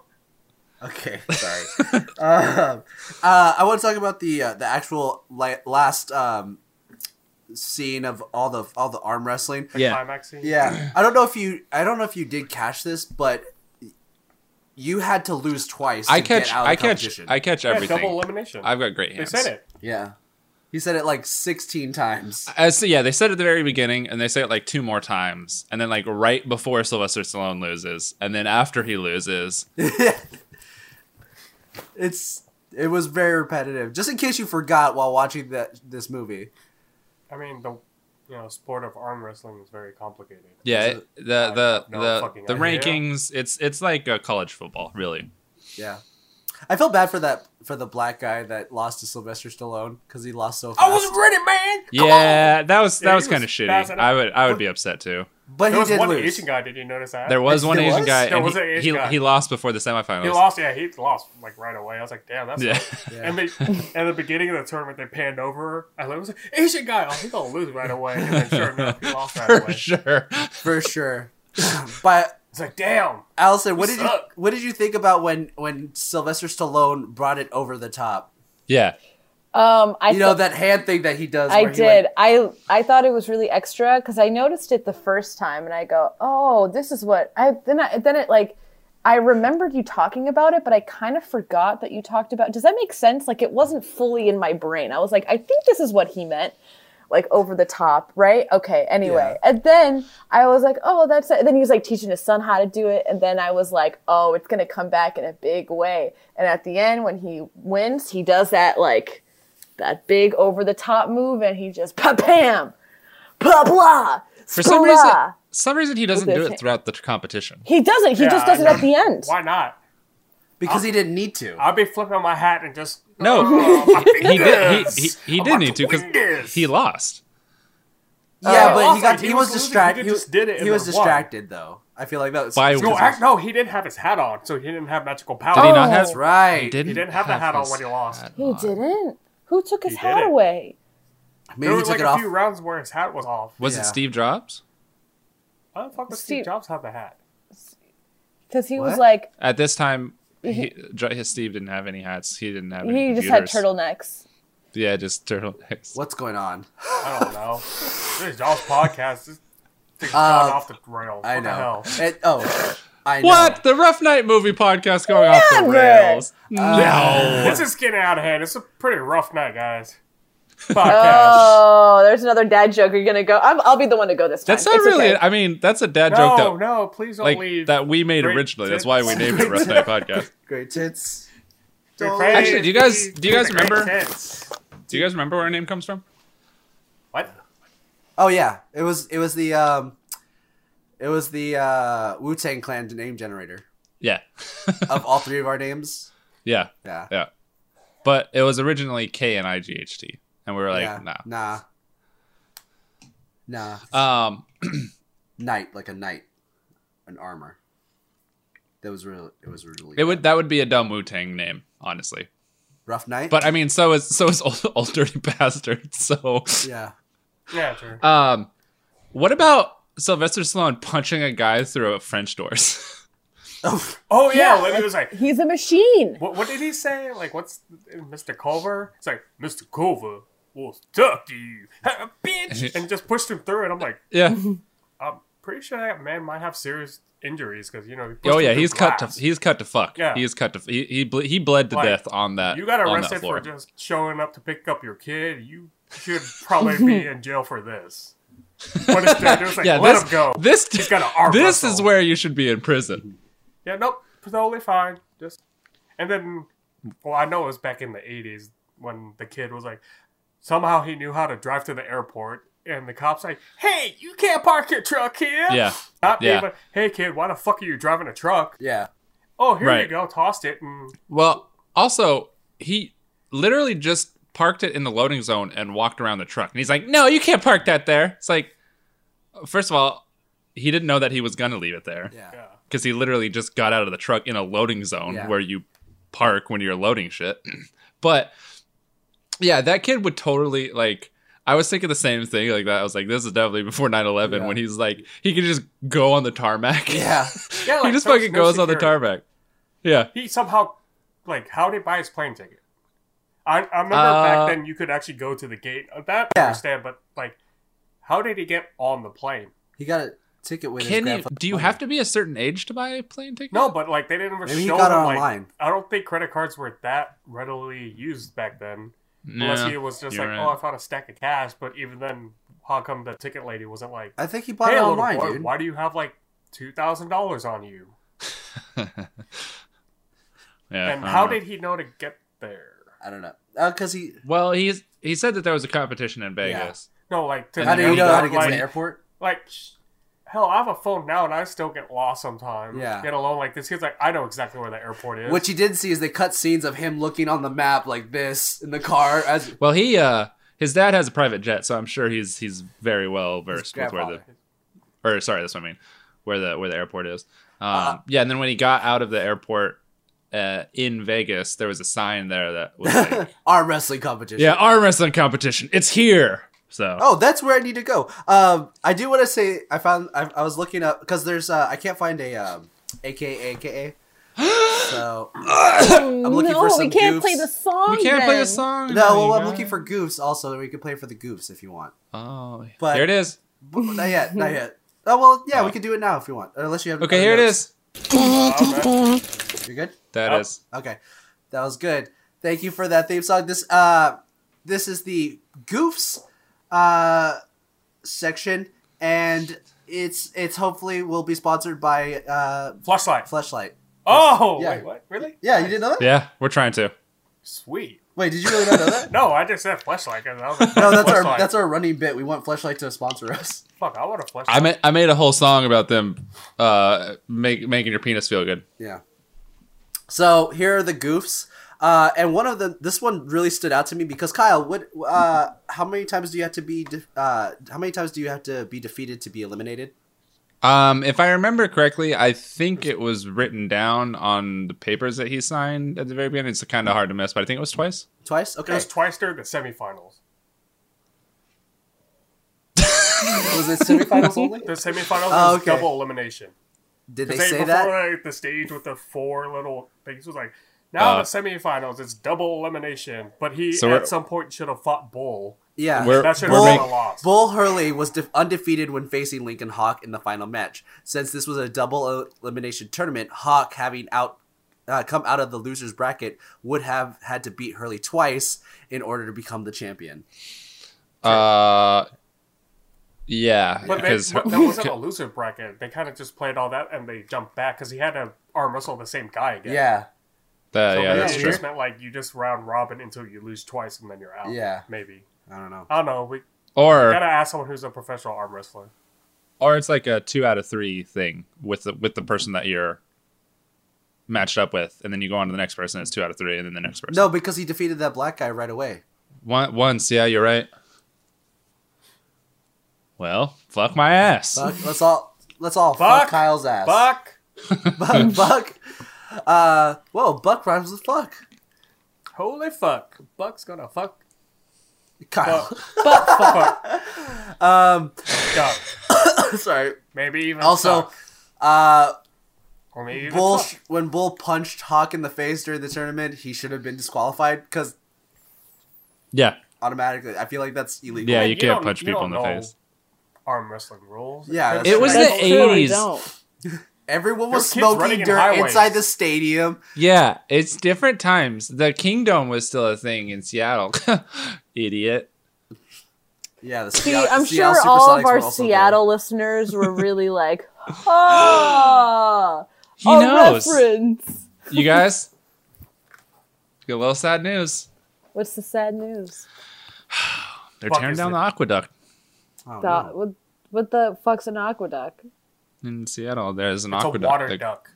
Speaker 4: okay, sorry. um, uh, I want to talk about the uh, the actual la- last um, scene of all the all the arm wrestling.
Speaker 3: Yeah.
Speaker 5: Climax scene.
Speaker 4: Yeah, I don't know if you I don't know if you did catch this, but You had to lose twice.
Speaker 3: I
Speaker 4: to
Speaker 3: catch,
Speaker 4: Get out of
Speaker 3: I
Speaker 4: the
Speaker 3: catch,
Speaker 4: competition.
Speaker 3: I catch
Speaker 5: Yeah, double
Speaker 3: everything.
Speaker 5: elimination.
Speaker 3: I've got great
Speaker 5: they
Speaker 3: hands.
Speaker 5: said it.
Speaker 4: Yeah. He said it like 16 times.
Speaker 3: As yeah, they said it at the very beginning, and they say it like two more times, and then like right before Sylvester Stallone loses, and then after he loses,
Speaker 4: It's it was very repetitive. Just in case you forgot while watching that this movie.
Speaker 5: I mean, the you know sport of arm wrestling is very complicated.
Speaker 3: yeah, it- the the
Speaker 5: no
Speaker 3: the
Speaker 5: fucking
Speaker 3: the
Speaker 5: idea.
Speaker 3: rankings. It's it's like uh, college football, really.
Speaker 4: Yeah. I felt bad for that for the black guy that lost to Sylvester Stallone because he lost so fast.
Speaker 5: ready, man.
Speaker 4: Oh,
Speaker 3: Yeah, that was that
Speaker 5: Yeah,
Speaker 3: was
Speaker 5: he was
Speaker 3: kind of shitty.
Speaker 5: passing out.
Speaker 3: I would I would be upset too.
Speaker 4: but
Speaker 5: There
Speaker 4: he
Speaker 5: was
Speaker 4: did
Speaker 5: one
Speaker 4: lose.
Speaker 5: Asian guy. Did you notice that?
Speaker 3: There was one
Speaker 4: There
Speaker 3: Asian
Speaker 4: was?
Speaker 3: guy,
Speaker 5: There
Speaker 3: and
Speaker 5: was
Speaker 3: he,
Speaker 5: an Asian
Speaker 3: he,
Speaker 5: guy.
Speaker 3: he lost before the semifinals.
Speaker 5: He lost. Yeah, he lost like right away. I was like, damn, that's.
Speaker 3: Yeah,
Speaker 5: And they at the beginning of the tournament, they panned over. I was like, Asian guy. Oh, he's gonna lose right away. And then sure enough, he lost right
Speaker 3: for
Speaker 5: away.
Speaker 3: sure.
Speaker 4: For sure. but
Speaker 5: It's like, damn.
Speaker 4: Allison, what did you
Speaker 5: suck.
Speaker 4: what did you think about when when Sylvester Stallone brought it over the top?
Speaker 3: Yeah,
Speaker 2: Um, I
Speaker 4: You know
Speaker 2: thought-
Speaker 4: that hand thing that he does.
Speaker 2: I
Speaker 4: where he, like-
Speaker 2: did. I I thought it was really extra because I noticed it the first time, and I go, "Oh, this is what." I then I, then it like I remembered you talking about it, but I kind of forgot that you talked about. Does that make sense? Like it wasn't fully in my brain. I was like, I think this is what he meant. Like over the top, right? Okay. Anyway, and then I was like, "Oh, that's." It. And then he was like teaching his son how to do it, and then I was like, "Oh, it's gonna come back in a big way." And at the end, when he wins, he does that like that big over the top move and he just pa pam blah blah
Speaker 3: for some reason, some reason he doesn't
Speaker 2: With
Speaker 3: do
Speaker 2: his
Speaker 3: it
Speaker 2: hand.
Speaker 3: throughout the competition.
Speaker 2: he doesn't he
Speaker 5: Yeah,
Speaker 2: just does
Speaker 5: I
Speaker 2: it at the end
Speaker 5: Why not?
Speaker 4: because he didn't need to.
Speaker 5: I'll be flipping my hat and just
Speaker 3: No,
Speaker 5: Oh, my
Speaker 3: he did.
Speaker 5: fingers.
Speaker 3: He, he, he
Speaker 5: I'm
Speaker 3: did
Speaker 5: about
Speaker 3: need to
Speaker 5: to
Speaker 3: because
Speaker 5: win this.
Speaker 3: he lost.
Speaker 4: yeah,
Speaker 5: Uh,
Speaker 4: but he
Speaker 5: also,
Speaker 4: got he,
Speaker 5: he
Speaker 4: was
Speaker 5: was losing. He
Speaker 4: distracted. He,
Speaker 5: just
Speaker 4: was-
Speaker 5: did it and
Speaker 4: he was
Speaker 5: then won.
Speaker 4: distracted though. I feel like that was
Speaker 3: By-
Speaker 5: no,
Speaker 3: Because-
Speaker 5: act, no, he didn't have his hat on, so he didn't have magical power.
Speaker 3: Did he not have?
Speaker 4: That's right.
Speaker 3: He didn't,
Speaker 5: didn't have the hat on
Speaker 3: his
Speaker 5: when he lost.
Speaker 3: hat
Speaker 2: he
Speaker 3: on.
Speaker 2: didn't who took his
Speaker 5: He
Speaker 2: hat
Speaker 5: did it.
Speaker 2: away
Speaker 4: Maybe
Speaker 5: There
Speaker 4: he
Speaker 5: were
Speaker 4: took
Speaker 5: like
Speaker 4: it
Speaker 5: a
Speaker 4: off.
Speaker 5: few rounds where his hat was off.
Speaker 3: Was
Speaker 4: Yeah.
Speaker 3: it Steve Jobs?
Speaker 5: How the fuck does
Speaker 2: Steve-
Speaker 5: Steve, Jobs have the hat?
Speaker 2: because he was
Speaker 4: What?
Speaker 2: like
Speaker 3: At this time, he, Jo- his Steve didn't have any hats. He didn't have. Any
Speaker 2: he just had
Speaker 3: computers.
Speaker 2: turtlenecks
Speaker 3: Yeah, just turtlenecks.
Speaker 4: What's going on?
Speaker 5: I don't know. this is Jobs' podcast. This thing's gone off the rails.
Speaker 4: Uh, I
Speaker 5: What the
Speaker 4: know.
Speaker 5: hell?
Speaker 4: It, oh, I know.
Speaker 3: What? The Rough Night movie podcast going off the
Speaker 2: Never.
Speaker 3: rails?
Speaker 5: This
Speaker 3: no.
Speaker 5: is getting out of hand. It's a pretty rough night, guys. Podcast.
Speaker 2: oh there's another dad joke you're gonna go I'm, i'll be the one to go this time
Speaker 3: That's not
Speaker 2: It's
Speaker 3: really.
Speaker 2: okay.
Speaker 3: I mean, that's a dad joke
Speaker 5: no,
Speaker 3: that,
Speaker 5: no, please don't
Speaker 3: like
Speaker 5: leave.
Speaker 3: that we made
Speaker 5: Great
Speaker 3: originally. That's
Speaker 5: tits.
Speaker 3: why we named it Rough Night Podcast.
Speaker 4: Great tits.
Speaker 5: We
Speaker 4: Don't-
Speaker 5: pray
Speaker 3: Actually, do you guys-
Speaker 5: for
Speaker 3: do you guys
Speaker 5: the great
Speaker 3: remember-
Speaker 5: tits.
Speaker 3: Do you guys remember where our name comes from?
Speaker 5: What?
Speaker 4: Oh yeah, it was it was the um, it was the uh, Wu Tang Clan name generator
Speaker 3: Yeah,
Speaker 4: of all three of our names.
Speaker 3: yeah,
Speaker 4: Yeah,
Speaker 3: yeah. But it was originally K and I G H T, and we were like,
Speaker 4: yeah.
Speaker 3: nah.
Speaker 4: nah, nah,
Speaker 3: Um,
Speaker 4: knight like a knight, an armor. That was real. It was really
Speaker 3: it would that would be a dumb Wu Tang name, honestly.
Speaker 4: rough night.
Speaker 3: But I mean, so is so is old, old dirty bastard. So,
Speaker 4: yeah,
Speaker 5: Yeah, true.
Speaker 3: um, what about Sylvester Stallone punching a guy through a French doors?
Speaker 4: oh,
Speaker 5: oh yeah,
Speaker 2: Yeah,
Speaker 5: Libby was like,
Speaker 2: he's a machine
Speaker 5: What, what did he say? Like, what's Mr. Culver? It's like, Mr. Culver will talk to you, ha, bitch! And just pushed him through it. I'm like,
Speaker 3: yeah.
Speaker 5: I'm pretty sure that man might have serious injuries because, you know, he pushed
Speaker 3: Oh
Speaker 5: him
Speaker 3: yeah,
Speaker 5: through
Speaker 3: he's cut to
Speaker 5: glass.
Speaker 3: he's cut to fuck.
Speaker 5: Yeah.
Speaker 3: He is cut to he he, ble- he bled to
Speaker 5: Like,
Speaker 3: death on that.
Speaker 5: You got
Speaker 3: on that
Speaker 5: arrested for
Speaker 3: floor.
Speaker 5: just showing up to pick up your kid. You should probably be in jail for this. What is that? It was like,
Speaker 3: yeah,
Speaker 5: let
Speaker 3: this,
Speaker 5: him go.
Speaker 3: This
Speaker 5: got an arm
Speaker 3: this
Speaker 5: wrestle.
Speaker 3: is where you should be in prison.
Speaker 5: Yeah, nope, totally fine. Just and then, well, I know it was back in the '80s when the kid was like, somehow he knew how to drive to the airport, and the cops like, "Hey, you can't park your truck here."
Speaker 3: Yeah.
Speaker 5: Not
Speaker 3: yeah.
Speaker 5: even, hey kid, why the fuck are you driving a truck?
Speaker 4: yeah.
Speaker 5: Oh, here you
Speaker 3: Right.
Speaker 5: go, tossed it, and
Speaker 3: Well, also he literally just parked it in the loading zone and walked around the truck, and he's like, "No, you can't park that there." It's like, first of all, he didn't know that he was gonna leave it there
Speaker 4: yeah,
Speaker 5: yeah,
Speaker 3: because he literally just got out of the truck in a loading zone
Speaker 4: Yeah.
Speaker 3: where you park when you're loading shit. but yeah, that kid would totally like. I was thinking the same thing like that. I was like, this is definitely before 9 11
Speaker 4: Yeah.
Speaker 3: when he's like, he could just go on the tarmac.
Speaker 4: yeah.
Speaker 5: yeah.
Speaker 3: he
Speaker 5: like,
Speaker 3: just
Speaker 5: there was
Speaker 3: fucking
Speaker 5: no
Speaker 3: goes on the
Speaker 5: security.
Speaker 3: tarmac. Yeah.
Speaker 5: He somehow, like, how did he buy his plane ticket? I, I remember
Speaker 3: Uh,
Speaker 5: back then you could actually go to the gate. That I
Speaker 4: Yeah.
Speaker 5: understand, but like, how did he get on the plane?
Speaker 4: He got it. ticket winners.
Speaker 3: Can you?
Speaker 4: grandfather
Speaker 3: Do you
Speaker 4: money.
Speaker 3: have to be a certain age to buy a plane ticket?
Speaker 5: No, but like they didn't ever
Speaker 4: Maybe he
Speaker 5: show
Speaker 4: got it
Speaker 5: them, like,
Speaker 4: online.
Speaker 5: I don't think credit cards were that readily used back then. Unless
Speaker 3: Yeah,
Speaker 5: he was just
Speaker 3: you're
Speaker 5: like,
Speaker 3: right.
Speaker 5: "Oh, I found a stack of cash," but even then, how come the ticket lady wasn't like,
Speaker 4: I think he bought
Speaker 5: "Hey,
Speaker 4: it
Speaker 5: little
Speaker 4: online,
Speaker 5: boy,
Speaker 4: dude.
Speaker 5: why do you have like two thousand dollars on you?"
Speaker 3: Yeah,
Speaker 5: and
Speaker 3: I
Speaker 5: how
Speaker 3: don't know.
Speaker 5: did he know to get there?
Speaker 4: I don't know. Because he.
Speaker 3: Well, he's he said that there was a competition in
Speaker 4: Yeah.
Speaker 3: Vegas.
Speaker 5: No, like to
Speaker 4: How
Speaker 5: the
Speaker 4: did he know how to
Speaker 5: airport,
Speaker 4: get to the
Speaker 5: like-
Speaker 4: airport?
Speaker 5: like sh- hell i have a phone now and i still get lost sometimes
Speaker 4: Yeah.
Speaker 5: get alone like this kid's like i know exactly where the airport is
Speaker 4: What you did see is they cut scenes of him looking on the map like this in the car as
Speaker 3: Well, he uh his dad has a private jet, so I'm sure he's he's very well versed with where the or sorry, that's what I mean, where the where the airport is. Um,
Speaker 4: Uh-huh.
Speaker 3: yeah, and then when he got out of the airport uh, in Vegas, there was a sign there that was like,
Speaker 4: arm wrestling competition.
Speaker 3: "Yeah, arm wrestling competition, it's here." So
Speaker 4: Oh, that's where I need to go. Um, I do want to say I found I, I was looking up because there's uh, I can't find a um, AKA AKA. So I'm looking
Speaker 2: no,
Speaker 4: for some
Speaker 2: we can't
Speaker 4: goofs.
Speaker 2: play the song.
Speaker 3: we can't play
Speaker 2: then.
Speaker 3: the song.
Speaker 4: Oh, no, well,
Speaker 3: you
Speaker 4: I'm
Speaker 3: guys.
Speaker 4: looking for goofs also. We can play for the goofs if you want.
Speaker 3: Oh,
Speaker 4: But-
Speaker 3: here it is.
Speaker 4: But not yet, not yet. Oh well, yeah, we can do it now if you want, unless you have.
Speaker 3: Okay, here it is.
Speaker 4: is. You're good.
Speaker 3: That
Speaker 5: Oh.
Speaker 3: is.
Speaker 4: Okay, that was good. Thank you for that theme song. This uh, this is the Goofs uh section, and it's it's hopefully will be sponsored by uh
Speaker 5: flashlight
Speaker 4: Fleshlight.
Speaker 5: oh
Speaker 4: Yeah.
Speaker 5: wait what really
Speaker 4: Yeah, you didn't know that.
Speaker 3: Yeah, we're trying to.
Speaker 5: sweet
Speaker 4: Wait, did you really not know that?
Speaker 5: no i just said flashlight no
Speaker 4: No, that's our that's our running bit. We want Fleshlight to sponsor us.
Speaker 5: fuck i want a flashlight
Speaker 3: I made I made a whole song about them uh, make, making your penis feel good.
Speaker 4: Yeah. So here are the goofs, uh, and one of the this one really stood out to me because Kyle, what, uh, how many times do you have to be, de- uh, how many times do you have to be defeated to be eliminated?
Speaker 3: Um, if I remember correctly, I think it was written down on the papers that he signed at the very beginning. It's kind of hard to miss, but I think it was twice.
Speaker 4: Twice.
Speaker 5: it
Speaker 4: Okay.
Speaker 5: was twice during the semifinals
Speaker 4: Was it semifinals only?
Speaker 5: the semifinals
Speaker 4: Oh,
Speaker 5: was
Speaker 4: okay.
Speaker 5: double elimination
Speaker 4: Did they
Speaker 5: 'Cause
Speaker 4: say
Speaker 5: before
Speaker 4: that?
Speaker 5: like, the stage with the four little things was like now
Speaker 3: Uh.
Speaker 5: the semifinals it's double elimination but he
Speaker 3: So we're-
Speaker 5: at some point should have fought bull
Speaker 4: Yeah.
Speaker 3: We're-
Speaker 5: that should
Speaker 3: we're
Speaker 5: have been a
Speaker 3: make-
Speaker 5: loss
Speaker 4: Bull Hurley was def undefeated when facing Lincoln Hawk in the final match. Since this was a double elimination tournament, Hawk having out uh, come out of the losers bracket would have had to beat Hurley twice in order to become the champion.
Speaker 3: Uh, yeah,
Speaker 5: But they,
Speaker 3: because
Speaker 5: but that wasn't a loser bracket. They kind of just played all that and they jumped back because he had to arm wrestle the same guy again.
Speaker 4: Yeah.
Speaker 3: that-
Speaker 5: So
Speaker 3: Oh, yeah,
Speaker 5: maybe
Speaker 3: that's
Speaker 5: it
Speaker 3: true.
Speaker 5: just meant like you just round robin until you lose twice and then you're out.
Speaker 4: Yeah.
Speaker 5: Maybe.
Speaker 4: I don't know.
Speaker 5: I don't know. We gotta
Speaker 3: Or
Speaker 5: ask someone who's a professional arm wrestler.
Speaker 3: or it's like a two out of three thing with the with the person that you're matched up with, and then you go on to the next person. It's two out of three, and then the next person.
Speaker 4: No, because he defeated that black guy right away.
Speaker 3: One, once, yeah, you're right. Well, fuck my ass.
Speaker 4: Fuck, let's all let's all fuck,
Speaker 5: Fuck.
Speaker 4: Kyle's ass.
Speaker 5: Fuck!
Speaker 4: buck, buck. Uh, whoa, buck rhymes with fuck.
Speaker 5: Holy fuck! Buck's gonna fuck.
Speaker 4: Kyle,
Speaker 5: Fuck. fuck. fuck.
Speaker 4: um,
Speaker 5: God.
Speaker 4: sorry.
Speaker 5: Maybe even
Speaker 4: Also,
Speaker 5: fuck.
Speaker 4: uh,
Speaker 5: or maybe even
Speaker 4: Bull
Speaker 5: fuck.
Speaker 4: when Bull punched Hawk in the face during the tournament, he should have been disqualified because
Speaker 3: Yeah,
Speaker 4: automatically, I feel like that's illegal.
Speaker 3: yeah,
Speaker 5: Man,
Speaker 3: you can't
Speaker 5: don't-
Speaker 3: punch
Speaker 5: you
Speaker 3: people in
Speaker 5: don't
Speaker 3: the
Speaker 5: know
Speaker 3: face.
Speaker 5: Arm wrestling rules.
Speaker 4: Yeah, that's
Speaker 3: It was
Speaker 4: right.
Speaker 3: the
Speaker 2: That's true, I
Speaker 3: 80s.
Speaker 2: don't.
Speaker 4: everyone
Speaker 5: There
Speaker 4: was
Speaker 5: were kids running
Speaker 4: smoking
Speaker 5: in
Speaker 4: dirt
Speaker 5: highways.
Speaker 4: inside the stadium.
Speaker 3: Yeah, it's different times. The kingdom was still a thing in Seattle. Idiot.
Speaker 4: Yeah, the
Speaker 2: See,
Speaker 4: Seattle,
Speaker 2: I'm
Speaker 4: the Seattle
Speaker 2: sure all of our
Speaker 4: Supersonics were also
Speaker 2: Seattle listeners were really like, ah,
Speaker 3: He
Speaker 2: a
Speaker 3: knows.
Speaker 2: reference.
Speaker 3: You guys, got a little sad news.
Speaker 2: What's the sad news?
Speaker 3: They're
Speaker 5: Fuck
Speaker 3: tearing
Speaker 5: is
Speaker 3: down
Speaker 5: it?
Speaker 3: the aqueduct
Speaker 4: there. Oh,
Speaker 2: The-
Speaker 4: no.
Speaker 2: what, what the fuck's an aqueduct?
Speaker 3: in Seattle. There's an
Speaker 5: It's a
Speaker 3: aqueduct
Speaker 5: water
Speaker 3: that,
Speaker 5: duck.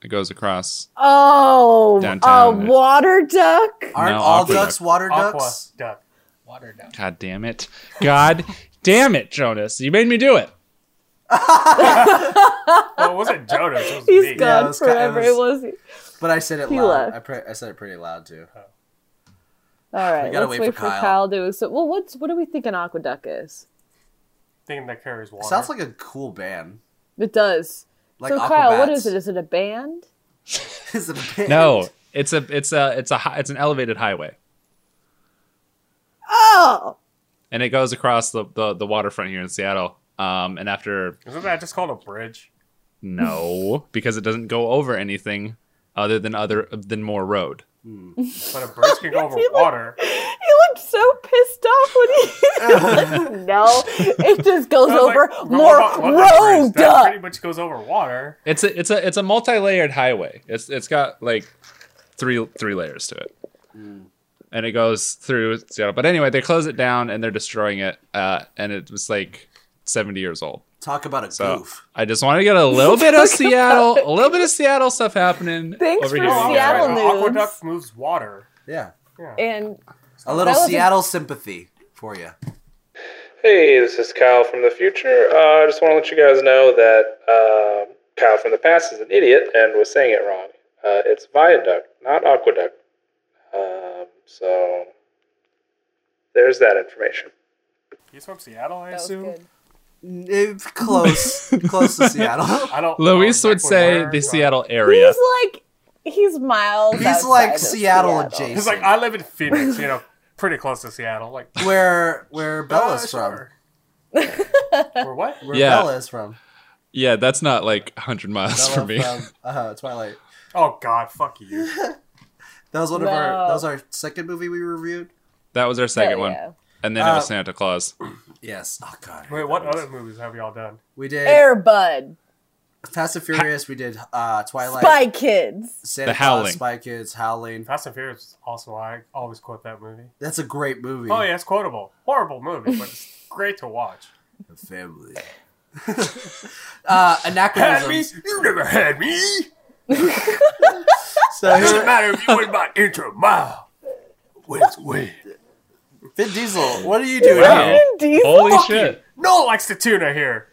Speaker 3: that goes across.
Speaker 2: Oh,
Speaker 3: Downtown.
Speaker 2: a water duck.
Speaker 4: Aren't
Speaker 3: No,
Speaker 4: all
Speaker 3: aqua
Speaker 4: ducks water
Speaker 5: Aqua
Speaker 4: ducks?
Speaker 5: duck. Water duck.
Speaker 3: God damn it! God damn it, Jonas! You made me do it.
Speaker 5: Oh, it wasn't Jonas. It was
Speaker 2: He's
Speaker 5: me.
Speaker 4: Yeah, it
Speaker 2: gone
Speaker 4: was ki- it
Speaker 2: forever. It was.
Speaker 4: But I said it
Speaker 2: He
Speaker 4: loud.
Speaker 2: left.
Speaker 4: I, pre- I said it pretty loud too.
Speaker 2: All right,
Speaker 4: gotta
Speaker 2: let's
Speaker 4: wait
Speaker 2: wait,
Speaker 4: for
Speaker 2: for,
Speaker 4: Kyle.
Speaker 2: Kyle. to. So, well, what's what do we think an aqueduct is?
Speaker 5: Thing that carries water.
Speaker 4: Sounds like a cool band.
Speaker 2: It does.
Speaker 4: Like
Speaker 2: so, Kyle, what
Speaker 4: Aquabats.
Speaker 2: is it? Is it a band?
Speaker 4: Is it a band?
Speaker 3: No, it's a it's a it's a hi- it's an elevated highway,
Speaker 2: Oh,
Speaker 3: and it goes across the the, the waterfront here in Seattle. Um, and after
Speaker 5: Isn't that just called a bridge?
Speaker 3: no, because it doesn't go over anything other than other than more road.
Speaker 5: But a bridge can go over water.
Speaker 2: He looked so pissed off when he. no, it just goes
Speaker 5: I was
Speaker 2: over
Speaker 5: like, what
Speaker 2: more
Speaker 5: about London Bridge?
Speaker 2: road.
Speaker 5: That pretty much goes over water.
Speaker 3: It's a it's a it's a multi-layered highway. It's it's got like three three layers to it,
Speaker 2: Hmm.
Speaker 3: and it goes through Seattle. But anyway, they close it down and they're destroying it. Uh, and it was like seventy years old.
Speaker 4: Talk about a
Speaker 3: So
Speaker 4: goof.
Speaker 3: I just want to get a little bit of Seattle, a little bit of Seattle stuff happening
Speaker 2: Thanks
Speaker 3: over
Speaker 2: for
Speaker 3: here.
Speaker 5: Oh,
Speaker 2: Seattle
Speaker 5: right.
Speaker 2: news.
Speaker 5: Aqueduct moves water.
Speaker 4: Yeah.
Speaker 2: And
Speaker 4: A little
Speaker 2: That was a-
Speaker 4: Seattle sympathy for you.
Speaker 9: Hey, this is Kyle from the future. Uh, I just want to let you guys know that um Kyle from the past is an idiot and was saying it wrong. Uh, it's viaduct, not aqueduct. Um, so there's that information.
Speaker 5: He's from Seattle, I
Speaker 2: that was
Speaker 5: assume.
Speaker 2: good.
Speaker 4: Eh, Close, close to Seattle.
Speaker 5: I don't. know
Speaker 3: Luis would
Speaker 5: exactly
Speaker 3: say
Speaker 5: where,
Speaker 3: the
Speaker 5: but-
Speaker 3: Seattle area.
Speaker 2: He's like, he's miles.
Speaker 4: He's like
Speaker 2: outside of
Speaker 4: Seattle
Speaker 5: He's
Speaker 4: adjacent,
Speaker 5: like, I live in Phoenix, you know, pretty close to Seattle. Like,
Speaker 4: where where Bella's
Speaker 5: uh,
Speaker 4: from.
Speaker 5: sure. Or what?
Speaker 4: Where
Speaker 3: Yeah.
Speaker 4: Bella is from.
Speaker 3: Yeah, that's not like 100 miles
Speaker 4: Bella
Speaker 3: from me.
Speaker 2: um,
Speaker 4: from uh, Twilight.
Speaker 5: Oh God, fuck you.
Speaker 4: That was one of our.
Speaker 2: No.
Speaker 4: That was our second movie we reviewed.
Speaker 3: That was our second
Speaker 2: Hell
Speaker 3: one.
Speaker 2: yeah.
Speaker 3: And then it
Speaker 4: Uh,
Speaker 3: was Santa Claus.
Speaker 4: Yes. Oh God.
Speaker 5: Wait, what other movies have y'all done?
Speaker 4: We did
Speaker 2: Air Bud,
Speaker 4: Fast and Furious. We did uh, Twilight.
Speaker 2: Spy Kids.
Speaker 3: The
Speaker 4: Santa Claus,
Speaker 3: Howling.
Speaker 4: Spy Kids, Howling.
Speaker 5: Fast and Furious. is Also, I always quote that movie.
Speaker 4: That's a great movie.
Speaker 5: Oh yeah, it's quotable. Horrible movie, but it's great to watch.
Speaker 4: The family. uh,
Speaker 5: Had me?
Speaker 4: anachronisms.
Speaker 5: You never had me.
Speaker 4: So
Speaker 5: Doesn't
Speaker 4: here,
Speaker 5: matter if you went by inch or mile. Wait, wait.
Speaker 4: Vin Diesel, what are you doing
Speaker 3: Wow.
Speaker 4: here?
Speaker 2: Diesel.
Speaker 3: Holy shit.
Speaker 5: No one likes the tuna here.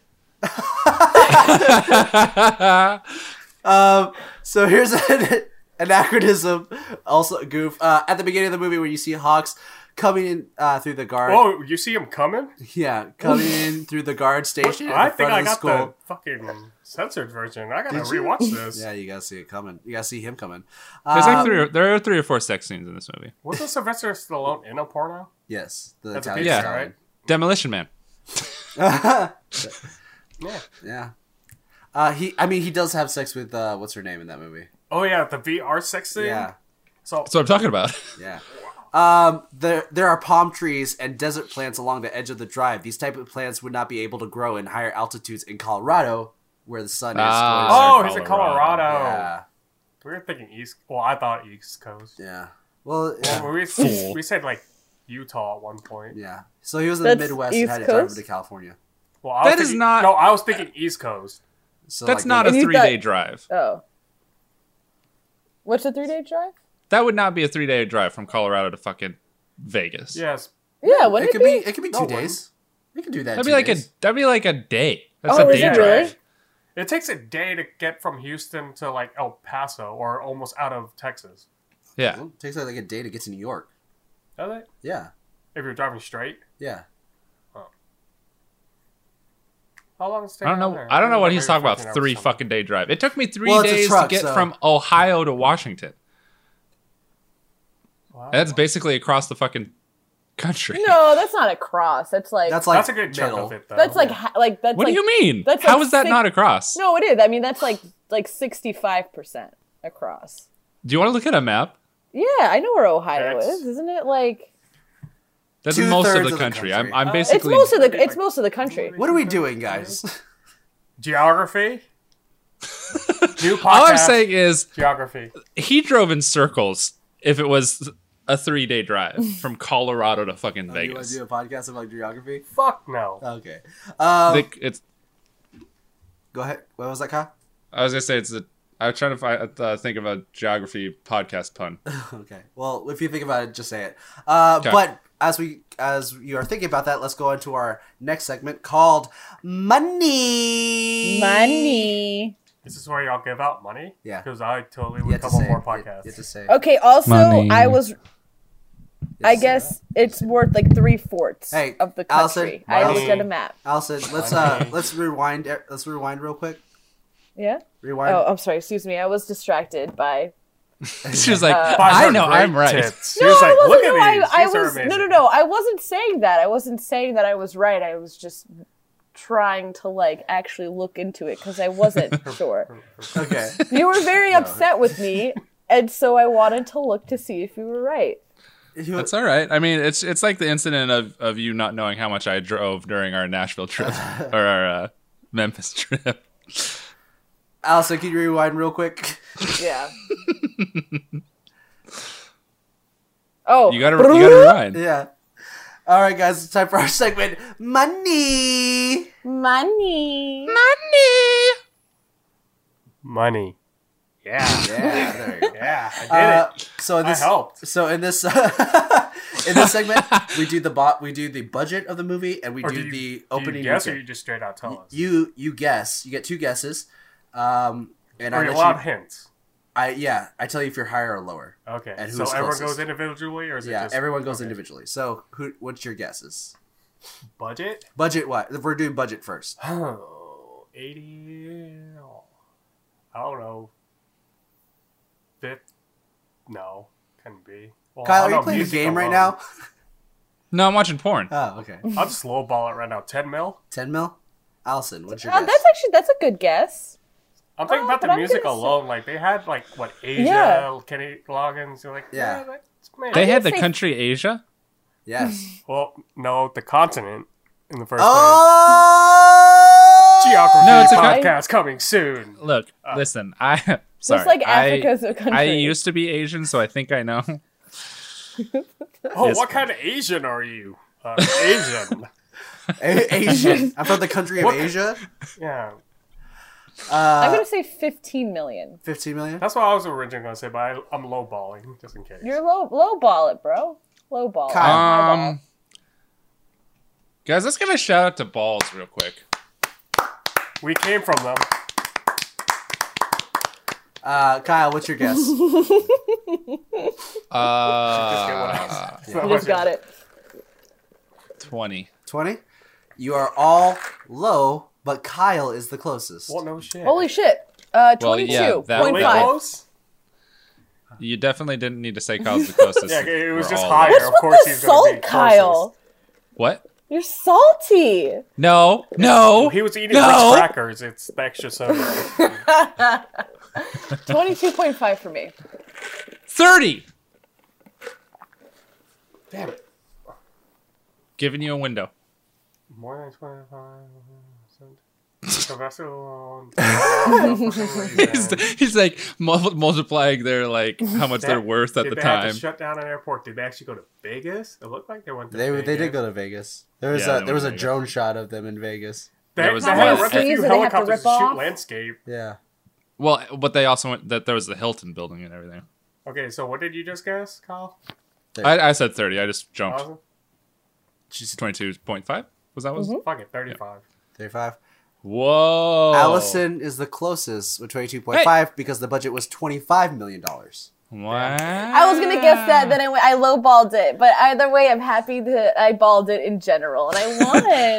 Speaker 4: Um, so here's an anachronism, also a goof. Uh, at the beginning of the movie, when you see Hawks coming in uh, through the guard,
Speaker 5: Oh, you see him coming?
Speaker 4: yeah, coming in through the guard station.
Speaker 5: I
Speaker 4: in
Speaker 5: think
Speaker 4: front
Speaker 5: I
Speaker 4: of the
Speaker 5: got
Speaker 4: school.
Speaker 5: the fucking censored version. I gotta
Speaker 4: Did you?
Speaker 5: rewatch this.
Speaker 4: Yeah, you gotta see it coming. You gotta see him coming.
Speaker 3: There's like
Speaker 4: Um,
Speaker 3: three or, there are three or four sex scenes in this movie.
Speaker 5: Wasn't Sylvester Stallone in a porno?
Speaker 4: Yes, the
Speaker 5: That's a
Speaker 4: Italian
Speaker 5: pizza,
Speaker 4: style.
Speaker 5: right?
Speaker 3: Demolition Man.
Speaker 5: Yeah.
Speaker 4: Yeah. Uh, he, I mean, he does have sex with uh, what's her name in that movie?
Speaker 5: Oh yeah, the VR sex scene.
Speaker 4: Yeah,
Speaker 5: So
Speaker 3: That's what I'm talking about.
Speaker 4: yeah. Um, there there are palm trees and desert plants along the edge of the drive. These type of plants would not be able to grow in higher altitudes in Colorado, where the sun is.
Speaker 3: Ah.
Speaker 5: oh,
Speaker 3: Colorado.
Speaker 5: he's in Colorado.
Speaker 4: yeah,
Speaker 5: We were thinking East. Well, I thought East Coast.
Speaker 4: yeah. Well, yeah,
Speaker 5: Well, we,
Speaker 3: Fool.
Speaker 5: we said like Utah at one point.
Speaker 4: yeah. So he was in
Speaker 2: That's
Speaker 4: the Midwest and
Speaker 2: East
Speaker 4: had to drive
Speaker 2: Coast?
Speaker 4: to California.
Speaker 5: Well, I was
Speaker 3: That is
Speaker 5: thinking-
Speaker 3: not-
Speaker 5: No, I was thinking East Coast.
Speaker 4: So
Speaker 3: That's
Speaker 4: like,
Speaker 3: not a
Speaker 2: And you
Speaker 3: three day
Speaker 2: thought-
Speaker 3: drive.
Speaker 2: Oh. What's a three day drive?
Speaker 3: That would not be a three day drive from Colorado to fucking Vegas.
Speaker 5: Yes.
Speaker 2: Yeah,
Speaker 4: It
Speaker 2: wouldn't it,
Speaker 4: could be. It could be
Speaker 5: No,
Speaker 4: two
Speaker 5: it wouldn't.
Speaker 4: days. We could do that.
Speaker 3: That'd
Speaker 4: two
Speaker 3: be like a
Speaker 4: days.
Speaker 3: that'd be like a day. That's
Speaker 2: Oh,
Speaker 3: a
Speaker 2: is
Speaker 3: day
Speaker 2: it
Speaker 3: drive.
Speaker 2: really?
Speaker 5: It takes a day to get from Houston to like El Paso or almost out of Texas.
Speaker 3: Yeah.
Speaker 4: Well, it takes like a day to get to New York.
Speaker 5: Does it?
Speaker 4: Yeah,
Speaker 5: If you're driving straight.
Speaker 4: yeah.
Speaker 5: How long is it?
Speaker 3: I don't know. I don't know what he's talking about. Three fucking day drive. It took me three
Speaker 4: Well, it's a
Speaker 3: days
Speaker 4: truck,
Speaker 3: to get
Speaker 4: so-
Speaker 3: from Ohio to Washington.
Speaker 5: Wow.
Speaker 3: That's basically across the fucking country.
Speaker 2: No, that's not a cross. That's like
Speaker 4: That's
Speaker 2: that's,
Speaker 4: like
Speaker 5: That's a good chunk
Speaker 4: middle.
Speaker 5: of it, though.
Speaker 2: like ha- like that's
Speaker 3: What
Speaker 2: like
Speaker 3: do you mean?
Speaker 2: that's
Speaker 3: How
Speaker 2: like
Speaker 3: is that
Speaker 2: six-
Speaker 3: not across?
Speaker 2: no, it is. I mean, that's like like sixty five percent across.
Speaker 3: Do you want to look at a map?
Speaker 2: Yeah, I know where Ohio
Speaker 5: That's-
Speaker 2: is, isn't it? Like
Speaker 3: That's
Speaker 4: Two
Speaker 3: most of
Speaker 4: thirds
Speaker 3: the
Speaker 4: of the
Speaker 3: country.
Speaker 4: country.
Speaker 3: I'm, I'm
Speaker 5: Uh,
Speaker 2: it's
Speaker 3: basically
Speaker 2: most of the it's most of the country.
Speaker 4: What are we doing, guys?
Speaker 5: Geography. New podcast.
Speaker 3: all I'm saying is
Speaker 5: Geography.
Speaker 3: he drove in circles if it was a three day drive from Colorado to fucking
Speaker 4: Do you want
Speaker 3: Vegas.
Speaker 4: to do a podcast about geography?
Speaker 5: Fuck no.
Speaker 4: Okay. Um,
Speaker 3: Like, it's,
Speaker 4: go ahead. What was that, Kyle?
Speaker 3: I was gonna say it's a. I was trying to find, uh, think of a geography podcast pun.
Speaker 4: Okay. Well, if you think about it, just say it. Uh,
Speaker 3: Okay.
Speaker 4: But as we as you are thinking about that, let's go on to our next segment called money.
Speaker 2: Money.
Speaker 5: This is where y'all give out money.
Speaker 4: Yeah.
Speaker 5: Because I totally
Speaker 4: You
Speaker 5: would
Speaker 4: have to
Speaker 5: come on
Speaker 4: say
Speaker 5: more
Speaker 4: it.
Speaker 5: podcasts.
Speaker 4: You have to say it.
Speaker 2: Okay. Also,
Speaker 3: Money.
Speaker 2: I was.
Speaker 4: You have
Speaker 2: Oh, I
Speaker 4: to say
Speaker 2: guess it's worth like three fourths
Speaker 4: Hey,
Speaker 2: of the
Speaker 4: Allison,
Speaker 2: country. I
Speaker 5: Allison.
Speaker 2: looked at a map.
Speaker 4: it. Allison, let's uh let's rewind. er, Let's rewind real quick.
Speaker 2: Yeah.
Speaker 4: Rewind.
Speaker 2: Oh, I'm sorry. Excuse me. I was distracted by.
Speaker 3: She was like,
Speaker 2: Uh,
Speaker 5: Five
Speaker 3: I
Speaker 5: are
Speaker 3: know
Speaker 5: great
Speaker 3: I'm right.
Speaker 5: tips. She
Speaker 2: No,
Speaker 5: was
Speaker 2: I
Speaker 5: like,
Speaker 2: wasn't.
Speaker 5: look at
Speaker 2: no, I-
Speaker 5: these.
Speaker 2: I,
Speaker 5: These are
Speaker 2: was. No, no,
Speaker 5: amazing.
Speaker 2: no. I wasn't saying that. I wasn't saying that I was right. I was just trying to like actually look into it because I wasn't sure.
Speaker 4: Okay.
Speaker 2: You were very upset with me, and so I wanted to look to see if you were right.
Speaker 3: That's all right. I mean, it's it's like the incident of, of you not knowing how much I drove during our Nashville trip or our uh, Memphis trip.
Speaker 4: Allison, can you rewind real quick?
Speaker 2: Yeah. oh,
Speaker 3: You gotta you gotta rewind.
Speaker 4: yeah. All right, guys, it's time for our segment, money.
Speaker 2: money.
Speaker 5: Money. Yeah.
Speaker 4: Yeah, there you go.
Speaker 5: Yeah. I did
Speaker 4: Uh,
Speaker 5: it.
Speaker 4: so in
Speaker 5: I
Speaker 4: this,
Speaker 5: helped.
Speaker 4: so in this, in this segment, we do the bot, we do the budget of the movie, and we do,
Speaker 5: you-
Speaker 4: the
Speaker 5: you
Speaker 4: opening.
Speaker 5: guess or
Speaker 4: weekend.
Speaker 5: you just straight out tell us?
Speaker 4: you you guess. You get two guesses. Um, and
Speaker 5: Are
Speaker 4: I
Speaker 5: you
Speaker 4: let
Speaker 5: allowed
Speaker 4: you,
Speaker 5: hints?
Speaker 4: I yeah, I tell you if you're higher or lower.
Speaker 5: Okay.
Speaker 4: And
Speaker 5: so
Speaker 4: who's
Speaker 5: everyone
Speaker 4: closest?
Speaker 5: goes individually, or is it
Speaker 4: Yeah,
Speaker 5: just
Speaker 4: everyone goes
Speaker 5: okay.
Speaker 4: individually. So who? What's your guesses?
Speaker 5: budget?
Speaker 4: Budget? What? We're doing budget first.
Speaker 5: Oh, 80. oh, I don't know. Fifth? No, couldn't be. Well, I
Speaker 4: Kyle, are
Speaker 5: don't
Speaker 4: you
Speaker 5: know,
Speaker 4: playing a
Speaker 5: Oh, music
Speaker 4: game right
Speaker 5: alone.
Speaker 4: now?
Speaker 3: No, I'm watching porn.
Speaker 4: Oh, okay.
Speaker 5: I'll just lowball it right now. 10 mil?
Speaker 4: Ten mil. Allison, what's your
Speaker 2: Oh,
Speaker 4: guess?
Speaker 2: that's actually that's a good guess.
Speaker 5: I'm thinking
Speaker 2: Oh,
Speaker 5: about
Speaker 2: but
Speaker 5: the
Speaker 2: I'm
Speaker 5: music
Speaker 2: gonna say-
Speaker 5: alone. Like, they had, like, what, Asia,
Speaker 2: Yeah.
Speaker 5: Kenny Loggins. You're like,
Speaker 4: Yeah.
Speaker 5: yeah, that's me.
Speaker 3: They had the
Speaker 2: say-
Speaker 3: country Asia.
Speaker 4: Yes.
Speaker 5: well, no, the continent in the first place.
Speaker 4: Oh.
Speaker 5: Geography
Speaker 3: No, it's a con-
Speaker 5: podcast coming soon.
Speaker 3: Look, listen, I sorry.
Speaker 2: Just like
Speaker 3: I-
Speaker 2: Africa's a country.
Speaker 3: I used to be Asian, so I think I know.
Speaker 5: Oh,
Speaker 3: Yes.
Speaker 5: what kind of Asian are you? Uh, Asian.
Speaker 4: A- Asian. I'm from the country of
Speaker 5: What-
Speaker 4: Asia.
Speaker 5: yeah.
Speaker 2: I'm
Speaker 4: Uh,
Speaker 2: gonna say 15 million.
Speaker 4: 15 million.
Speaker 5: That's what I was originally going to say, but I, I'm lowballing just in case.
Speaker 2: You're low low ball it, bro. Low ball. it.
Speaker 4: Kyle.
Speaker 2: Highball.
Speaker 3: Um, guys, let's give a shout out to Balls real quick.
Speaker 5: We came from them.
Speaker 4: Uh, Kyle, what's your guess?
Speaker 3: Uh,
Speaker 2: you just got it.
Speaker 3: twenty.
Speaker 4: 20? You are all low, but Kyle is the closest.
Speaker 5: Well, no shit.
Speaker 2: Holy shit. Uh,
Speaker 3: Well, yeah,
Speaker 2: 22.5.
Speaker 3: that-
Speaker 5: Wait,
Speaker 3: Five.
Speaker 5: close?
Speaker 3: You definitely didn't need to say Kyle's the closest.
Speaker 5: Yeah, it was
Speaker 3: We're
Speaker 5: just
Speaker 3: all-
Speaker 5: higher.
Speaker 2: What's
Speaker 5: of
Speaker 2: with
Speaker 5: course
Speaker 2: the
Speaker 5: he's gonna be
Speaker 2: salt, Kyle?
Speaker 3: What?
Speaker 2: You're salty.
Speaker 3: No, no.
Speaker 5: He was eating
Speaker 3: No.
Speaker 5: Ritz crackers. It's the extra soda.
Speaker 2: 22.5 for me.
Speaker 3: Thirty. Damn it! Giving you a window.
Speaker 5: More than twenty-five. Sylvester Stallone. No fucking way,
Speaker 3: He's,
Speaker 5: man.
Speaker 3: he's like mul- multiplying their like how much they're
Speaker 5: That-
Speaker 3: worth at
Speaker 5: did
Speaker 3: the
Speaker 5: they Have
Speaker 3: time.
Speaker 5: to shut down an airport. Did they actually go to Vegas? It looked like they went to
Speaker 4: they,
Speaker 5: Vegas.
Speaker 4: they did go to Vegas. There was
Speaker 3: Yeah, they
Speaker 4: a
Speaker 3: went
Speaker 4: there was
Speaker 3: to
Speaker 4: a
Speaker 3: Vegas.
Speaker 4: drone shot of them in Vegas.
Speaker 5: They,
Speaker 3: There was
Speaker 5: they
Speaker 3: the
Speaker 5: had
Speaker 3: one
Speaker 5: to rip
Speaker 3: that-
Speaker 5: a few
Speaker 2: Seas that they have to
Speaker 5: helicopters
Speaker 2: rip
Speaker 5: to shoot
Speaker 2: off.
Speaker 5: landscape.
Speaker 4: Yeah.
Speaker 3: Well, but they also went that there was the Hilton building and everything.
Speaker 5: Okay, so what did you just guess, Kyle?
Speaker 3: I, I said thirty. I just jumped.
Speaker 5: Thousand?
Speaker 3: She's twenty-two point five. Was that was?
Speaker 5: Fuck it, thirty-five.
Speaker 4: 35.
Speaker 2: Mm-hmm.
Speaker 3: Whoa, Oh.
Speaker 4: Allison is the closest with 22.5 because the budget was $25 million.
Speaker 3: Wow.
Speaker 2: I was gonna guess that, then I went, I lowballed it. But either way, I'm happy that I balled it in general, and I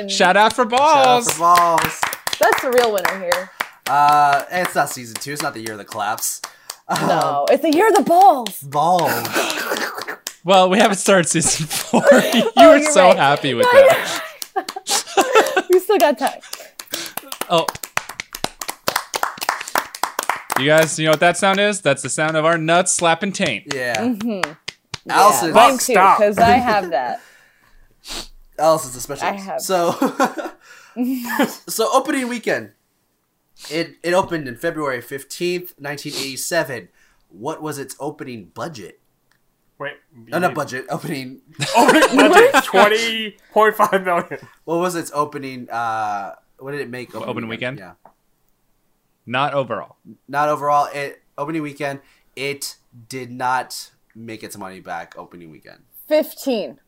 Speaker 2: won.
Speaker 3: Shout out for
Speaker 4: Shout out
Speaker 3: balls.
Speaker 4: for balls.
Speaker 2: That's the real winner here.
Speaker 4: Uh, it's not season two. It's not the year of the claps.
Speaker 5: Um,
Speaker 2: No, it's the year of the balls.
Speaker 4: Balls.
Speaker 3: Well, we haven't started season four. you
Speaker 2: Oh,
Speaker 3: were
Speaker 2: you're
Speaker 3: so
Speaker 2: right.
Speaker 3: happy with
Speaker 2: No,
Speaker 3: that.
Speaker 2: We still got time.
Speaker 3: Oh. You guys, you know what that sound is? That's the sound of our nuts slapping taint.
Speaker 4: Yeah. Allison,
Speaker 5: Fuck,
Speaker 2: Mine too,
Speaker 5: stop.
Speaker 2: because I have that.
Speaker 4: Allison's a specialist.
Speaker 2: I have.
Speaker 4: So, so opening weekend. It it opened in February fifteenth, nineteen eighty seven. What was its opening budget?
Speaker 5: Wait,
Speaker 4: No, not budget. Opening.
Speaker 5: Twenty point five million.
Speaker 4: What was its opening? Uh, what did it make?
Speaker 3: Opening weekend?
Speaker 4: Yeah.
Speaker 3: Not overall.
Speaker 4: Not overall. It opening weekend. It did not make its money back. Opening weekend.
Speaker 2: 15.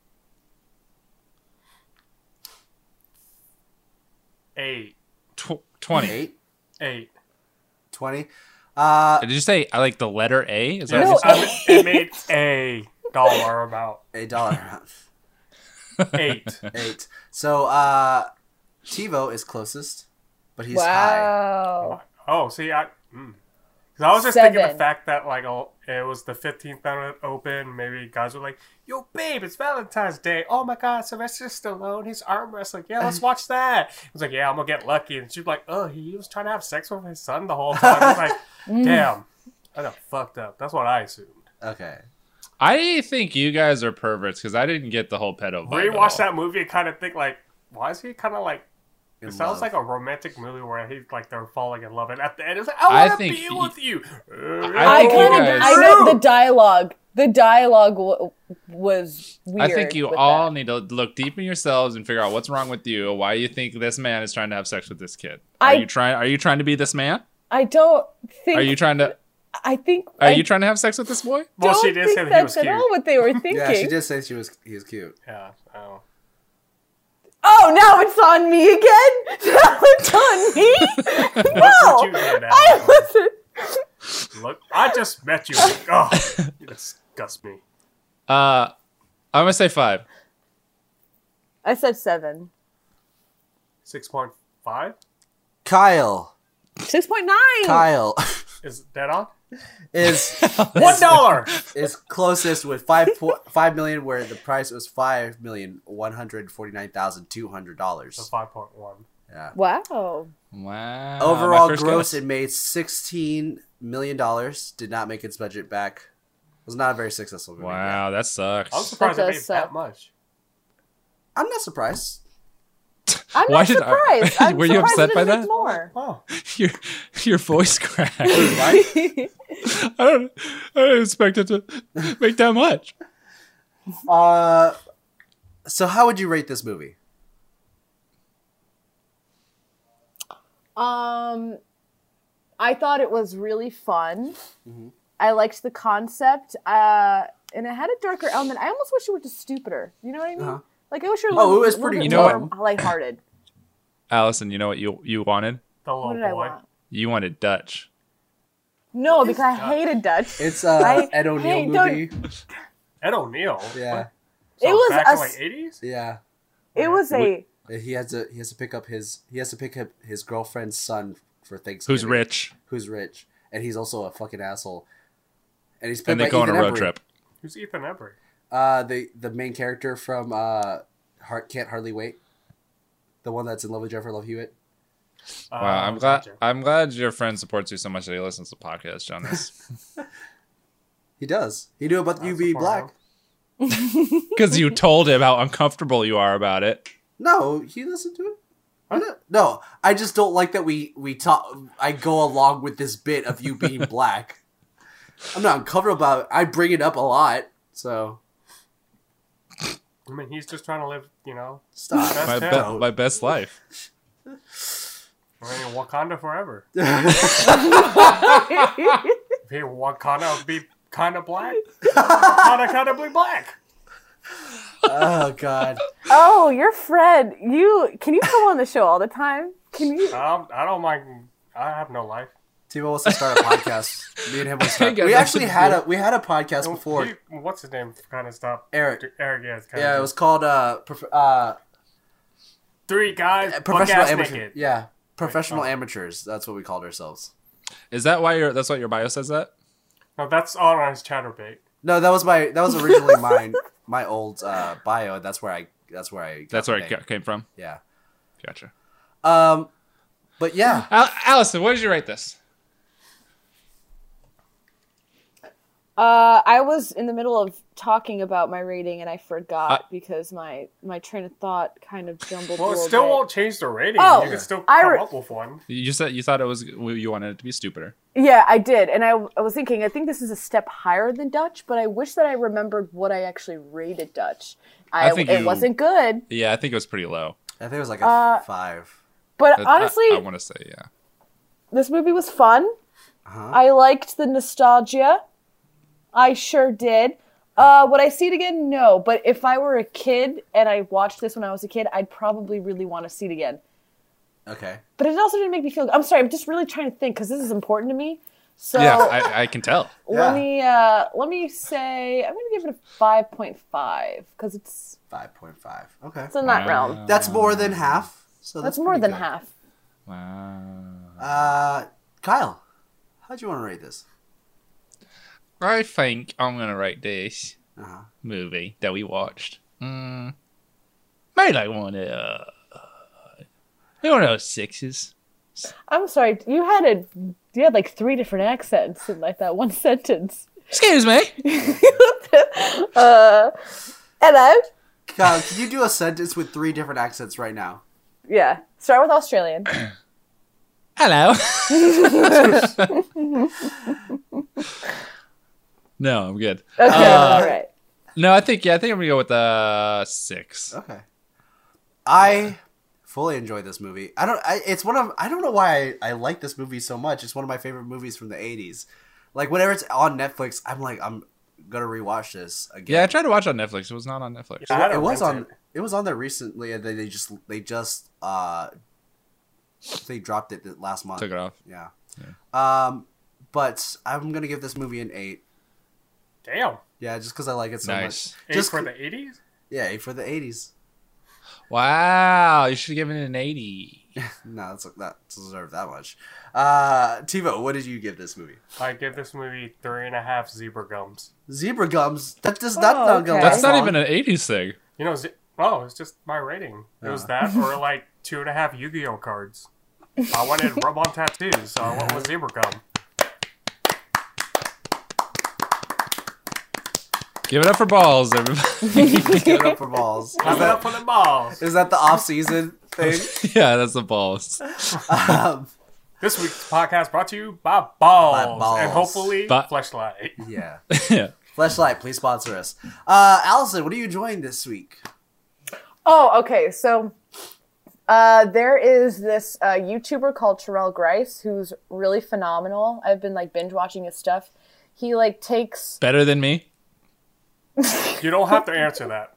Speaker 5: Eight,
Speaker 3: Tw- 20.
Speaker 4: Eight.
Speaker 5: eight.
Speaker 4: 20. Uh,
Speaker 3: Did you say I like the letter A? Is that
Speaker 5: Yes,
Speaker 3: what
Speaker 2: No.
Speaker 3: you
Speaker 5: I- it made a dollar about
Speaker 4: a dollar amount.
Speaker 5: eight.
Speaker 4: Eight. So, uh, Tivo is closest, but he's high.
Speaker 2: wow.
Speaker 5: Oh, see, I because I was just thinking
Speaker 2: Seven.
Speaker 5: the fact that like oh, it was the fifteenth that it opened. Maybe guys were like, "Yo, babe, it's Valentine's Day. Oh my God, Sylvester Stallone, he's arm wrestling. Yeah, let's watch that." I was like, "Yeah, I'm gonna get lucky." And she's like, "Oh, he was trying to have sex with his son the whole time." I was
Speaker 2: Mm.
Speaker 5: like, "Damn, I got fucked up." That's what I assumed.
Speaker 4: Okay.
Speaker 3: I think you guys are perverts because I didn't get the whole pedo vibe. at
Speaker 5: Rewatch
Speaker 3: all.
Speaker 5: that movie and kind of think like, why is he kind of like? It
Speaker 4: In
Speaker 5: sounds
Speaker 4: love.
Speaker 5: like a romantic movie where he's like they're falling in love, and at the end it's like,
Speaker 3: I
Speaker 5: "I want to
Speaker 3: think
Speaker 5: be
Speaker 3: he-
Speaker 5: with you."
Speaker 2: I
Speaker 3: I
Speaker 2: kind
Speaker 3: think you
Speaker 2: of.
Speaker 3: guys-
Speaker 2: I know the dialogue. The dialogue w- was weird.
Speaker 3: I think you
Speaker 2: with
Speaker 3: all
Speaker 2: that.
Speaker 3: need to look deep in yourselves and figure out what's wrong with you, or why you think this man is trying to have sex with this kid. Are
Speaker 2: I-
Speaker 3: you trying? Are you trying to be this man?
Speaker 2: I don't think.
Speaker 3: Are you trying to?
Speaker 2: I think.
Speaker 3: Are
Speaker 2: I
Speaker 3: you trying to have sex with this boy?
Speaker 5: Well, she
Speaker 2: don't
Speaker 5: did
Speaker 2: think
Speaker 5: say that he
Speaker 2: that's
Speaker 5: was
Speaker 2: at
Speaker 5: cute.
Speaker 2: all what they were thinking.
Speaker 4: Yeah, she did say she was he was cute.
Speaker 5: Yeah. Oh.
Speaker 2: Oh, now it's on me again. Now it's on me.
Speaker 5: What you
Speaker 2: no,
Speaker 5: did,
Speaker 2: I
Speaker 5: Alan.
Speaker 2: wasn't.
Speaker 5: Look, I just met you. Oh, you disgust me.
Speaker 3: Uh, I'm gonna say five.
Speaker 2: I said seven.
Speaker 5: Six point five
Speaker 4: Kyle.
Speaker 2: Six point nine.
Speaker 4: Kyle
Speaker 5: is that on?
Speaker 4: is
Speaker 5: One dollar.
Speaker 4: is closest with five po- five million, where the price was five million one hundred forty nine thousand two hundred
Speaker 5: So
Speaker 4: dollars.
Speaker 5: five point one.
Speaker 4: Yeah.
Speaker 2: Wow.
Speaker 3: Wow.
Speaker 5: Uh,
Speaker 4: Overall
Speaker 3: my first
Speaker 4: gross,
Speaker 3: guess.
Speaker 4: it made sixteen million dollars. Did not make its budget back. was not a very successful movie. yeah.
Speaker 3: Wow, that sucks.
Speaker 5: I'm surprised
Speaker 2: That
Speaker 5: it
Speaker 2: does
Speaker 5: made
Speaker 2: suck.
Speaker 5: that much.
Speaker 4: I'm not surprised.
Speaker 2: I'm
Speaker 3: Why
Speaker 2: not
Speaker 3: did I-
Speaker 2: surprised. I, am
Speaker 3: Were you
Speaker 2: surprised
Speaker 3: upset
Speaker 2: it
Speaker 3: by
Speaker 2: didn't
Speaker 3: that?
Speaker 2: make More.
Speaker 5: Oh,
Speaker 3: your your voice cracked. I
Speaker 4: Why?
Speaker 3: don't. I didn't expect it to make that much.
Speaker 4: uh, so how would you rate this movie?
Speaker 2: Um, I thought it was really fun.
Speaker 4: Mm-hmm.
Speaker 2: I liked the concept, uh, and it had a darker element. I almost wish it were just stupider. You know what I mean?
Speaker 4: Uh-huh.
Speaker 2: Like I wish it were. a
Speaker 4: Oh,
Speaker 2: little,
Speaker 4: it was
Speaker 2: little
Speaker 4: pretty
Speaker 2: bit
Speaker 3: You know
Speaker 2: more
Speaker 4: what-
Speaker 2: lighthearted.
Speaker 3: Allison, you know what you you wanted?
Speaker 5: the little
Speaker 2: What did
Speaker 3: Oh,
Speaker 5: boy.
Speaker 2: I want?
Speaker 3: You wanted Dutch.
Speaker 2: No, because I hated Dutch.
Speaker 4: It's uh,
Speaker 2: I-
Speaker 4: Ed O'Neill
Speaker 2: hey, don't-
Speaker 4: movie.
Speaker 5: Ed O'Neill.
Speaker 4: Yeah,
Speaker 5: So
Speaker 2: It was
Speaker 5: back
Speaker 2: a
Speaker 5: in
Speaker 2: s-
Speaker 5: like eighties.
Speaker 4: yeah.
Speaker 2: It was a.
Speaker 4: Uh, He has to he has to pick up his he has to pick up his girlfriend's son for Thanksgiving.
Speaker 3: Who's rich?
Speaker 4: Who's rich? And he's also a fucking asshole. And he's played
Speaker 3: And they
Speaker 4: by
Speaker 3: go on a
Speaker 4: Ethan
Speaker 3: road
Speaker 4: Embry.
Speaker 3: trip.
Speaker 5: Who's Ethan Embry?
Speaker 4: Uh, the the main character from uh, Heart Can't Hardly Wait, the one that's in love with Jennifer Love Hewitt.
Speaker 5: Uh,
Speaker 2: Oh,
Speaker 3: Wow, I'm glad.
Speaker 5: gotcha.
Speaker 3: I'm glad your friend supports you so much that he listens to podcasts, John.
Speaker 4: He does. He knew about you
Speaker 5: That's
Speaker 4: being
Speaker 5: a
Speaker 4: black.
Speaker 5: porno.
Speaker 3: Because you told him how uncomfortable you are about it.
Speaker 4: No, he listened to it. I'm not- No, I just don't like that we we talk. I go along with this bit of you being black. I'm not uncomfortable about it. I bring it up a lot, so
Speaker 5: I mean, he's just trying to live, you know,
Speaker 4: stop.
Speaker 5: That's
Speaker 3: My, be-
Speaker 5: terrible.
Speaker 3: my best life.
Speaker 5: I mean, Wakanda forever. if he were Wakanda, would be kind of black. Wakanda kind of be black.
Speaker 4: oh God.
Speaker 2: Oh, your friend. You can you come on the show all the time? Can you?
Speaker 5: Um, I don't mind. I have no life.
Speaker 4: Timo wants to start a podcast. Me and him will start.
Speaker 3: got
Speaker 4: We actually
Speaker 3: nothing to
Speaker 4: had
Speaker 3: do.
Speaker 4: a we had a podcast
Speaker 5: Well,
Speaker 4: before.
Speaker 5: he- what's his name? Kind of stuff.
Speaker 4: Eric.
Speaker 5: Eric, yeah, it's kind
Speaker 4: Yeah,
Speaker 5: of
Speaker 4: it was called uh, prof- uh
Speaker 5: three guys,
Speaker 4: professional
Speaker 5: buck-ass
Speaker 4: amateur.
Speaker 5: naked.
Speaker 4: Yeah, professional
Speaker 5: oh.
Speaker 4: amateurs. That's what we called ourselves.
Speaker 3: Is that why your that's what your bio says that?
Speaker 5: No, that's all on his chatterbait.
Speaker 4: No, that was my that was originally mine my old uh, bio. That's where I that's where I got
Speaker 3: That's
Speaker 4: the
Speaker 3: where it
Speaker 4: name.
Speaker 3: ca- came from.
Speaker 4: Yeah.
Speaker 3: Gotcha.
Speaker 4: Um, but yeah,
Speaker 3: Al- Allison, what did you rate this?
Speaker 2: Uh, I was in the middle of talking about my rating and I forgot because my my train of thought kind of jumbled. a
Speaker 5: Well, it
Speaker 2: little
Speaker 5: still
Speaker 2: bit.
Speaker 5: won't change the rating.
Speaker 2: Oh,
Speaker 5: you can still
Speaker 2: I
Speaker 5: come
Speaker 2: re-
Speaker 5: up with one.
Speaker 3: You said you thought it was you wanted it to be stupider.
Speaker 2: Yeah, I did. And I, I was thinking, I think this is a step higher than Dutch, but I wish that I remembered what I actually rated Dutch. I,
Speaker 3: I think
Speaker 2: it
Speaker 3: you-
Speaker 2: wasn't good.
Speaker 3: Yeah, I think it was pretty low.
Speaker 4: I think it was like a
Speaker 2: Uh,
Speaker 4: five.
Speaker 2: But
Speaker 3: I- I-
Speaker 2: honestly,
Speaker 3: I, want to say yeah.
Speaker 2: this movie was fun.
Speaker 4: Uh-huh.
Speaker 2: I liked the nostalgia. I sure did. Uh, would I see it again? No. But if I were a kid and I watched this when I was a kid, I'd probably really want to see it again.
Speaker 4: Okay.
Speaker 2: But it also didn't make me feel I'm sorry, I'm just really trying to think because this is important to me. So
Speaker 3: Yeah, I, I can tell.
Speaker 2: let
Speaker 4: Yeah.
Speaker 2: me uh let me say i'm gonna give it a 5.5 because it's
Speaker 4: Five point five. Okay.
Speaker 2: it's in that realm
Speaker 3: Wow.
Speaker 4: That's more than half. So
Speaker 2: that's,
Speaker 4: that's,
Speaker 2: more
Speaker 4: pretty
Speaker 2: than
Speaker 4: good.
Speaker 2: half
Speaker 3: Wow.
Speaker 4: Uh, Kyle, How'd you want to rate this?
Speaker 3: I think I'm gonna rate this
Speaker 4: Uh-huh.
Speaker 3: movie that we watched. Mm, maybe like one of uh, maybe one of those sixes.
Speaker 2: I'm sorry. You had a you had like three different accents in like that one sentence.
Speaker 3: Excuse me.
Speaker 2: Uh, hello.
Speaker 4: Kyle, can you do a sentence with three different accents right now?
Speaker 2: Yeah. Start with Australian.
Speaker 3: Hello. no, I'm good.
Speaker 2: Okay. all right.
Speaker 3: No, I think yeah, I think I'm gonna go with uh, six.
Speaker 4: Okay. I fully enjoy this movie. I don't. I, it's one of. I don't know why I, I like this movie so much. It's one of my favorite movies from the '80s. Like whenever it's on Netflix, I'm like, I'm gonna rewatch this again.
Speaker 3: Yeah, I tried to watch on Netflix. It was not on Netflix.
Speaker 5: I
Speaker 4: it
Speaker 5: don't
Speaker 4: was
Speaker 5: rent
Speaker 4: on.
Speaker 5: it.
Speaker 4: It was on there recently, and then they just they just uh they dropped it th- last month.
Speaker 3: Took it off.
Speaker 4: Yeah. Um, but I'm gonna give this movie an eight.
Speaker 5: Damn.
Speaker 4: Yeah, just because I like it so
Speaker 3: Nice.
Speaker 4: much.
Speaker 5: Eight
Speaker 4: Just
Speaker 5: for
Speaker 4: c-
Speaker 5: the 80s?
Speaker 4: yeah, eight for the '80s.
Speaker 3: Wow, you should have given it an eighty.
Speaker 4: No, that's that deserved that much. Uh, Tivo, what did you give this movie?
Speaker 5: I give this movie three and a half zebra gums.
Speaker 4: Zebra gums. That does not
Speaker 2: Oh,
Speaker 4: sound good.
Speaker 2: okay. That's
Speaker 3: That's not even an '80s thing.
Speaker 5: You know, ze- oh, it's just my rating. It was that or like two and a half Yu Gi Oh cards. I wanted rub on tattoos, so I went with zebra gum.
Speaker 3: Give it up for balls, everybody.
Speaker 4: Give it up for balls.
Speaker 5: I'm
Speaker 4: Is
Speaker 5: up
Speaker 4: that,
Speaker 5: for the balls.
Speaker 4: is that the off season thing?
Speaker 3: yeah, that's the balls.
Speaker 4: Um,
Speaker 5: This week's podcast brought to you by balls,
Speaker 4: balls.
Speaker 5: and hopefully
Speaker 3: By-
Speaker 5: fleshlight.
Speaker 4: yeah.
Speaker 3: yeah.
Speaker 4: Fleshlight, please sponsor us. Uh, Allison, what are you enjoying this week?
Speaker 2: Oh, okay. So uh, there is this uh, YouTuber called Terrell Grice who's really phenomenal. I've been like binge watching his stuff. He like takes
Speaker 3: Better than me.
Speaker 5: You don't have to answer that.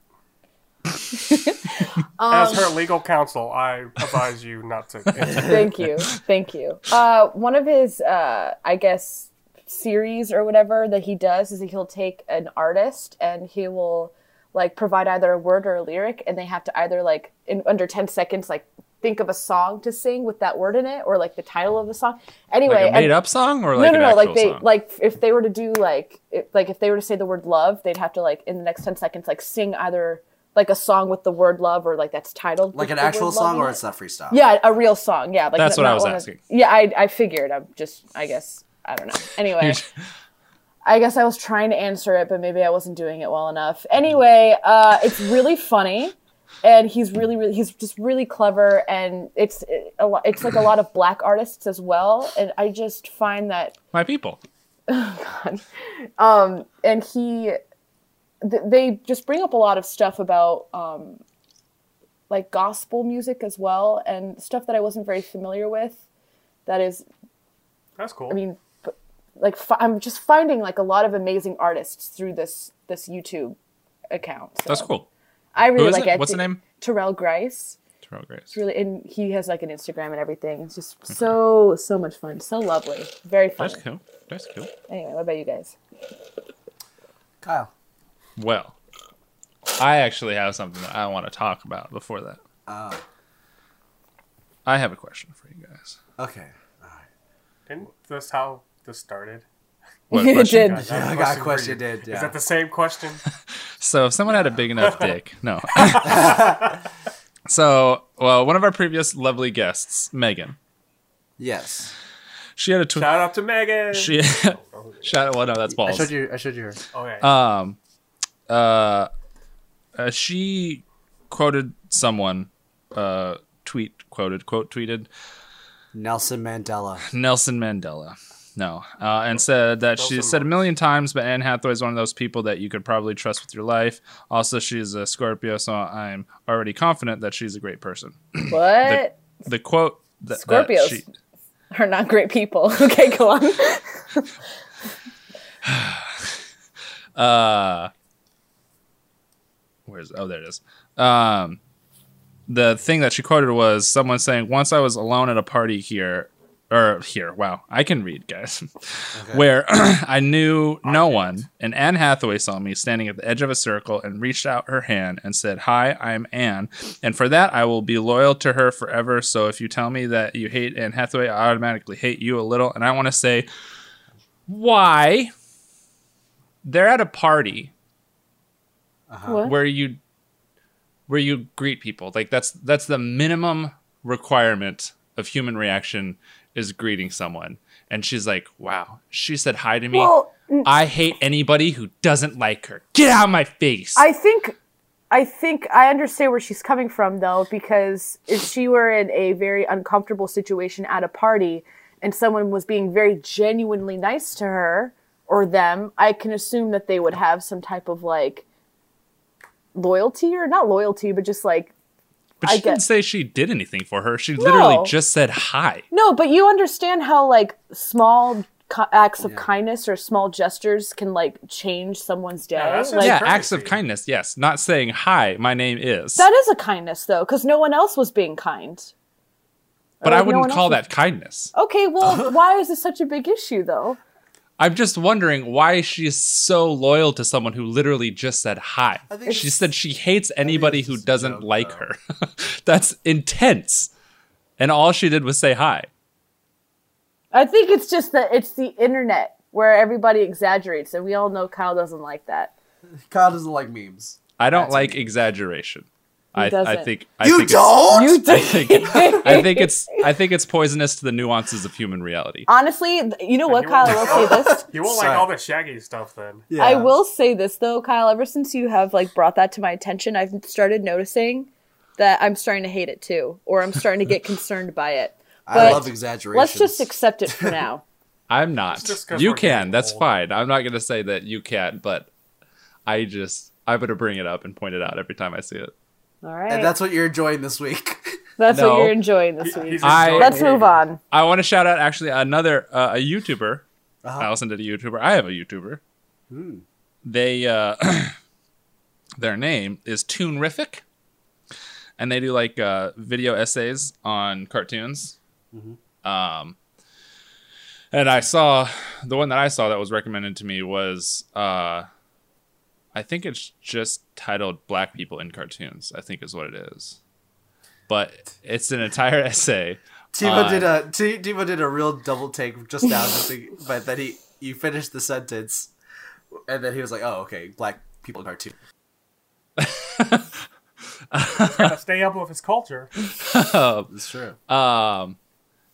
Speaker 5: As
Speaker 2: Um,
Speaker 5: her legal counsel, I advise you not to. answer.
Speaker 2: thank you thank you uh, one of his uh, i guess series or whatever that he does is he'll take an artist and he will like provide either a word or a lyric and they have to either like in under 10 seconds like think of a song to sing with that word in it or like the title of the song anyway
Speaker 3: Like a
Speaker 2: and-
Speaker 3: made up song or like
Speaker 2: no,
Speaker 3: an
Speaker 2: no, no.
Speaker 3: actual
Speaker 2: Like they,
Speaker 3: song?
Speaker 2: like if they were to do like, if, like if they were to say the word love, they'd have to like in the next ten seconds like sing either like a song with the word love or like that's titled
Speaker 4: Like
Speaker 2: with
Speaker 4: an
Speaker 2: the
Speaker 4: actual
Speaker 2: word love
Speaker 4: song,
Speaker 2: in
Speaker 4: or
Speaker 2: it.
Speaker 4: it's not freestyle?
Speaker 2: Yeah, a real song. Yeah, like
Speaker 3: That's
Speaker 2: not-
Speaker 3: what I
Speaker 2: not
Speaker 3: was
Speaker 2: one of-
Speaker 3: asking.
Speaker 2: yeah, I I figured. I'm just I guess I don't know. Anyway, I guess I was trying to answer it, but maybe I wasn't doing it well enough. Anyway, uh, it's really funny, and he's really really he's just really clever, and it's it, a lot. It's like a lot of black artists as well, and I just find that
Speaker 3: My people.
Speaker 2: Um, and he th- they just bring up a lot of stuff about um like gospel music as well and stuff that i wasn't very familiar with that is
Speaker 5: That's cool.
Speaker 2: i mean p- like fi- i'm just finding like a lot of amazing artists through this this youtube account so
Speaker 3: That's cool.
Speaker 2: i really
Speaker 3: Who is
Speaker 2: like
Speaker 3: it?
Speaker 2: I
Speaker 3: What's the
Speaker 2: think
Speaker 3: name?
Speaker 2: terrell grice
Speaker 3: Terrell Grace.
Speaker 2: It's really and he has like an instagram and everything it's just so so much fun so lovely very funny
Speaker 3: That's cool. That's cool.
Speaker 2: anyway what about you guys
Speaker 4: Kyle.
Speaker 3: Well, I actually have something that I want to talk about before that.
Speaker 2: Ah.
Speaker 4: Oh.
Speaker 3: I have a question for you guys.
Speaker 4: Okay.
Speaker 5: Isn't this how this started?
Speaker 3: What
Speaker 2: It
Speaker 3: question,
Speaker 2: did.
Speaker 3: guys?
Speaker 5: have
Speaker 4: I
Speaker 5: a
Speaker 4: got a
Speaker 5: for
Speaker 4: question,
Speaker 5: you.
Speaker 4: did. Yeah.
Speaker 5: Is that the same question?
Speaker 3: So if someone had a big enough dick, no. so, well, one of our previous lovely guests, Megan,
Speaker 4: yes.
Speaker 3: she had a tw-
Speaker 5: Shout out to Megan.
Speaker 3: she shout well no that's
Speaker 4: I
Speaker 3: balls.
Speaker 4: showed you. I showed you. her.
Speaker 5: okay.
Speaker 3: Um, uh, uh, she quoted someone, uh, tweet quoted quote tweeted
Speaker 4: Nelson Mandela.
Speaker 3: Nelson Mandela. No, uh, and said that she said a million times, but Anne Hathaway is one of those people that you could probably trust with your life. Also, she's a Scorpio, so I'm already confident that she's a great person.
Speaker 2: what
Speaker 3: The quote that, that
Speaker 2: Scorpios.
Speaker 3: she,
Speaker 2: are not great people okay go on
Speaker 3: uh where's oh there it is um the thing that she quoted was someone saying once i was alone at a party here or here wow i can read guys where i knew no one and anne hathaway saw me standing at the edge of a circle and reached out her hand and said hi i'm anne and for that i will be loyal to her forever so if you tell me that you hate anne hathaway i automatically hate you a little and i want to say why they're at a party
Speaker 2: What?
Speaker 3: where you where you greet people. Like that's that's the minimum requirement of human reaction is greeting someone. And she's like, "Wow, she said hi to me.
Speaker 2: Well,
Speaker 3: I hate anybody who doesn't like her. Get out of my face."
Speaker 2: I think I think I understand where she's coming from though, because if she were in a very uncomfortable situation at a party and someone was being very genuinely nice to her or them, I can assume that they would have some type of like loyalty or not loyalty, but just like
Speaker 3: but
Speaker 2: I
Speaker 3: she didn't
Speaker 2: get-
Speaker 3: say she did anything for her. She literally
Speaker 2: No.
Speaker 3: just said hi.
Speaker 2: no, but you understand how like small co- acts of kindness or small gestures can like change someone's day.
Speaker 5: that's just
Speaker 2: like,
Speaker 3: yeah,
Speaker 5: courtesy.
Speaker 3: acts of kindness. Yes, not saying hi. My name is.
Speaker 2: that is a kindness though, because no one else was being kind.
Speaker 3: but
Speaker 2: like,
Speaker 3: I
Speaker 2: no
Speaker 3: wouldn't
Speaker 2: one
Speaker 3: call
Speaker 2: else
Speaker 3: that kindness.
Speaker 2: Okay, well, why is this such a big issue though?
Speaker 3: I'm just wondering why she's so loyal to someone who literally just said hi.
Speaker 4: I think
Speaker 3: She
Speaker 4: it's-
Speaker 3: said she hates anybody
Speaker 4: it's
Speaker 3: who
Speaker 4: just a
Speaker 3: doesn't
Speaker 4: joke,
Speaker 3: like
Speaker 4: though.
Speaker 3: her. That's intense. And all she did was say hi.
Speaker 2: I think it's just that it's the internet where everybody exaggerates, and we all know Kyle doesn't like that.
Speaker 4: Kyle doesn't like memes.
Speaker 3: I don't like exaggeration. I, I
Speaker 2: doesn't.
Speaker 3: think I
Speaker 4: you
Speaker 3: think it's-
Speaker 4: don't.
Speaker 2: You
Speaker 3: I think, I think it's I think it's poisonous to the nuances of human reality.
Speaker 2: Honestly, th- you know what,
Speaker 5: you
Speaker 2: Kyle?
Speaker 5: won't-
Speaker 2: I will say this.
Speaker 5: You won't
Speaker 4: Sorry.
Speaker 5: like all the shaggy stuff then.
Speaker 4: Yeah.
Speaker 2: I will say this though, Kyle. Ever since you have like brought that to my attention, I've started noticing that I'm starting to hate it too, or I'm starting to get concerned by it.
Speaker 4: I
Speaker 2: but
Speaker 4: love exaggeration.
Speaker 2: Let's just accept it for now.
Speaker 3: I'm not.
Speaker 5: just 'cause
Speaker 3: You
Speaker 5: we're getting
Speaker 3: can. That's
Speaker 5: old.
Speaker 3: fine. I'm not going to say that you can't, but I just I'm going to bring it up and point it out every time I see it.
Speaker 2: All right,
Speaker 4: And
Speaker 2: that's,
Speaker 4: that's what you're enjoying this week.
Speaker 3: No.
Speaker 2: what you're enjoying this
Speaker 5: He's
Speaker 2: week.
Speaker 5: a
Speaker 3: I-
Speaker 5: short
Speaker 2: Let's
Speaker 5: dude.
Speaker 2: move on.
Speaker 3: I want to shout out actually another uh, a YouTuber. Allison did a YouTuber. I have a YouTuber. They uh, their name is Toonrific, and they do like uh, video essays on cartoons. Um, and I saw the one that I saw that was recommended to me was uh, I think it's just titled "Black People in Cartoons." I think is what it is, but it's an entire essay.
Speaker 4: Tebow
Speaker 3: Uh,
Speaker 4: did a T- Tebow did a real double take just now, just to- but then he you finished the sentence, and then he was like, "Oh, okay, black people in cartoon."
Speaker 5: Gotta Stay up with his culture.
Speaker 4: That's true.
Speaker 3: Um,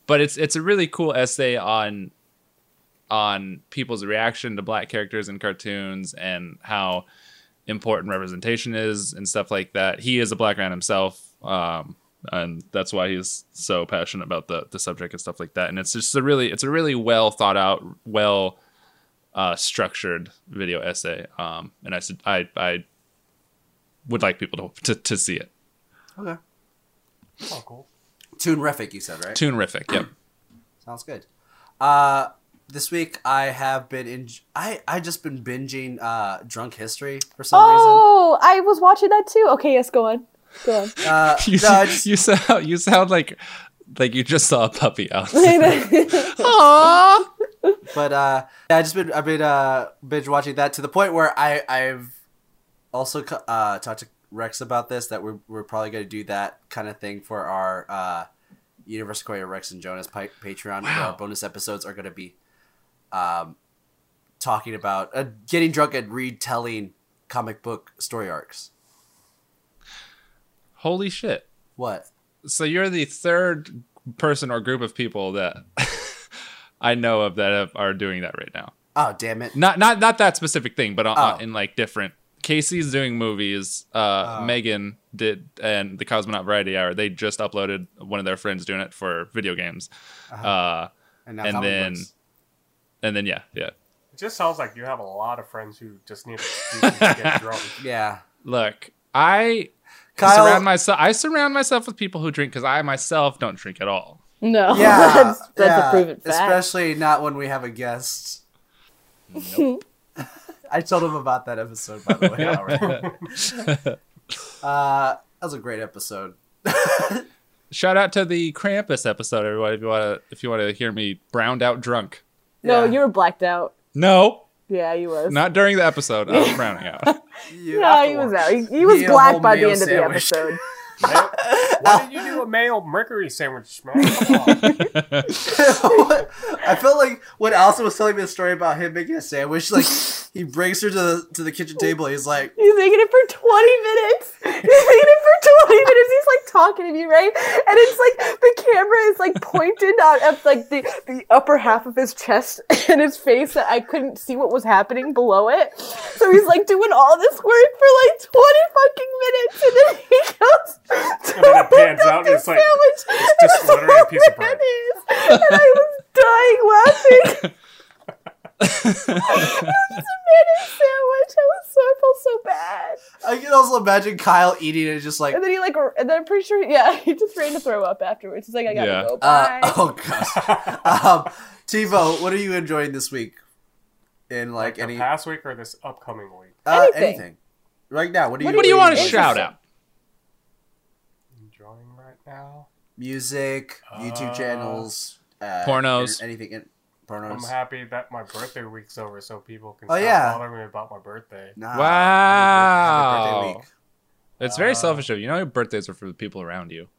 Speaker 3: but it's it's a really cool essay on on people's reaction to black characters in cartoons and how important representation is and stuff like that. He is a black man himself, um, and that's why he's so passionate about the the subject and stuff like that. And it's just a really it's a really well thought out, well uh, structured video essay. Um, and I said I I would like people to to, to see it.
Speaker 4: Okay,
Speaker 5: Oh, cool.
Speaker 4: Toonrific, you said right?
Speaker 3: Toonrific, yep.
Speaker 4: Sounds good. Uh, this week I have been in. I I just been binging uh Drunk History for some
Speaker 2: Oh, I was watching that too. Okay, yes, go on, go on.
Speaker 4: reason. Uh,
Speaker 3: you,
Speaker 4: no, I just-
Speaker 3: you sound you sound like like you just saw a puppy out.
Speaker 4: But uh, yeah, I just been I've been uh, binge watching that to the point where I I've also co- uh, talked to Rex about this that we're we're probably gonna do that kind of thing for our uh, Universe Korea Rex and Jonas pi- Patreon. where Our bonus episodes are gonna be um, talking about uh, getting drunk and retelling comic book story arcs.
Speaker 3: Holy shit!
Speaker 4: What?
Speaker 3: So you're the third person or group of people that I know of that have, are doing that right now.
Speaker 4: Oh damn it!
Speaker 3: Not not not that specific thing, but uh,
Speaker 4: Oh.
Speaker 3: in like different. Casey's doing movies. Uh, Megan did, and the Cosmonaut Variety Hour. They just uploaded one of their friends doing it for video games.
Speaker 4: Uh-huh.
Speaker 3: Uh,
Speaker 4: now
Speaker 3: and
Speaker 4: comic
Speaker 3: then-
Speaker 4: books.
Speaker 3: and then yeah, yeah.
Speaker 5: It just sounds like you have a lot of friends who just need an excuse to get drunk.
Speaker 4: yeah,
Speaker 3: Look, I
Speaker 4: Kyle.
Speaker 3: surround myself. I surround myself with people who drink because I myself don't drink at all.
Speaker 2: No,
Speaker 4: yeah,
Speaker 2: that's, that's
Speaker 4: yeah,
Speaker 2: a proven fact.
Speaker 4: Especially not when we have a guest.
Speaker 3: Nope.
Speaker 4: I told him about that episode, by the way. already. uh, that was a great episode.
Speaker 3: Shout out to the Krampus episode, everybody. If you want to, if you want to hear me browned out drunk.
Speaker 2: no,
Speaker 4: Yeah.
Speaker 2: you were blacked out.
Speaker 3: No,
Speaker 2: Yeah, you was.
Speaker 3: not during the episode. I was browning out.
Speaker 4: You
Speaker 2: no, he was out. He, he was
Speaker 4: He ate a whole
Speaker 2: black by the
Speaker 4: mayo
Speaker 2: end of the
Speaker 4: sandwich.
Speaker 2: episode.
Speaker 5: Why did you do you a male mercury sandwich, man. Come on.
Speaker 4: I felt like when Allison was telling me the story about him making a sandwich, like he brings her to the to the kitchen table. He's like,
Speaker 2: He's making it for 20 minutes. He's making it for 20 minutes. He's like talking to me, right? And it's like the camera is like pointed out at like the, the upper half of his chest and his face that I couldn't see what was happening below it. So he's like doing all this work for like 20 fucking minutes and then he goes to
Speaker 5: And then it
Speaker 2: look
Speaker 5: pans
Speaker 2: up
Speaker 5: out and
Speaker 2: the
Speaker 5: it's like,
Speaker 2: sandwich
Speaker 5: it's just
Speaker 2: and
Speaker 5: literally a piece of
Speaker 2: where
Speaker 5: bread.
Speaker 2: it is. And I was dying laughing. Tomato sandwich. I was so I felt so bad.
Speaker 4: I can also imagine Kyle eating it, just like,
Speaker 2: And then he like, r- and then I'm pretty sure, yeah, he just ran to throw up afterwards. He's like, I gotta
Speaker 3: Yeah.
Speaker 2: go. Bye.
Speaker 4: uh, oh gosh. um, TiVo, what are you enjoying this week? In like,
Speaker 5: the
Speaker 4: any
Speaker 5: past week or this upcoming week?
Speaker 4: uh,
Speaker 2: anything.
Speaker 4: anything, right now? What do you
Speaker 3: What do you want to
Speaker 4: enjoying?
Speaker 3: shout out?
Speaker 5: Enjoying right now.
Speaker 4: Music, YouTube
Speaker 5: Uh,
Speaker 4: channels, uh,
Speaker 3: Pornos.
Speaker 4: an- anything in pornos.
Speaker 5: I'm happy that my birthday week's over, so people can
Speaker 4: Oh,
Speaker 5: stop
Speaker 4: yeah.
Speaker 5: bothering me about my birthday.
Speaker 4: Nah,
Speaker 3: Wow.
Speaker 4: happy birthday week.
Speaker 3: It's
Speaker 2: Uh,
Speaker 3: very selfish of you. You know your birthdays are for the people around you.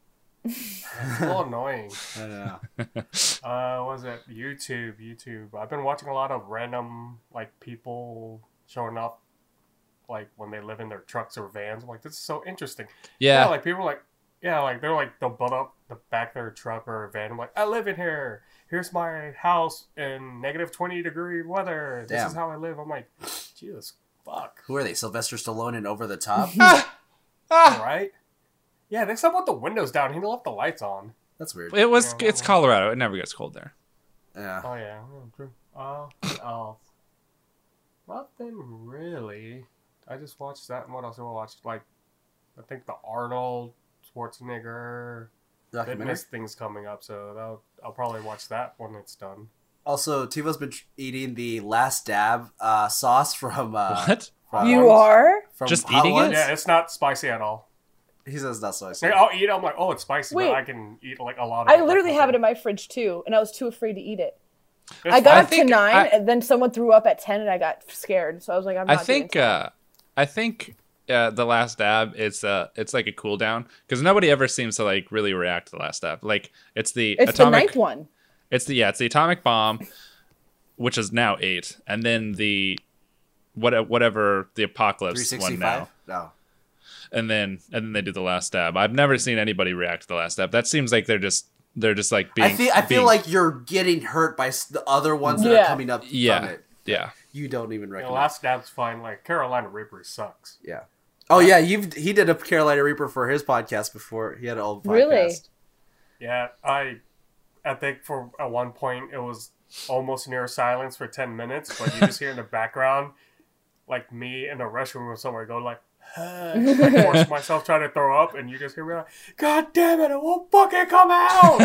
Speaker 5: It's a little annoying.
Speaker 4: I don't know.
Speaker 5: Uh, what was it YouTube? YouTube. I've been watching a lot of random like people showing up, like when they live in their trucks or vans. I'm like, this is so interesting.
Speaker 3: Yeah.
Speaker 5: Yeah, like people like, yeah, like they're like they'll butt up the back of their truck or van. I'm like, I live in here. Here's my house in negative twenty degree weather. This
Speaker 4: Damn.
Speaker 5: is how I live. I'm like, Jesus fuck,
Speaker 4: Who are they? Sylvester Stallone and Over the Top.
Speaker 2: Ah.
Speaker 3: Ah,
Speaker 5: right? Yeah, they still put the windows down. He left the lights on.
Speaker 4: That's weird.
Speaker 3: it was. It's Colorado. It never gets cold there.
Speaker 2: Ah.
Speaker 4: Yeah.
Speaker 5: Oh yeah, mm, true. Uh, oh, nothing really. I just watched that, and what else did I watch? Like, I think the Arnold Schwarzenegger.
Speaker 4: Documentary.
Speaker 5: Fitness thing's coming up, so that'll, I'll probably watch that when it's done.
Speaker 4: Also, Tivo's been tr- eating the last dab uh, sauce from uh,
Speaker 3: What?
Speaker 5: Hot
Speaker 2: you
Speaker 5: ones.
Speaker 2: are?
Speaker 4: from
Speaker 3: Just
Speaker 4: Hot
Speaker 3: eating it?
Speaker 4: Ones.
Speaker 5: Yeah, it's not spicy at all.
Speaker 4: He says that's what I said.
Speaker 5: Like, I'll eat. I'm like, oh, it's spicy,
Speaker 2: Wait.
Speaker 5: but I can eat like a lot. of
Speaker 2: I literally have it in my fridge too, and I was too afraid to eat it. I got
Speaker 3: I
Speaker 2: up to
Speaker 3: think
Speaker 2: nine,
Speaker 3: I-
Speaker 2: and then someone threw up at 10, and I got scared. So I was like, I'm
Speaker 3: I
Speaker 2: not
Speaker 3: think.
Speaker 2: doing
Speaker 3: Uh, I think. Uh, the last dab, it's uh, it's like a cool down because nobody ever seems to like really react to the last dab. Like it's the
Speaker 2: It's the
Speaker 3: atomic
Speaker 2: ninth one.
Speaker 3: It's the yeah, it's the atomic bomb, which is now eight, and then the what whatever the apocalypse one
Speaker 4: 365?
Speaker 3: now,
Speaker 4: No.
Speaker 3: and then and then they do the last stab. I've never seen anybody react to the last stab. That seems like they're just they're just like being.
Speaker 4: I feel I feel
Speaker 3: being-
Speaker 4: like you're getting hurt by s- the other ones that
Speaker 2: Yeah.
Speaker 4: are coming up
Speaker 3: yeah
Speaker 4: from it.
Speaker 3: yeah.
Speaker 4: You don't even
Speaker 5: The
Speaker 4: recognize.
Speaker 5: last dab's fine. Like Carolina Reaper sucks.
Speaker 4: yeah. Oh yeah, you've he did a Carolina Reaper for his podcast before. He had an old podcast.
Speaker 2: Really?
Speaker 5: Yeah, I, I think for at one point it was almost near silence for ten minutes, but you just hear in the background, like me in the restroom or somewhere, go like, I force myself trying to throw up, and you just hear me like, God damn it, it won't fucking come out.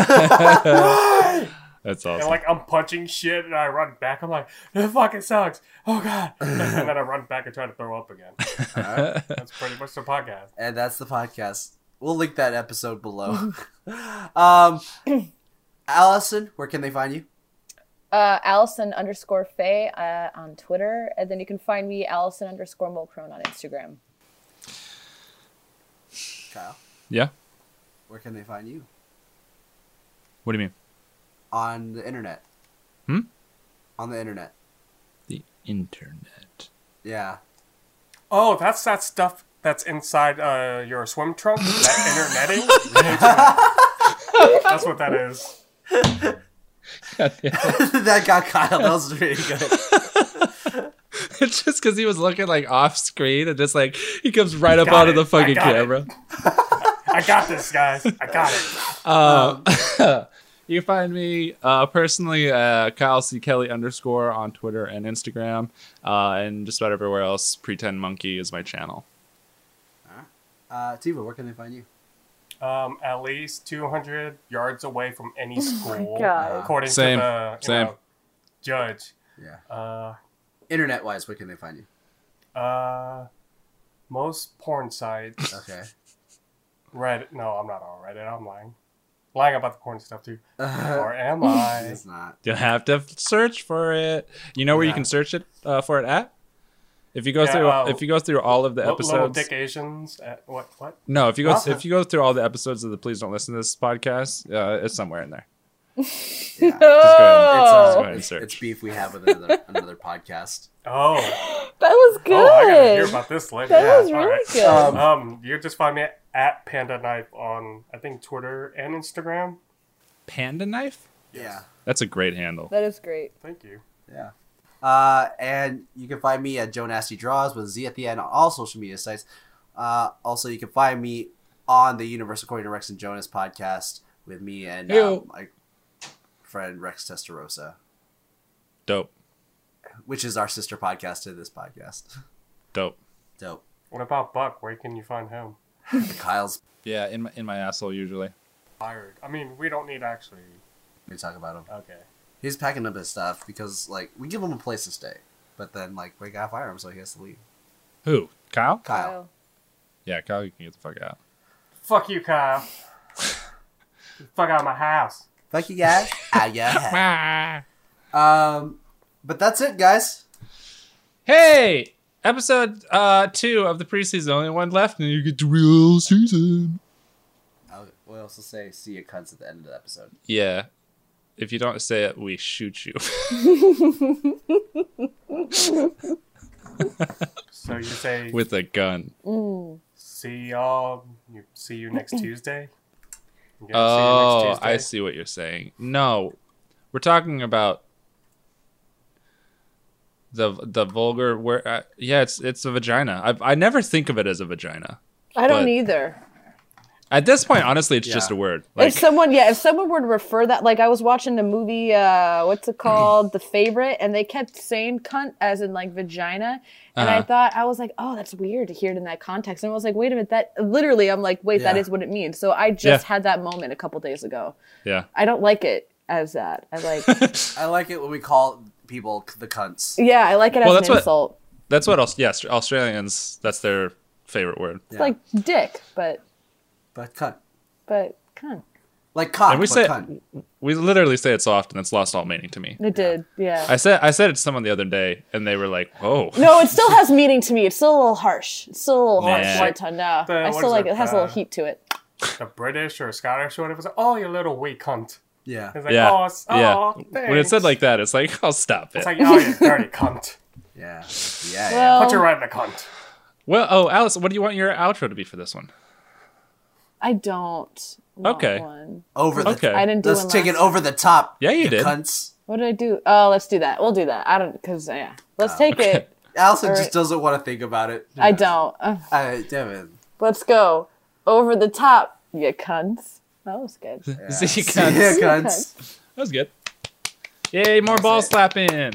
Speaker 5: Why?
Speaker 3: That's
Speaker 5: And
Speaker 3: awesome.
Speaker 5: like I'm punching shit, and I run back. I'm like, "That fucking sucks." Oh god! And then I run back and try to throw up again. That's pretty much the podcast.
Speaker 4: and that's the podcast. We'll link that episode below. um, Allison, where can they find you?
Speaker 2: Uh, Allison underscore Faye uh, on Twitter, and then you can find me, Allison underscore Mulprone on Instagram.
Speaker 4: Kyle,
Speaker 3: yeah.
Speaker 4: where can they find you
Speaker 3: What do you mean?
Speaker 4: on the internet?
Speaker 3: Hmm?
Speaker 4: On the internet.
Speaker 3: The internet.
Speaker 4: Yeah.
Speaker 5: Oh, that's that stuff that's inside uh, your swim trunk. That inner netting. that's what that is.
Speaker 4: that got Kyle. That was really good.
Speaker 3: it's just because he was looking like off screen and just like he comes right up
Speaker 5: Got
Speaker 3: out of
Speaker 5: it.
Speaker 3: the fucking
Speaker 5: I got it.
Speaker 3: camera.
Speaker 5: I got this, guys. I got it.
Speaker 3: You can find me uh, personally, uh, Kyle C. Kelly underscore on Twitter and Instagram, uh, and just about everywhere else. Pretend Monkey is my channel.
Speaker 4: Uh, Tiva, where can they find you?
Speaker 5: Um, at least 200 yards away from any school,
Speaker 2: God.
Speaker 5: according
Speaker 3: Same.
Speaker 5: to the you
Speaker 3: Same.
Speaker 5: know, judge.
Speaker 4: Uh, Yeah.
Speaker 5: Uh,
Speaker 4: Internet wise, where can they find you?
Speaker 5: uh, most porn sites.
Speaker 4: Okay.
Speaker 5: Reddit. No, I'm not on Reddit. I'm lying. Lying about the porn stuff too.
Speaker 3: Uh,
Speaker 5: or am I?
Speaker 4: Uh, it's not.
Speaker 3: You'll have to f- search for it. You know where you
Speaker 4: Yeah.
Speaker 3: can search it uh, for it at? If you go
Speaker 5: Yeah,
Speaker 3: through,
Speaker 5: uh,
Speaker 3: if you go through all of the
Speaker 5: Lo- Little
Speaker 3: episodes,
Speaker 5: Dick Asians. At, what? What?
Speaker 3: no, if you go,
Speaker 5: Huh?
Speaker 3: if you go through all the episodes of the Please Don't Listen to This podcast, uh, it's somewhere in there. Just go ahead and-
Speaker 2: Oh.
Speaker 3: just go ahead and search.
Speaker 4: uh, It's beef we have with another, another podcast.
Speaker 5: Oh,
Speaker 2: That was good.
Speaker 5: oh, I gotta hear about this later.
Speaker 2: that
Speaker 5: Yeah,
Speaker 2: was
Speaker 5: all
Speaker 2: really
Speaker 5: right.
Speaker 2: good.
Speaker 4: Um,
Speaker 5: Um, you just find me at Panda Knife on I think Twitter and Instagram.
Speaker 3: Panda knife.
Speaker 4: Yeah.
Speaker 3: That's a great handle.
Speaker 2: that is great.
Speaker 5: Thank you.
Speaker 4: Yeah. Uh, and you can find me at Joe Nasty Draws with a Z at the end on all social media sites. Uh, also, you can find me on the Universe According to Rex and Jonas podcast with me and uh,
Speaker 3: Ew.
Speaker 4: my friend Rex Testarossa,
Speaker 3: Dope,
Speaker 4: which is our sister podcast to this podcast.
Speaker 3: dope.
Speaker 4: Dope.
Speaker 5: What about Buck? Where can you find him?
Speaker 4: Kyle's
Speaker 3: Yeah, in my in my asshole usually.
Speaker 5: Fired. I mean, we don't need actually.
Speaker 4: we talk about him.
Speaker 5: Okay.
Speaker 4: He's packing up his stuff because like we give him a place to stay, but then like we gotta fire him, so he has to leave.
Speaker 3: Who? Kyle?
Speaker 4: Kyle.
Speaker 2: Oh.
Speaker 3: Yeah, Kyle, you can get the fuck out.
Speaker 5: Fuck you, Kyle. Fuck out of my house.
Speaker 4: Fuck you guys. ah, yeah. um, but that's it, guys.
Speaker 3: Hey, episode uh two of the preseason, only one left, and you get the real season.
Speaker 4: I'll, we'll also say see you cunts at the end of the episode.
Speaker 3: Yeah. If you don't say it, we shoot you.
Speaker 5: So you say
Speaker 3: with a gun.
Speaker 5: see y'all. You, see you next Tuesday. You gonna see you next
Speaker 3: Oh,
Speaker 5: Tuesday?
Speaker 3: I see what you're saying. No, we're talking about the the vulgar. Where uh, yeah, it's it's a vagina. I I never think of it as a vagina.
Speaker 2: I don't
Speaker 3: But-
Speaker 2: either.
Speaker 3: At this point, honestly, it's just
Speaker 4: Yeah.
Speaker 3: a word. Like
Speaker 2: if someone, yeah, if someone were to refer that, like I was watching the movie, uh, what's it called, The Favorite, and they kept saying "cunt" as in like vagina, and I
Speaker 3: Uh-huh.
Speaker 2: thought I was like, oh, that's weird to hear it in that context, and I was like, wait a minute, that literally, I'm like, wait, that
Speaker 4: Yeah.
Speaker 2: is what it means. So I just
Speaker 3: Yeah.
Speaker 2: had that moment a couple days ago.
Speaker 3: yeah,
Speaker 2: I don't like it as that. I like,
Speaker 4: I like it when we call people c- the cunts.
Speaker 2: yeah, I like it
Speaker 3: Well,
Speaker 2: as
Speaker 3: that's
Speaker 2: an
Speaker 3: what-
Speaker 2: insult.
Speaker 3: that's what. Aus- yeah, Aust- Australians. That's their favorite word.
Speaker 2: It's like dick, but
Speaker 4: But cunt.
Speaker 2: but cunt.
Speaker 4: Like cock,
Speaker 3: And we
Speaker 4: but
Speaker 3: say-
Speaker 4: cunt.
Speaker 3: We literally say it so often it's lost all meaning to me.
Speaker 2: It did, yeah.
Speaker 3: I said I said it to someone the other day, and they were like, "Oh,
Speaker 2: No, it still has meaning to me. It's still a little harsh. It's still a little
Speaker 3: Nah.
Speaker 2: harsh. Right, Tunda.
Speaker 5: The-
Speaker 2: I
Speaker 5: what
Speaker 2: still
Speaker 5: is
Speaker 2: like
Speaker 5: it,
Speaker 2: it. It has a little
Speaker 5: uh,
Speaker 2: heat to it.
Speaker 5: the British or Scottish or whatever. It's like, oh, you little wee cunt.
Speaker 4: Yeah.
Speaker 5: It's like,
Speaker 3: yeah,
Speaker 5: oh, s-
Speaker 3: yeah."
Speaker 5: oh,
Speaker 3: When it said
Speaker 5: thanks.
Speaker 3: like that, it's like, "I'll stop it."
Speaker 5: it's like, oh, you dirty cunt.
Speaker 4: Yeah. Yeah. yeah.
Speaker 5: Put you
Speaker 2: Well,
Speaker 5: right in the cunt.
Speaker 3: well, oh, Alice, what do you want your outro to be for this one?
Speaker 2: I don't. want
Speaker 3: Okay.
Speaker 2: One.
Speaker 4: Over the
Speaker 3: Okay,
Speaker 2: I didn't do
Speaker 4: Let's
Speaker 2: one
Speaker 4: take
Speaker 2: last-
Speaker 4: it over the top.
Speaker 3: Yeah, you did.
Speaker 4: Cunts.
Speaker 2: What did I do? Oh, let's do that. We'll do that. I don't because yeah. Let's take it.
Speaker 4: Allison
Speaker 2: Alright.
Speaker 4: just doesn't want to think about it.
Speaker 2: I don't. Ugh.
Speaker 4: I, damn it.
Speaker 2: let's go over the top, you cunts. That was good.
Speaker 4: Yeah.
Speaker 3: See you
Speaker 4: See
Speaker 3: cunts.
Speaker 4: ya, cunts.
Speaker 3: That was good. Yay, more ball
Speaker 4: it.
Speaker 3: slapping.
Speaker 4: You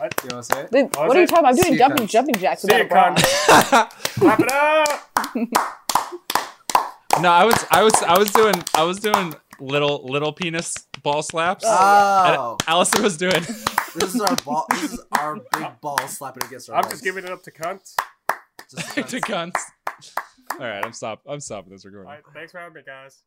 Speaker 4: want to say Oh, it?
Speaker 2: Dude,
Speaker 5: was
Speaker 2: what are you
Speaker 5: it?
Speaker 2: talking about? I'm doing
Speaker 4: See you
Speaker 2: jumping
Speaker 4: cunts.
Speaker 2: jumping jacks
Speaker 5: See
Speaker 2: without
Speaker 5: you,
Speaker 2: a bra.
Speaker 5: cunt. Wrap it up.
Speaker 3: No, I was I was I was doing I was doing little little penis ball slaps. And
Speaker 4: Oh,
Speaker 3: Allison was doing
Speaker 4: this is our ball. This is our big ball slapping against our.
Speaker 5: I'm
Speaker 4: legs.
Speaker 5: just giving it up to cunts.
Speaker 4: Just
Speaker 3: to
Speaker 4: cunts.
Speaker 3: guns. All right, I'm stop I'm stopping this recording.
Speaker 5: All right, thanks for having me, guys.